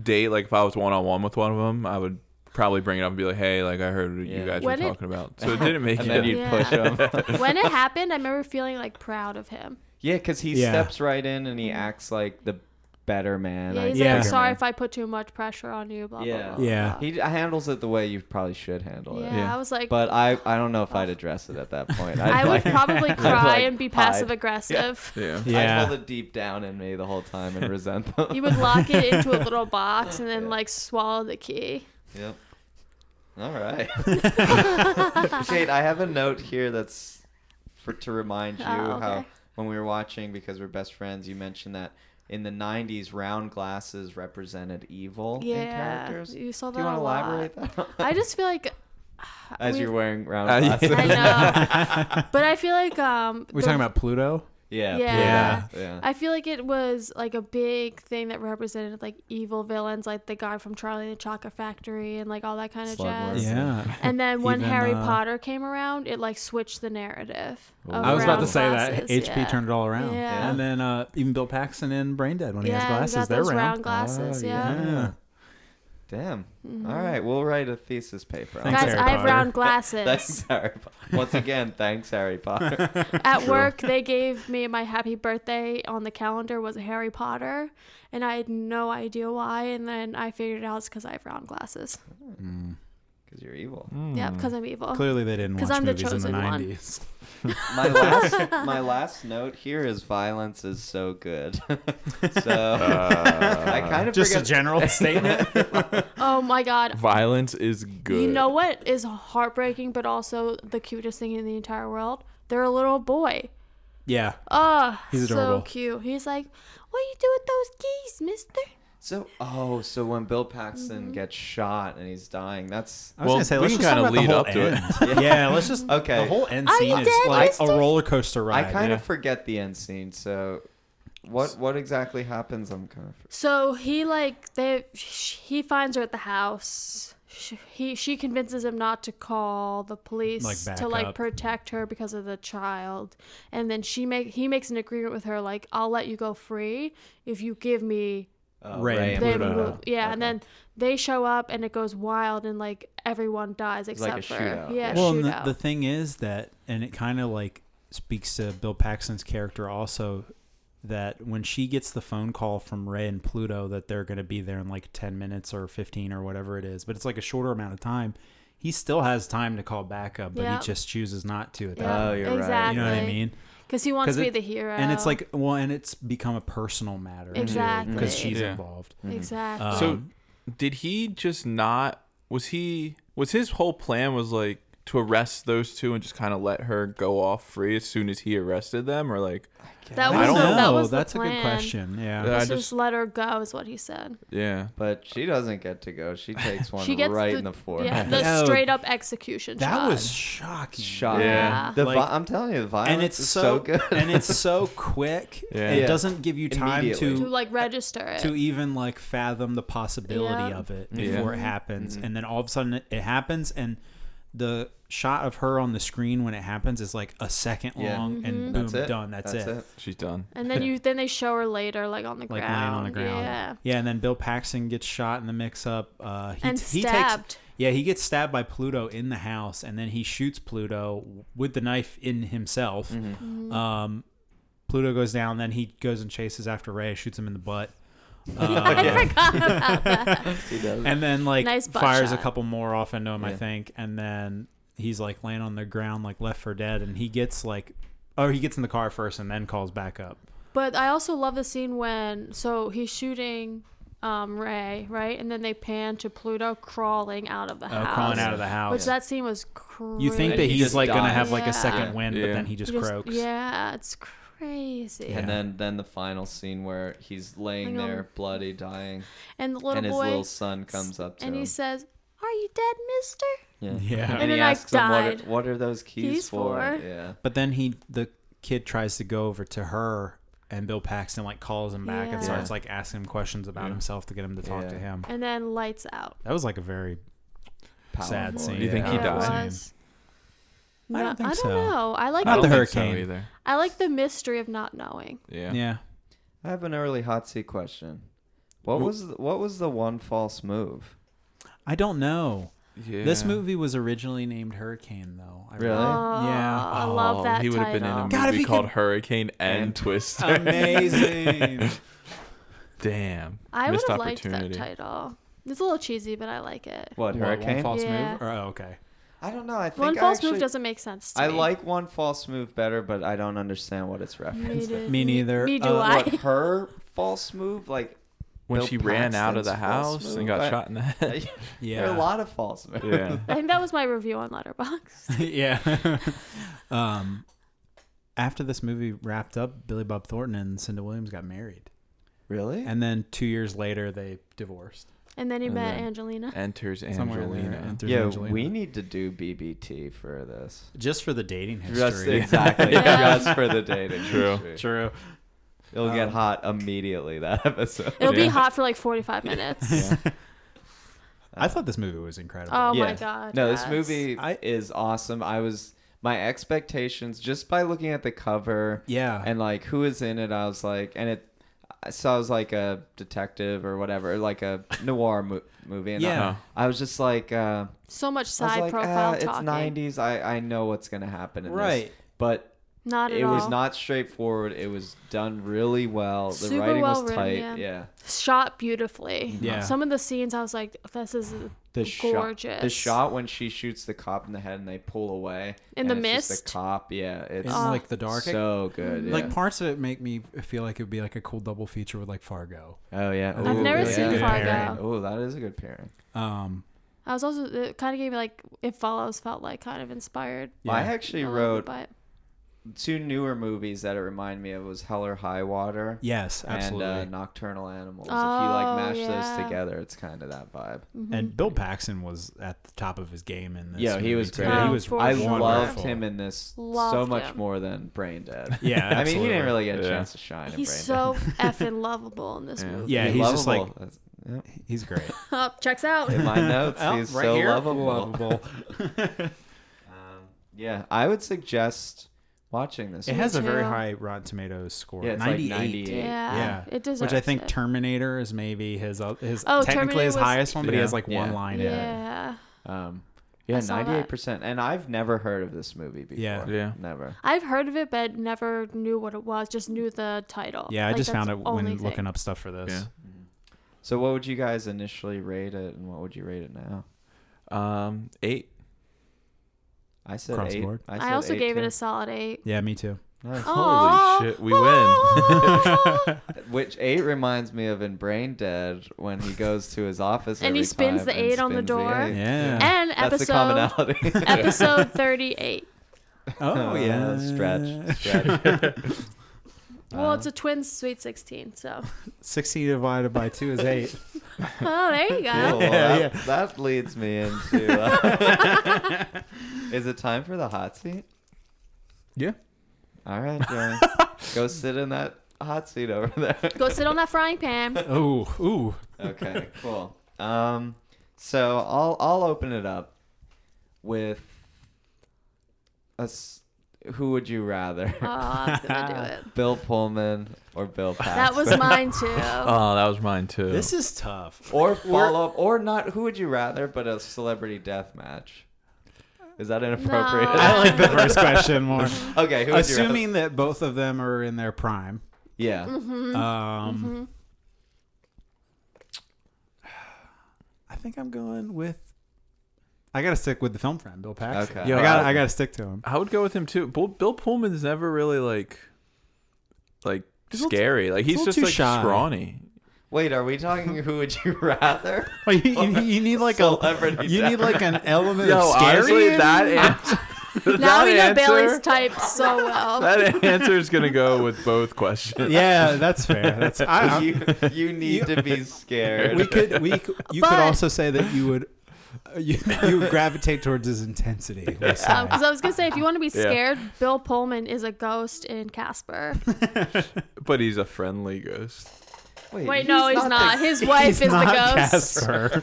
Speaker 3: date, like if I was one on one with one of them, I would probably bring it up and be like, hey, like I heard what
Speaker 1: Yeah.
Speaker 3: you guys
Speaker 2: When it-
Speaker 3: were talking about. So it didn't make
Speaker 1: and then
Speaker 3: it.
Speaker 1: you'd
Speaker 2: Yeah.
Speaker 1: push him.
Speaker 2: when it happened, I remember feeling like proud of him.
Speaker 1: Yeah, because he
Speaker 4: Yeah.
Speaker 1: steps right in and he acts like the better man.
Speaker 2: Yeah,
Speaker 1: I
Speaker 2: he's
Speaker 1: guess.
Speaker 2: like,
Speaker 4: Yeah.
Speaker 2: "I'm sorry if I put too much pressure on you." Blah
Speaker 1: Yeah.
Speaker 2: blah blah.
Speaker 4: Yeah.
Speaker 1: He d- handles it the way you probably should handle
Speaker 2: Yeah,
Speaker 1: it.
Speaker 3: Yeah.
Speaker 2: I was like,
Speaker 1: But I, I don't know if I'd address it at that point. I'd
Speaker 2: I would
Speaker 1: like-
Speaker 2: probably
Speaker 1: I'd
Speaker 2: cry
Speaker 1: like
Speaker 2: and be
Speaker 1: hide.
Speaker 2: passive aggressive.
Speaker 3: Yeah.
Speaker 4: Yeah.
Speaker 1: I'd hold it deep down in me the whole time and resent them.
Speaker 2: You would lock it into a little box and then
Speaker 1: Yeah.
Speaker 2: like swallow the key.
Speaker 1: Yep. All right. Kate, I have a note here that's for to remind you
Speaker 2: Oh,
Speaker 1: how
Speaker 2: okay.
Speaker 1: when we were watching because we're best friends, you mentioned that in the '90s, round glasses represented evil in
Speaker 2: Yeah,
Speaker 1: characters.
Speaker 2: you saw that.
Speaker 1: Do you want
Speaker 2: a
Speaker 1: to
Speaker 2: lot.
Speaker 1: elaborate that?
Speaker 2: I just feel like
Speaker 1: As
Speaker 2: we-
Speaker 1: you're wearing round
Speaker 3: Uh, yeah.
Speaker 1: glasses.
Speaker 2: I know, but I feel like um.
Speaker 4: We're
Speaker 2: the-
Speaker 4: talking about Pluto.
Speaker 1: Yeah.
Speaker 2: Yeah.
Speaker 1: Pluto. Yeah.
Speaker 2: I feel like it was like a big thing that represented like evil villains, like the guy from Charlie and the Chocolate Factory, and like all that kind of
Speaker 1: Slugworth.
Speaker 2: jazz.
Speaker 1: Yeah.
Speaker 2: And then when
Speaker 4: Even,
Speaker 2: Harry
Speaker 4: uh,
Speaker 2: Potter came around, it like switched the narrative. of
Speaker 4: I was about to
Speaker 2: round
Speaker 4: say
Speaker 2: glasses,
Speaker 4: that HP
Speaker 2: yeah.
Speaker 4: turned it all around,
Speaker 2: Yeah.
Speaker 4: and then uh, even Bill Paxton in Braindead when he
Speaker 2: yeah,
Speaker 4: has
Speaker 2: we
Speaker 4: glasses,
Speaker 2: got
Speaker 4: they're
Speaker 2: those
Speaker 4: round.
Speaker 2: round glasses. yeah.
Speaker 4: Oh, Yeah.
Speaker 1: Damn. All right, we'll write a thesis paper. on
Speaker 4: Thanks,
Speaker 1: that.
Speaker 2: Mm-hmm. Guys,
Speaker 4: Harry
Speaker 2: I have
Speaker 4: Potter.
Speaker 2: round glasses.
Speaker 1: Thanks, Harry Potter. Once again, thanks, Harry Potter.
Speaker 2: At work, they gave me my happy birthday on the calendar was Harry Potter, and I had no idea why. And then I figured it out it's because I have round glasses.
Speaker 1: Because you're evil.
Speaker 2: Yeah, because I'm evil.
Speaker 4: Clearly, they didn't
Speaker 2: Oh. 'Cause
Speaker 4: watch
Speaker 2: I'm the
Speaker 4: Hmm. movies in the
Speaker 2: chosen one.
Speaker 4: nineties.
Speaker 1: My last, my last note here is violence is so good. so I kind of
Speaker 4: Uh, Just a
Speaker 1: forget.
Speaker 4: general statement.
Speaker 2: Oh my god,
Speaker 3: Violence is good.
Speaker 2: You know what is heartbreaking, but also the cutest thing in the entire world? They're a little boy.
Speaker 4: yeah,
Speaker 2: Oh,
Speaker 4: He's adorable.
Speaker 2: so cute. He's like, "What you do with those keys, Mister?"
Speaker 1: so oh, so when Bill Paxton
Speaker 2: Mm-hmm.
Speaker 1: gets shot and he's dying, that's
Speaker 4: I was
Speaker 3: Well,
Speaker 4: gonna say
Speaker 3: we
Speaker 4: let's
Speaker 3: can
Speaker 4: just talk
Speaker 3: kinda
Speaker 4: about the
Speaker 3: lead
Speaker 4: whole
Speaker 3: up to it.
Speaker 4: end. yeah, let's just
Speaker 1: Okay.
Speaker 4: The whole end
Speaker 2: Are you
Speaker 4: scene is
Speaker 2: dead,
Speaker 4: like
Speaker 2: mister?
Speaker 4: a roller coaster
Speaker 1: I
Speaker 4: ride.
Speaker 1: kind
Speaker 4: yeah.
Speaker 1: of forget the end scene. So what what exactly happens? I'm kind of
Speaker 2: So he like they sh- he finds her at the house. Sh- He she convinces him not to call the police
Speaker 4: Like, back
Speaker 2: to like
Speaker 4: up.
Speaker 2: protect her because of the child, and then she make he makes an agreement with her like I'll let you go free if you give me
Speaker 1: uh,
Speaker 4: Ray and
Speaker 2: They
Speaker 4: Pluto.
Speaker 1: Pluto.
Speaker 2: move, yeah, and then they show up and it goes wild and like everyone dies
Speaker 1: like
Speaker 2: except
Speaker 1: a
Speaker 2: for
Speaker 1: shootout.
Speaker 2: yeah,
Speaker 4: well and
Speaker 2: shootout.
Speaker 4: the, the thing is that and it kind of like speaks to bill paxton's character also that when she gets the phone call from ray and pluto that they're going to be there in like 10 minutes or 15 or whatever it is but it's like a shorter amount of time he still has time to call backup but
Speaker 2: Yeah.
Speaker 4: he just chooses not to at that
Speaker 2: yeah,
Speaker 1: Oh, you're right.
Speaker 2: exactly.
Speaker 4: you know what i mean
Speaker 2: Because he wants to be
Speaker 4: it-
Speaker 2: the hero.
Speaker 4: and it's like well and it's become a personal matter
Speaker 2: Exactly.
Speaker 4: because she's
Speaker 3: Yeah.
Speaker 4: involved
Speaker 2: exactly.
Speaker 3: So
Speaker 4: Um,
Speaker 3: did he just not was he was his whole plan was like to arrest those two and just kind of let her go off free as soon as he arrested them, or like,
Speaker 2: That
Speaker 3: I
Speaker 2: was
Speaker 3: don't
Speaker 2: the,
Speaker 3: know.
Speaker 2: That was the
Speaker 4: That's a good
Speaker 2: plan.
Speaker 4: question.
Speaker 3: Yeah,
Speaker 4: Yeah.
Speaker 3: I
Speaker 2: Let's just,
Speaker 3: just-
Speaker 2: let her go, is what he said.
Speaker 3: yeah,
Speaker 1: But she doesn't get to go. She takes one
Speaker 2: she gets
Speaker 1: right
Speaker 2: the,
Speaker 1: in the forehead.
Speaker 2: Yeah, the
Speaker 4: Yeah.
Speaker 2: straight up execution shot.
Speaker 4: Oh, That was shocking.
Speaker 1: Shot.
Speaker 3: Yeah.
Speaker 1: The
Speaker 4: Like-
Speaker 1: vi- I'm telling you, the violence
Speaker 4: And it's
Speaker 1: is
Speaker 4: so,
Speaker 1: good.
Speaker 4: and it's so quick.
Speaker 3: Yeah.
Speaker 4: It
Speaker 1: Yeah.
Speaker 4: doesn't give you time
Speaker 1: Immediately.
Speaker 2: to
Speaker 4: to
Speaker 2: like register it.
Speaker 4: to even like fathom the possibility
Speaker 2: Yeah.
Speaker 4: of it
Speaker 3: Yeah.
Speaker 4: before it happens and then all of a sudden it, it happens and the shot of her on the screen when it happens is like a second
Speaker 1: Yeah.
Speaker 4: long
Speaker 2: Mm-hmm.
Speaker 4: and boom
Speaker 1: that's it.
Speaker 4: done that's, it,
Speaker 3: she's done.
Speaker 2: and then you then they show her later like on the
Speaker 4: like
Speaker 2: ground.
Speaker 4: laying on the ground
Speaker 2: Yeah.
Speaker 4: and then bill paxton gets shot in the mix up uh he,
Speaker 2: And
Speaker 4: he
Speaker 2: stabbed.
Speaker 4: takes yeah he gets stabbed by pluto in the house and then he shoots pluto with the knife in himself
Speaker 1: Mm-hmm.
Speaker 2: Mm-hmm.
Speaker 4: um pluto goes down then he goes and chases after ray shoots him in the butt Uh,
Speaker 2: I forgot about that.
Speaker 1: He does.
Speaker 4: and then like
Speaker 2: Nice butt
Speaker 4: fires
Speaker 2: shot.
Speaker 4: a couple more off into him, I
Speaker 1: Yeah.
Speaker 4: think, and then he's like laying on the ground, like left for dead, and he gets like, oh, he gets in the car first and then calls back up.
Speaker 2: But I also love the scene when so he's shooting um, Ray right, and then they pan to Pluto crawling out of the
Speaker 4: Oh,
Speaker 2: house.
Speaker 4: crawling out of the house.
Speaker 2: Which that scene was crazy.
Speaker 4: you think
Speaker 1: And
Speaker 4: that
Speaker 1: he
Speaker 4: he's
Speaker 1: just
Speaker 4: like gonna
Speaker 1: dies.
Speaker 4: have like
Speaker 2: Yeah.
Speaker 4: a second wind,
Speaker 3: Yeah.
Speaker 4: but then he just,
Speaker 2: Just-
Speaker 4: croaks.
Speaker 2: Yeah, it's crazy.
Speaker 4: Yeah.
Speaker 1: And then, then the final scene where he's laying
Speaker 2: Hang on.
Speaker 1: there, bloody, dying,
Speaker 2: And the little
Speaker 1: and his
Speaker 2: boy
Speaker 1: little son comes up to
Speaker 2: and
Speaker 1: him.
Speaker 2: he says, "Are you dead, Mister?"
Speaker 1: yeah.
Speaker 4: Yeah.
Speaker 1: And,
Speaker 2: And
Speaker 1: he
Speaker 2: then I
Speaker 1: asks him, what are,
Speaker 2: died.
Speaker 1: what are those keys,
Speaker 2: Keys
Speaker 1: for?
Speaker 2: for?
Speaker 1: Yeah.
Speaker 4: But then he, the kid, tries to go over to her, and Bill Paxton like calls him back
Speaker 2: Yeah.
Speaker 4: and starts like asking him questions about
Speaker 3: Yeah.
Speaker 4: himself to get him to talk to
Speaker 1: Yeah.
Speaker 4: him.
Speaker 2: And then lights out.
Speaker 4: That was like a very Sad
Speaker 1: Powerful,
Speaker 4: scene.
Speaker 3: You think he
Speaker 2: Yeah, it
Speaker 3: dies?
Speaker 2: was.
Speaker 4: I don't
Speaker 2: No,
Speaker 4: think
Speaker 2: I
Speaker 4: so.
Speaker 2: don't know. I like
Speaker 4: Not
Speaker 2: the,
Speaker 4: the
Speaker 3: think so
Speaker 4: hurricane.
Speaker 3: either.
Speaker 2: I like the mystery of not knowing.
Speaker 3: Yeah.
Speaker 4: yeah.
Speaker 1: I have an early hot seat question. What was the, what was the one false move?
Speaker 4: I don't know.
Speaker 3: Yeah.
Speaker 4: This movie was originally named Hurricane, though. I
Speaker 1: Really?
Speaker 4: Yeah.
Speaker 2: I
Speaker 3: Oh,
Speaker 2: love that
Speaker 3: He would have
Speaker 2: title.
Speaker 3: been in a movie
Speaker 4: God, if he
Speaker 3: called
Speaker 4: could-
Speaker 3: Hurricane and Twister.
Speaker 4: Amazing.
Speaker 3: Damn.
Speaker 2: I would
Speaker 3: Missed
Speaker 2: have liked that
Speaker 3: opportunity.
Speaker 2: title. It's a little cheesy, but I like it.
Speaker 1: What
Speaker 4: What, One
Speaker 1: hurricane?
Speaker 4: false
Speaker 2: Yeah.
Speaker 4: move? Or, oh, okay.
Speaker 1: I don't know. I think
Speaker 2: One
Speaker 1: I
Speaker 2: false
Speaker 1: actually,
Speaker 2: move doesn't make sense to
Speaker 1: I
Speaker 2: me.
Speaker 1: like one false move better, but I don't understand what it's referencing.
Speaker 2: Me, did-
Speaker 4: Me neither.
Speaker 2: Me do
Speaker 4: Uh,
Speaker 2: I.
Speaker 1: What her false move? Like
Speaker 3: When
Speaker 1: Bill
Speaker 3: she ran out of the
Speaker 1: Paxton's false
Speaker 3: house
Speaker 1: move.
Speaker 3: and got
Speaker 1: I-
Speaker 3: shot in the head.
Speaker 1: There are a lot of false moves.
Speaker 3: yeah.
Speaker 2: I think that was my review on Letterboxd.
Speaker 4: yeah. um, after this movie wrapped up, Billy Bob Thornton and Cinda Williams got married,
Speaker 1: Really?
Speaker 4: and then two years later they divorced.
Speaker 2: And then he
Speaker 3: And
Speaker 2: met
Speaker 3: then-
Speaker 2: Angelina.
Speaker 3: Enters
Speaker 4: Somewhere in there,
Speaker 3: Angelina.
Speaker 4: enters
Speaker 1: Yeah,
Speaker 4: Angelina.
Speaker 1: we need to do BBT for this.
Speaker 4: just for the dating
Speaker 1: Just
Speaker 4: history.
Speaker 1: exactly,
Speaker 2: Yeah.
Speaker 1: just for the dating.
Speaker 3: True.
Speaker 1: history.
Speaker 4: True.
Speaker 1: It'll get
Speaker 4: Um,
Speaker 1: hot immediately that episode.
Speaker 2: It'll be
Speaker 3: Yeah.
Speaker 2: hot for like 45 minutes.
Speaker 4: I thought this movie was incredible.
Speaker 2: Oh my
Speaker 1: Yeah.
Speaker 2: god.
Speaker 1: No,
Speaker 2: yes.
Speaker 1: this movie
Speaker 4: I-
Speaker 1: is awesome. I was my expectations just by looking at the cover
Speaker 4: yeah.
Speaker 1: and like who is in it. I was like, and it. So I was like a detective or whatever, like a noir mo- movie. And
Speaker 4: Yeah.
Speaker 1: I, I was just like, uh,
Speaker 2: So
Speaker 1: I
Speaker 2: much
Speaker 1: was
Speaker 2: side
Speaker 1: like,
Speaker 2: profile
Speaker 1: "Ah, it's
Speaker 2: talking.
Speaker 1: '90s. I I know what's gonna happen in this,
Speaker 4: Right.
Speaker 1: but
Speaker 2: Not at
Speaker 1: it
Speaker 2: all.
Speaker 1: was not straightforward. It was done really well. The
Speaker 2: Super
Speaker 1: writing
Speaker 2: well
Speaker 1: was
Speaker 2: written,
Speaker 1: tight.
Speaker 2: yeah.
Speaker 1: Yeah.
Speaker 2: shot beautifully.
Speaker 4: Yeah.
Speaker 2: Some of the scenes I was like, this is
Speaker 1: The shot, the
Speaker 2: Gorgeous.
Speaker 1: shot when she shoots the cop in the head and they pull away
Speaker 2: In the
Speaker 1: and it's just
Speaker 2: mist?
Speaker 1: The cop, yeah, it's
Speaker 4: in
Speaker 2: Oh.
Speaker 4: like the dark.
Speaker 1: so good. Yeah.
Speaker 4: Like parts of it make me feel like it would be like a cool double feature with like Fargo.
Speaker 1: oh yeah,
Speaker 4: I've
Speaker 1: Ooh,
Speaker 2: never
Speaker 1: yeah.
Speaker 2: seen
Speaker 1: Good
Speaker 2: Fargo.
Speaker 1: pairing. Oh, that is a good pairing.
Speaker 4: Um,
Speaker 2: I was also it kind of gave me like it follows felt like kind of inspired.
Speaker 1: I
Speaker 4: Yeah.
Speaker 1: actually
Speaker 2: um,
Speaker 1: wrote
Speaker 2: but
Speaker 1: two newer movies that it reminded me of was Hell or High Water.
Speaker 4: yes,
Speaker 1: And
Speaker 4: absolutely.
Speaker 1: uh, Nocturnal Animals. if you like
Speaker 2: Oh,
Speaker 1: mash
Speaker 2: yeah.
Speaker 1: those together, it's kind of that vibe.
Speaker 2: Mm-hmm.
Speaker 4: And Bill Paxton was at the top of his game in this.
Speaker 1: Yeah, he
Speaker 4: movie,
Speaker 1: was
Speaker 4: too.
Speaker 1: great.
Speaker 2: Oh,
Speaker 4: he was
Speaker 2: for
Speaker 1: I
Speaker 2: sure.
Speaker 1: loved
Speaker 4: wonderful.
Speaker 1: him in this so
Speaker 2: Loved
Speaker 1: much
Speaker 2: him.
Speaker 1: more than Brain Dead. I
Speaker 4: Yeah,
Speaker 1: mean, he
Speaker 4: absolutely.
Speaker 1: didn't really get a
Speaker 3: Yeah.
Speaker 1: chance to shine.
Speaker 2: he's
Speaker 1: in Brain
Speaker 2: so effing lovable in this
Speaker 3: Yeah.
Speaker 2: movie.
Speaker 4: Yeah,
Speaker 1: Dead.
Speaker 4: he's, just like
Speaker 1: lovable. That's- yep.
Speaker 4: he's great.
Speaker 2: Oh, checks out.
Speaker 1: in my notes,
Speaker 4: Oh,
Speaker 1: he's
Speaker 4: right
Speaker 1: so
Speaker 4: here?
Speaker 1: lovable.
Speaker 4: Lovable.
Speaker 1: Um, yeah, I would suggest watching this.
Speaker 4: it
Speaker 1: one.
Speaker 4: has a very
Speaker 2: too.
Speaker 4: high Rotten Tomatoes score.
Speaker 1: Yeah, it's like
Speaker 4: 98.
Speaker 1: 98.
Speaker 2: Yeah,
Speaker 4: Yeah.
Speaker 2: it deserves.
Speaker 4: Which I think
Speaker 2: it.
Speaker 4: Terminator is maybe his uh, his
Speaker 2: Oh,
Speaker 4: technically his
Speaker 2: Terminator was-
Speaker 4: highest one, but he
Speaker 3: Yeah.
Speaker 4: has like one
Speaker 1: Yeah.
Speaker 4: line in it.
Speaker 2: Yeah,
Speaker 1: Um, yeah,
Speaker 2: saw that.
Speaker 1: ninety-eight percent, and I've never heard of this movie before.
Speaker 4: Yeah.
Speaker 3: Yeah.
Speaker 1: never.
Speaker 2: I've heard of it, but never knew what it was. Just knew the title.
Speaker 4: Yeah, I
Speaker 2: Like,
Speaker 4: just
Speaker 2: that's
Speaker 4: found it
Speaker 2: the
Speaker 4: when
Speaker 2: only thing.
Speaker 4: looking up stuff for this.
Speaker 3: Yeah.
Speaker 1: So, what would you guys initially rate it, and what would you rate it now?
Speaker 3: Um, eight.
Speaker 1: I said
Speaker 4: Across the
Speaker 1: eight.
Speaker 4: board.
Speaker 1: I, said
Speaker 2: I also
Speaker 1: eight,
Speaker 2: gave it
Speaker 1: too.
Speaker 2: a Oh, solid eight.
Speaker 4: Yeah, me too.
Speaker 1: Nice.
Speaker 2: Aw.
Speaker 3: Holy shit, we
Speaker 2: Aw.
Speaker 1: Which eight reminds me of in Brain Dead when he goes to his office
Speaker 2: And he
Speaker 1: every
Speaker 2: spins
Speaker 1: time
Speaker 2: the
Speaker 1: and
Speaker 2: eight on the
Speaker 1: spins
Speaker 2: door.
Speaker 1: eight.
Speaker 4: Yeah.
Speaker 2: and
Speaker 1: That's the
Speaker 2: episode
Speaker 1: commonality.
Speaker 2: episode 38.
Speaker 4: Oh yeah.
Speaker 1: Uh, stretch, stretch.
Speaker 2: Well,
Speaker 1: Uh,
Speaker 4: Uh-huh.
Speaker 2: it's a twins sweet 16, so.
Speaker 4: Sixty divided by two is eight.
Speaker 2: Oh, there you go.
Speaker 1: Cool. Well,
Speaker 4: Yeah,
Speaker 1: that, that leads me into. uh, is it time for the hot seat?
Speaker 3: Yeah.
Speaker 1: All right, Joey. go sit in that hot seat over there.
Speaker 2: Go sit on that frying pan.
Speaker 4: ooh, ooh.
Speaker 1: Okay, cool. Um, so I'll I'll open it up with us. Who would you rather,
Speaker 2: Oh, I'm gonna do it.
Speaker 1: Bill Pullman or Bill Paxton?
Speaker 2: That was mine too.
Speaker 3: Oh, that was mine too.
Speaker 4: This is tough.
Speaker 1: or follow up or not. Who would you rather? But a celebrity death match. Is that inappropriate?
Speaker 2: No.
Speaker 4: I like the first question more.
Speaker 1: Okay, who would you rather?
Speaker 4: Assuming that both of them are in their prime.
Speaker 1: Yeah.
Speaker 2: Mm-hmm.
Speaker 4: Um, I think I'm going with. I gotta stick with the film friend, Bill Paxton.
Speaker 1: Okay.
Speaker 4: Okay.
Speaker 3: Yo,
Speaker 4: I gotta,
Speaker 3: I-
Speaker 4: I gotta stick to him.
Speaker 3: I would go with him too. Bill, Bill Pullman's never really like, like
Speaker 4: He's a little
Speaker 3: scary. Like he's
Speaker 4: little
Speaker 3: just
Speaker 4: too
Speaker 3: like
Speaker 4: shy.
Speaker 3: scrawny.
Speaker 1: Wait, are we talking who would you rather?
Speaker 4: Like, Oh, you, you- you need like a
Speaker 1: Celebrity
Speaker 4: you
Speaker 1: death
Speaker 4: need like an element
Speaker 3: Yo,
Speaker 4: of scary.
Speaker 3: honestly,
Speaker 4: in-
Speaker 3: that answer,
Speaker 2: now we know
Speaker 3: that
Speaker 2: Bailey's
Speaker 3: answer,
Speaker 2: type so well.
Speaker 3: that answer is gonna go with both questions.
Speaker 4: yeah, that's fair. That's I, I'm-
Speaker 1: you, you need to be scared.
Speaker 4: we could we c- you could
Speaker 2: But-
Speaker 4: also say that you would uh, you, you would gravitate towards his intensity. we'll say.
Speaker 2: Because I was gonna say, if you want to be
Speaker 3: Yeah.
Speaker 2: scared, Bill Pullman is a ghost in Casper.
Speaker 3: But he's a friendly ghost.
Speaker 2: Wait, no, he's not.
Speaker 1: the-
Speaker 2: His wife
Speaker 4: He's
Speaker 2: is the
Speaker 4: not
Speaker 2: ghost.
Speaker 4: Casper.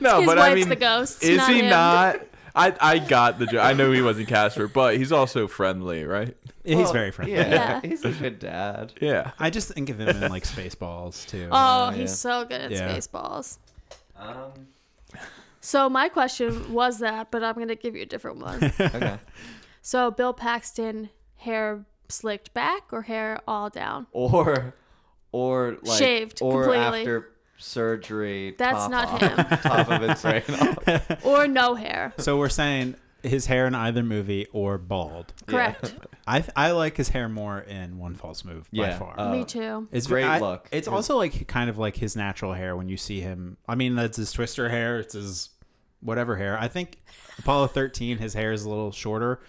Speaker 3: No,
Speaker 2: His
Speaker 3: but
Speaker 2: wife's
Speaker 3: I mean,
Speaker 2: the ghost.
Speaker 3: is
Speaker 2: not
Speaker 3: he
Speaker 2: him.
Speaker 3: not? I I got the joke. I know he wasn't Casper, but he's also friendly, right?
Speaker 4: He's very friendly.
Speaker 1: Yeah,
Speaker 2: Yeah.
Speaker 1: he's a good dad.
Speaker 3: Yeah.
Speaker 4: I just think of him in like Spaceballs too.
Speaker 2: Oh,
Speaker 1: Yeah.
Speaker 2: he's so good at
Speaker 4: Yeah.
Speaker 2: Spaceballs.
Speaker 1: Um,
Speaker 2: So my question was that, but I'm gonna give you a different one.
Speaker 1: okay.
Speaker 2: so Bill Paxton, hair slicked back or hair all down?
Speaker 1: Or, or like,
Speaker 2: Shaved
Speaker 1: or
Speaker 2: completely.
Speaker 1: after surgery.
Speaker 2: That's
Speaker 1: top off,
Speaker 2: not him.
Speaker 1: Top of its right off.
Speaker 2: Or no hair?
Speaker 4: so we're saying his hair in either movie or bald.
Speaker 2: Correct.
Speaker 4: I I like his hair more in One False Move by
Speaker 1: Yeah,
Speaker 4: far.
Speaker 1: uh,
Speaker 2: Me too.
Speaker 4: it's
Speaker 1: great
Speaker 4: I-
Speaker 1: look.
Speaker 4: It's also like kind of like his natural hair when you see him. I mean, that's his twister hair. It's his whatever hair. I think Apollo thirteen, his hair is a little shorter,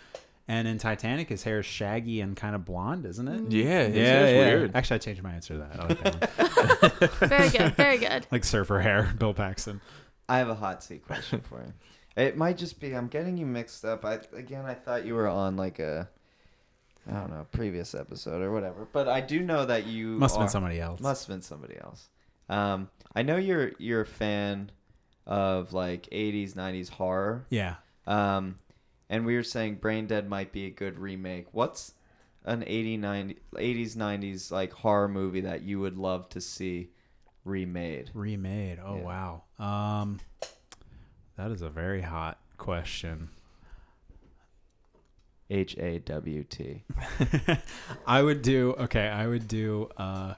Speaker 4: and in Titanic, his hair is shaggy and kind of blonde, isn't it?
Speaker 3: Yeah. His yeah. Weird.
Speaker 4: Actually, I changed my answer to that. I like, that one.
Speaker 2: Very good. Very good.
Speaker 4: like surfer hair, Bill Paxton.
Speaker 1: I have a hot seat question for you. It might just be I'm getting you mixed up. I again, I thought you were on like a, I don't know, previous episode or whatever. But I do know that you
Speaker 4: Must have
Speaker 1: are-
Speaker 4: been somebody else.
Speaker 1: Must have been somebody else. Um, I know you're you're a fan of like 80s, 90s horror.
Speaker 4: Yeah.
Speaker 1: Um, and we were saying Brain Dead might be a good remake. What's an 80, 90, 80s, 90s like horror movie that you would love to see remade?
Speaker 4: Remade. Oh
Speaker 1: Yeah.
Speaker 4: wow. Um, that is a very hot question.
Speaker 1: H A W T.
Speaker 4: I would do okay. I would do uh,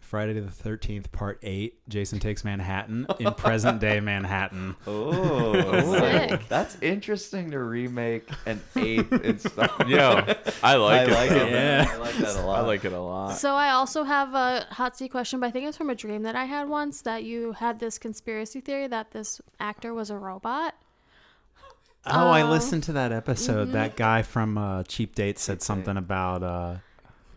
Speaker 4: Friday the Thirteenth Part Eight. Jason takes Manhattan in present day Manhattan.
Speaker 1: Oh,
Speaker 2: Sick.
Speaker 1: that's interesting to remake an eighth installment.
Speaker 3: Yo, I
Speaker 1: I
Speaker 3: like it.
Speaker 1: like it.
Speaker 3: though.
Speaker 1: man. I like that a lot.
Speaker 3: I like it a lot.
Speaker 2: So I also have a hot seat question, but I think it was from a dream that I had once that you had this conspiracy theory that this actor was a robot.
Speaker 4: Oh, I listened to that episode. That guy from uh, Cheap Date said something about uh,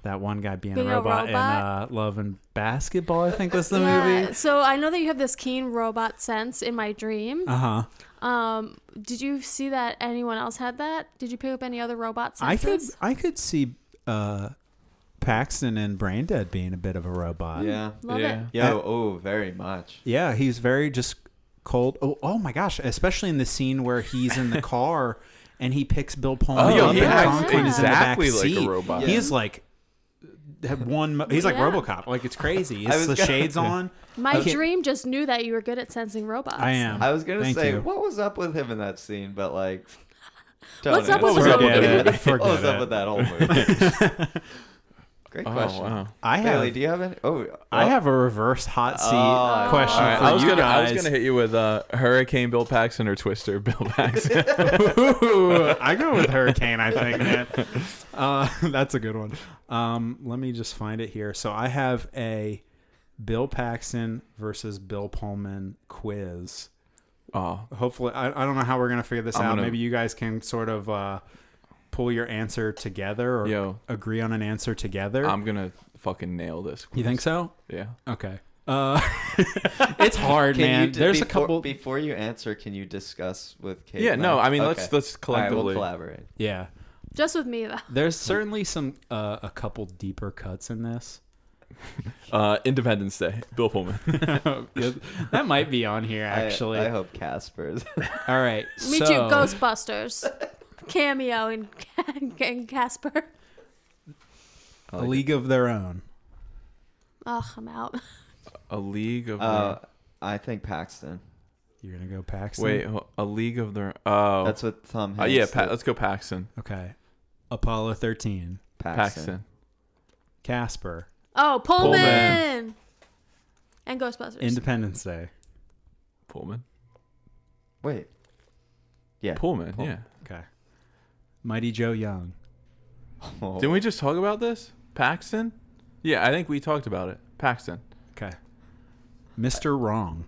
Speaker 4: that one guy being,
Speaker 2: Being a
Speaker 4: a robot, in uh,
Speaker 2: robot?
Speaker 4: Love and Basketball. I think was the
Speaker 2: Yeah.
Speaker 4: movie.
Speaker 2: So I know that you have this keen robot sense in my dream.
Speaker 4: Uh huh.
Speaker 2: Um, did you see that anyone else had that? Did you pick up any other robot
Speaker 4: I could
Speaker 2: senses?
Speaker 4: I could see uh, Paxton and Braindead being a bit of a robot.
Speaker 1: Yeah.
Speaker 2: Love
Speaker 3: yeah.
Speaker 2: it.
Speaker 1: Yo, oh, very much.
Speaker 4: Yeah, he's very just cold. Oh, oh my gosh! Especially in the scene where he's in the car and he picks Bill Pullman
Speaker 3: Oh,
Speaker 2: yo,
Speaker 4: up
Speaker 2: he
Speaker 4: and
Speaker 2: acts
Speaker 4: Conklin is in the back
Speaker 3: exactly like a
Speaker 4: seat.
Speaker 3: robot.
Speaker 4: He's like had one. mo- He's like
Speaker 2: Yeah.
Speaker 4: RoboCop. Like it's crazy.
Speaker 1: was
Speaker 4: It's the
Speaker 1: gonna-
Speaker 4: shades on.
Speaker 2: My
Speaker 4: Okay.
Speaker 2: dream just knew that you were good at sensing robots.
Speaker 4: I am.
Speaker 1: I was gonna
Speaker 4: Thank
Speaker 1: say,
Speaker 4: you.
Speaker 1: what was up with him in that scene? But like,
Speaker 2: What's up
Speaker 1: don't answer.
Speaker 2: with What was up with
Speaker 1: Forget it.
Speaker 2: him?
Speaker 4: Forget
Speaker 1: What was
Speaker 4: it.
Speaker 1: up with that whole movie? Great
Speaker 3: Oh
Speaker 1: question.
Speaker 3: wow.
Speaker 4: I have.
Speaker 1: Bailey, do you have any? Oh,
Speaker 4: I
Speaker 1: oh,
Speaker 4: have a reverse hot seat
Speaker 1: Oh.
Speaker 4: question
Speaker 3: All right,
Speaker 4: for
Speaker 3: I was
Speaker 4: you
Speaker 3: gonna
Speaker 4: guys.
Speaker 3: I was gonna hit you with uh, Hurricane Bill Paxton or Twister Bill Paxton.
Speaker 4: Ooh, I go with hurricane. I think, man. Uh, that's a good one. Um, let me just find it here. So I have a Bill Paxton versus Bill Pullman quiz.
Speaker 3: oh,
Speaker 4: Hopefully, I, I don't know how we're gonna figure this
Speaker 3: I'm
Speaker 4: out.
Speaker 3: gonna-
Speaker 4: Maybe you guys can sort of uh, pull your answer together or
Speaker 3: yo,
Speaker 4: agree on an answer together.
Speaker 3: I'm gonna fucking nail this.
Speaker 4: you think so?
Speaker 3: Yeah.
Speaker 4: Okay. Uh, it's hard,
Speaker 1: can
Speaker 4: man.
Speaker 1: you d-
Speaker 4: There's
Speaker 1: before,
Speaker 4: a couple.
Speaker 1: Before you answer, can you discuss with Kate?
Speaker 3: Yeah. No,
Speaker 1: Lang?
Speaker 3: I mean let's
Speaker 1: Okay.
Speaker 3: let's
Speaker 1: All right, we'll
Speaker 3: collectively.
Speaker 1: collaborate.
Speaker 4: yeah.
Speaker 2: Just with me though.
Speaker 4: There's certainly some uh, a couple deeper cuts in this.
Speaker 3: uh, Independence Day. Bill Pullman.
Speaker 4: that might be on here
Speaker 1: I-
Speaker 4: actually.
Speaker 1: I, hope Casper's.
Speaker 4: All right.
Speaker 2: Me
Speaker 4: so,
Speaker 2: too. Ghostbusters, cameo and, and Casper.
Speaker 1: I
Speaker 4: A
Speaker 1: like it.
Speaker 4: League of Their Own.
Speaker 2: Ugh, I'm out.
Speaker 3: a League of.
Speaker 1: Uh, I think Paxton.
Speaker 4: You're gonna go Paxton.
Speaker 3: Wait, ho- a league of their. Oh,
Speaker 1: That's what Tom
Speaker 3: Uh,
Speaker 1: Hanks.
Speaker 3: yeah. Pa-
Speaker 1: did.
Speaker 3: let's go Paxton.
Speaker 4: Okay. Apollo 13.
Speaker 1: Paxton.
Speaker 3: Paxton.
Speaker 4: Casper.
Speaker 2: Oh, Pullman,
Speaker 3: Pullman.
Speaker 2: and Ghostbusters.
Speaker 4: Independence Day.
Speaker 3: Pullman.
Speaker 1: Wait. Yeah.
Speaker 3: Pullman.
Speaker 1: Pull-
Speaker 3: Yeah.
Speaker 4: Okay. Mighty Joe Young.
Speaker 1: Oh.
Speaker 3: Didn't we just talk about this? Paxton. Yeah, I think we talked about it. Paxton.
Speaker 4: Okay. Mr. Wrong.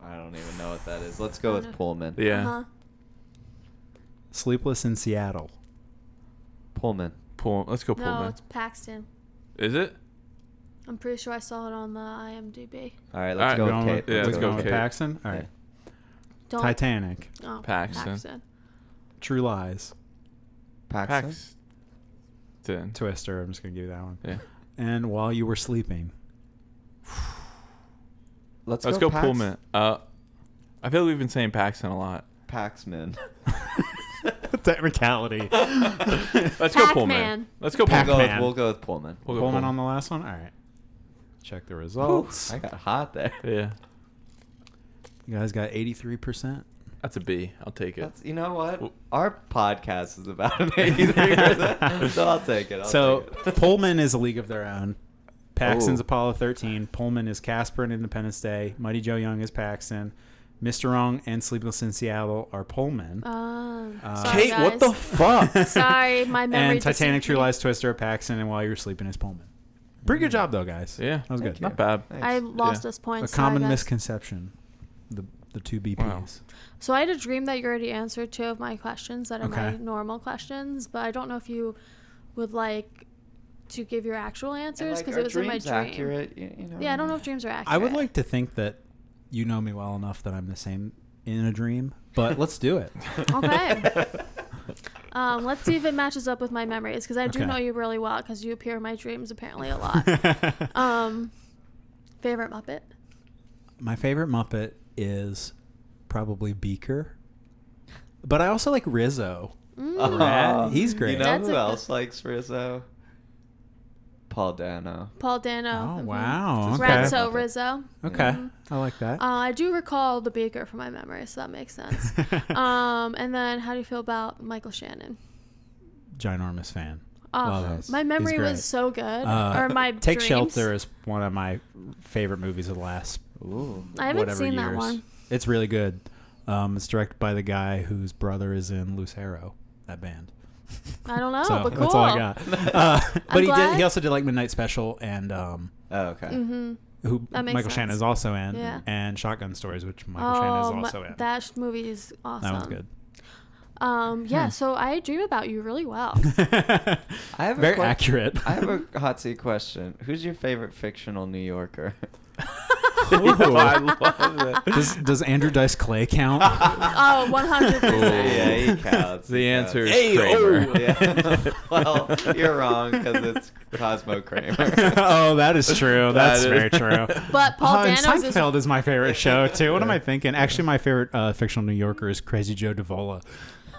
Speaker 1: I don't even know what that is. Let's go with Pullman.
Speaker 3: Yeah.
Speaker 2: Uh-huh.
Speaker 4: Sleepless in Seattle.
Speaker 1: Pullman.
Speaker 3: Pull. Let's go
Speaker 2: No,
Speaker 3: Pullman.
Speaker 2: it's Paxton.
Speaker 3: Is it?
Speaker 2: I'm pretty sure I saw it on the IMDb.
Speaker 1: All right,
Speaker 3: All right,
Speaker 1: let's go
Speaker 4: Going
Speaker 1: with
Speaker 4: with-
Speaker 1: Kate.
Speaker 3: yeah, let's
Speaker 4: going
Speaker 3: go
Speaker 4: with
Speaker 3: Kate.
Speaker 4: Paxton. All right.
Speaker 2: Don't
Speaker 4: Titanic.
Speaker 2: oh,
Speaker 3: Paxton.
Speaker 4: True Lies.
Speaker 1: Paxton.
Speaker 3: Paxton.
Speaker 4: Twister. I'm just gonna give you that one.
Speaker 3: Yeah.
Speaker 4: And While You Were Sleeping.
Speaker 1: Let's,
Speaker 3: Let's
Speaker 1: go,
Speaker 3: go, Pullman. Uh, I feel like we've been saying Paxton a lot.
Speaker 1: Paxman.
Speaker 4: Technicality.
Speaker 3: Let's go Pullman.
Speaker 2: Pac-Man.
Speaker 3: Let's go
Speaker 1: We'll
Speaker 4: Pac-
Speaker 1: go,
Speaker 3: Pullman.
Speaker 1: with,
Speaker 4: Pac-Man.
Speaker 1: we'll go with Pullman.
Speaker 3: We'll go
Speaker 4: Pullman
Speaker 3: Pullman.
Speaker 4: on the last one. All right. Check the results.
Speaker 1: I got hot there.
Speaker 3: Yeah.
Speaker 4: You guys got 83%.
Speaker 3: That's a B. I'll take it.
Speaker 1: That's, you know what?
Speaker 3: Well-
Speaker 1: Our podcast is about an 83%. so I'll take it. I'll
Speaker 4: so
Speaker 1: take it.
Speaker 4: Pullman is a league of their own. Paxton's
Speaker 1: Oh.
Speaker 4: Apollo 13. Pullman is Casper and Independence Day. Mighty Joe Young is Paxton. Mr. Wrong and Sleepless in Seattle are Pullman.
Speaker 2: Um,
Speaker 4: Uh,
Speaker 2: sorry,
Speaker 3: Kate, what the
Speaker 2: guys.
Speaker 3: fuck?
Speaker 2: Sorry, my memory.
Speaker 4: and Titanic,
Speaker 2: deceived
Speaker 4: True
Speaker 2: me.
Speaker 4: Lies, Twister, are Paxton, and While You're Sleeping is Pullman. Pretty good job, though, guys.
Speaker 3: Mm. yeah.
Speaker 4: That was
Speaker 1: Thank
Speaker 4: good.
Speaker 1: you.
Speaker 3: Not bad.
Speaker 1: Thanks.
Speaker 2: I lost
Speaker 3: Yeah.
Speaker 2: this point.
Speaker 4: A
Speaker 2: sorry,
Speaker 4: common
Speaker 2: guys.
Speaker 4: misconception. The the two BPs.
Speaker 3: Wow.
Speaker 2: So I had a dream that you already answered two of my questions that are my
Speaker 4: Okay.
Speaker 2: normal questions, but I don't know if you would like to give your actual
Speaker 1: And,
Speaker 2: answers
Speaker 1: like,
Speaker 2: because
Speaker 1: our
Speaker 2: it was in my
Speaker 1: dream's
Speaker 2: dream.
Speaker 1: accurate, you, you know.
Speaker 2: Yeah, I don't know if dreams are accurate.
Speaker 4: I would like to think that you know me well enough that I'm the same in a dream, but let's do it.
Speaker 2: Okay. Um, let's see if it matches up with my memories because I do
Speaker 4: Okay.
Speaker 2: know you really well because you appear in my dreams apparently a lot. um, favorite Muppet?
Speaker 4: My favorite Muppet is probably Beaker, but I also like Rizzo.
Speaker 1: Uh,
Speaker 2: Mm,
Speaker 4: Rat, he's
Speaker 1: You
Speaker 4: great.
Speaker 1: know
Speaker 2: That's
Speaker 1: who
Speaker 2: a-
Speaker 1: else likes Rizzo? Paul Dano.
Speaker 2: Paul Dano.
Speaker 4: Oh
Speaker 2: mhm.
Speaker 4: wow! Okay,
Speaker 2: Ratso Rizzo.
Speaker 4: okay,
Speaker 2: Mhm.
Speaker 4: I like that.
Speaker 2: Uh, I do recall the Baker from my memory, so that makes sense. um, and then how do you feel about Michael Shannon?
Speaker 4: Ginormous fan.
Speaker 2: Oh,
Speaker 4: Love him.
Speaker 2: my
Speaker 4: He's
Speaker 2: memory
Speaker 4: great.
Speaker 2: was so good.
Speaker 4: Uh,
Speaker 2: or my
Speaker 4: Take
Speaker 2: dreams.
Speaker 4: Shelter is one of my favorite movies of the last
Speaker 1: Ooh.
Speaker 2: I haven't
Speaker 4: whatever
Speaker 2: seen
Speaker 4: years.
Speaker 2: that one.
Speaker 4: It's really good. Um, it's directed by the guy whose brother is in Lucero, that band.
Speaker 2: I don't know,
Speaker 4: so
Speaker 2: but cool.
Speaker 4: that's all I got. Uh, but
Speaker 2: I'm
Speaker 4: he did.
Speaker 2: glad.
Speaker 4: He also did like Midnight Special and um,
Speaker 1: Oh, okay.
Speaker 2: Mm-hmm.
Speaker 4: who
Speaker 2: That makes
Speaker 4: Michael Shannon
Speaker 2: sense.
Speaker 4: is also in,
Speaker 2: Yeah.
Speaker 4: and Shotgun Stories, which Michael
Speaker 2: Oh,
Speaker 4: Shannon
Speaker 2: my-
Speaker 4: is also in.
Speaker 2: that sh- movie is awesome.
Speaker 4: That one's good.
Speaker 2: Um, yeah, so I dream about you really well.
Speaker 4: Oh.
Speaker 1: I have a
Speaker 4: Very
Speaker 1: que-
Speaker 4: accurate.
Speaker 1: I have a hot seat question. Who's your favorite fictional New Yorker?
Speaker 3: I
Speaker 4: Ooh.
Speaker 3: love that.
Speaker 4: does, does Andrew Dice Clay count?
Speaker 2: oh, 100%.
Speaker 1: yeah, he counts.
Speaker 3: The
Speaker 1: he
Speaker 3: answer is
Speaker 1: counts.
Speaker 3: Kramer.
Speaker 1: Yeah. well, you're wrong because it's Cosmo Kramer.
Speaker 4: oh, that is true. That's
Speaker 3: is-
Speaker 4: very true.
Speaker 2: But Paul
Speaker 4: oh, and
Speaker 2: Dano's is
Speaker 4: Seinfeld is my favorite show too. What am I thinking? Actually, my favorite uh, fictional New Yorker is Crazy Joe Davola.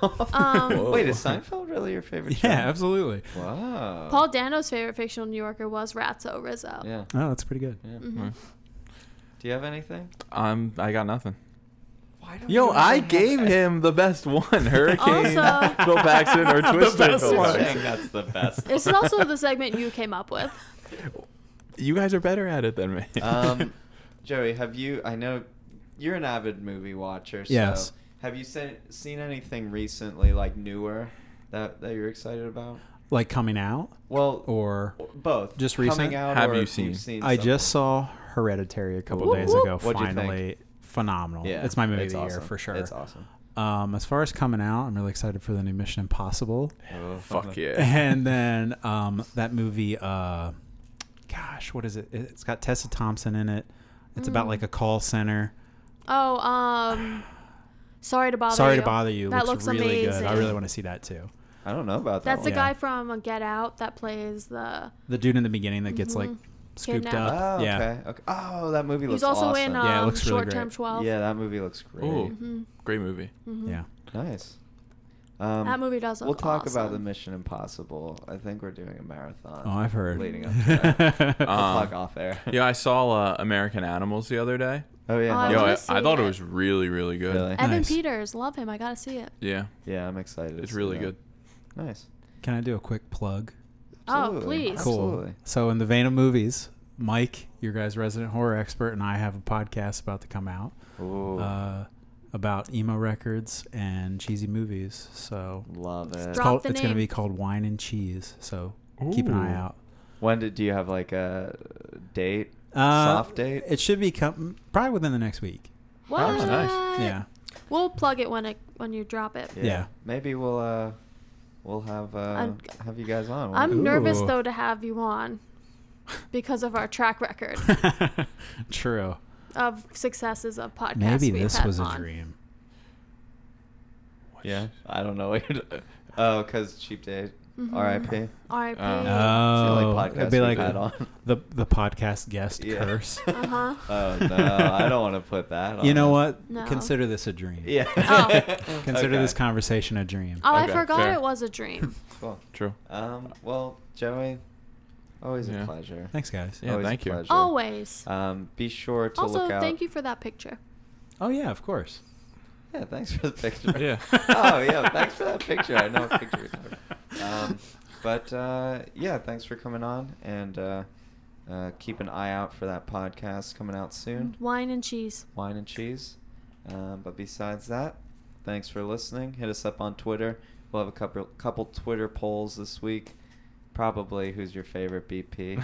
Speaker 2: um,
Speaker 1: Wait, is Seinfeld really your favorite?
Speaker 4: Yeah, absolutely.
Speaker 1: Show? Wow.
Speaker 2: Paul Dano's favorite fictional New Yorker was Ratso Rizzo.
Speaker 1: Yeah. Mm-hmm.
Speaker 3: Mm-hmm.
Speaker 2: Mm-hmm.
Speaker 4: Oh, that's pretty good.
Speaker 1: yeah. Do you have anything?
Speaker 3: I'm. I got nothing.
Speaker 1: Why I don't
Speaker 3: Yo,
Speaker 1: even
Speaker 3: I
Speaker 1: have-
Speaker 3: gave him the best one: Hurricane,
Speaker 2: Also-
Speaker 3: Bill Paxton, or Twister.
Speaker 1: Best
Speaker 3: Bill
Speaker 1: one.
Speaker 3: Paxton.
Speaker 1: That's the best.
Speaker 2: This is also the segment you came up with.
Speaker 3: You guys are better at it than me.
Speaker 1: Um, Joey, have you? I know you're an avid movie watcher. So
Speaker 4: Yes.
Speaker 1: Have you seen seen anything recently, like newer, that that you're excited about?
Speaker 4: Like coming out
Speaker 1: Well,
Speaker 4: or
Speaker 1: both.
Speaker 4: just recent?
Speaker 1: Coming out
Speaker 3: Have
Speaker 1: or
Speaker 3: you
Speaker 1: if
Speaker 3: seen?
Speaker 1: you've seen?
Speaker 4: I
Speaker 1: something.
Speaker 4: just saw Hereditary a couple
Speaker 2: Whoop,
Speaker 4: days
Speaker 2: whoop.
Speaker 4: ago.
Speaker 1: What'd you think?
Speaker 4: finally, phenomenal.
Speaker 1: Yeah,
Speaker 4: it's my movie of the year
Speaker 1: awesome.
Speaker 4: for sure.
Speaker 1: It's awesome.
Speaker 4: Um, as far as coming out, I'm really excited for the new Mission Impossible,
Speaker 1: Oh,
Speaker 3: Fuck yeah.
Speaker 4: and then um, that movie. Uh, gosh, what is it? It's got Tessa Thompson in it. It's
Speaker 1: Mm.
Speaker 4: about like a call center.
Speaker 2: Oh, um, sorry to bother
Speaker 4: Sorry
Speaker 2: you.
Speaker 4: to bother you.
Speaker 2: That
Speaker 4: looks,
Speaker 2: looks
Speaker 4: really
Speaker 2: amazing.
Speaker 4: good. I really want to see that too.
Speaker 1: I don't know about that.
Speaker 2: That's the
Speaker 1: one.
Speaker 4: Yeah.
Speaker 2: guy from uh, Get Out that plays the.
Speaker 4: The dude in the beginning that gets like
Speaker 2: Mhm.
Speaker 4: scooped
Speaker 2: Kidnapped.
Speaker 4: up.
Speaker 1: Oh,
Speaker 4: yeah.
Speaker 1: okay. Okay. Oh, that movie
Speaker 2: He
Speaker 1: looks
Speaker 2: was also
Speaker 1: awesome.
Speaker 2: in um,
Speaker 4: Yeah, it looks really
Speaker 2: Short Term
Speaker 4: great.
Speaker 2: 12.
Speaker 1: yeah, that movie looks great.
Speaker 3: Ooh.
Speaker 2: hmm
Speaker 3: Great movie.
Speaker 4: Yeah.
Speaker 1: Nice. Um,
Speaker 2: mm-hmm. That movie does
Speaker 1: We'll
Speaker 2: look
Speaker 1: talk about
Speaker 2: awesome.
Speaker 1: the Mission Impossible. I think we're doing a marathon.
Speaker 4: Oh, I've heard.
Speaker 1: Mm-hmm. Leading up to that. we'll
Speaker 3: Um,
Speaker 1: talk off air.
Speaker 3: Yeah, I saw uh, American Animals the other day.
Speaker 1: Oh yeah.
Speaker 2: Oh,
Speaker 1: how-
Speaker 2: I
Speaker 3: Yo, I,
Speaker 2: wanna
Speaker 3: I
Speaker 2: see
Speaker 3: thought it
Speaker 2: it.
Speaker 3: was really, really good.
Speaker 1: Really?
Speaker 2: Evan
Speaker 4: Nice.
Speaker 2: Peters, love him. I gotta see it.
Speaker 3: Yeah,
Speaker 1: Yeah, I'm excited. to
Speaker 3: it's
Speaker 1: see
Speaker 3: really
Speaker 1: that.
Speaker 3: good.
Speaker 1: Nice.
Speaker 4: Can I do a quick plug?
Speaker 2: Oh,
Speaker 1: Absolutely.
Speaker 2: please.
Speaker 1: Cool.
Speaker 4: So, in the vein of movies, Mike, your guys' resident horror expert, and I have a podcast about to come out
Speaker 1: Ooh,
Speaker 4: uh, about emo records and cheesy movies. So,
Speaker 1: love it.
Speaker 4: it's,
Speaker 2: Drop
Speaker 4: called,
Speaker 2: the
Speaker 4: it's going
Speaker 2: name.
Speaker 4: to be called Wine and Cheese. So, keep an
Speaker 3: Ooh.
Speaker 4: eye out.
Speaker 1: When did do you have like a date?
Speaker 4: Uh,
Speaker 1: Soft date?
Speaker 4: It should be com- probably within the next week.
Speaker 2: What?
Speaker 3: Oh, nice.
Speaker 4: Yeah.
Speaker 2: We'll plug it when it when you drop it.
Speaker 4: yeah.
Speaker 1: Maybe we'll uh, we'll have uh,
Speaker 2: I'm-
Speaker 1: have you guys on.
Speaker 2: I'm
Speaker 4: Ooh.
Speaker 2: nervous though to have you on because of our track record
Speaker 4: True.
Speaker 2: of successes of podcasts.
Speaker 4: Maybe
Speaker 2: we've
Speaker 4: this
Speaker 2: had
Speaker 4: was a
Speaker 2: on.
Speaker 4: dream.
Speaker 1: Yeah. I don't know. what you're- oh, cause cheap date.
Speaker 2: Mhm.
Speaker 1: R.I.P.
Speaker 2: R.I.P.
Speaker 3: Uh,
Speaker 4: Oh,
Speaker 1: podcast
Speaker 4: it'd be
Speaker 1: we've
Speaker 4: like
Speaker 1: had on.
Speaker 4: the the podcast guest
Speaker 1: Yeah.
Speaker 4: curse.
Speaker 2: Uh-huh.
Speaker 1: Oh no, I don't want to put that. on.
Speaker 4: You know what?
Speaker 2: No.
Speaker 4: Consider this a dream.
Speaker 1: Yeah.
Speaker 2: Oh.
Speaker 4: Consider
Speaker 1: Okay.
Speaker 4: this conversation a dream.
Speaker 2: oh,
Speaker 3: Okay,
Speaker 2: I forgot
Speaker 3: fair.
Speaker 2: it was a dream.
Speaker 1: Cool.
Speaker 3: True.
Speaker 1: Um. Well, Joey, always
Speaker 3: Yeah.
Speaker 1: a pleasure.
Speaker 4: Thanks, guys.
Speaker 3: Yeah,
Speaker 1: Always a
Speaker 3: thank you.
Speaker 1: pleasure.
Speaker 2: Always.
Speaker 1: Um. Be sure to
Speaker 2: also,
Speaker 1: look out.
Speaker 2: thank you for that picture.
Speaker 4: Oh yeah, of course.
Speaker 1: Yeah, thanks for the picture.
Speaker 3: Yeah.
Speaker 1: oh, yeah, thanks for that picture. I know what picture you're talking about. Um, but uh, yeah, thanks for coming on, and uh, uh, keep an eye out for that podcast coming out soon.
Speaker 2: Wine and cheese.
Speaker 1: Wine and cheese. Um, but besides that, thanks for listening. Hit us up on Twitter. We'll have a couple couple Twitter polls this week. Probably who's your favorite BP?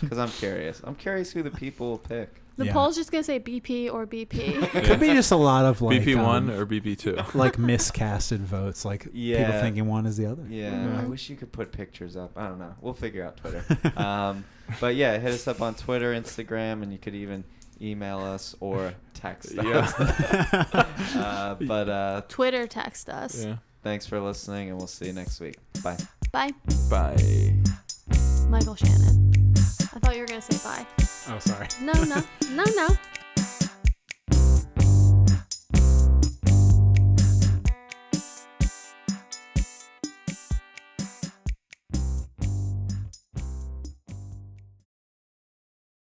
Speaker 1: Because I'm curious. I'm curious who the people will pick.
Speaker 2: The
Speaker 4: Yeah.
Speaker 2: poll's just gonna say BP or BP.
Speaker 4: It could be just a lot of like
Speaker 3: BP one
Speaker 4: um,
Speaker 3: or BP two.
Speaker 4: like miscasted votes, like people
Speaker 1: Yeah.
Speaker 4: thinking one is the other.
Speaker 1: Yeah, I
Speaker 2: Mhm.
Speaker 1: wish you could put pictures up. I don't know. We'll figure out Twitter.
Speaker 3: Uh,
Speaker 1: um, but yeah, hit us up on Twitter, Instagram, and you could even email us or text
Speaker 3: Yeah.
Speaker 1: us. uh, but uh,
Speaker 2: Twitter text us.
Speaker 3: yeah.
Speaker 1: thanks for listening, and we'll see you next week. Bye.
Speaker 2: Bye,
Speaker 3: Bye.
Speaker 2: Michael Shannon. I thought you were gonna say bye.
Speaker 4: Oh, sorry.
Speaker 2: No, no, no, no.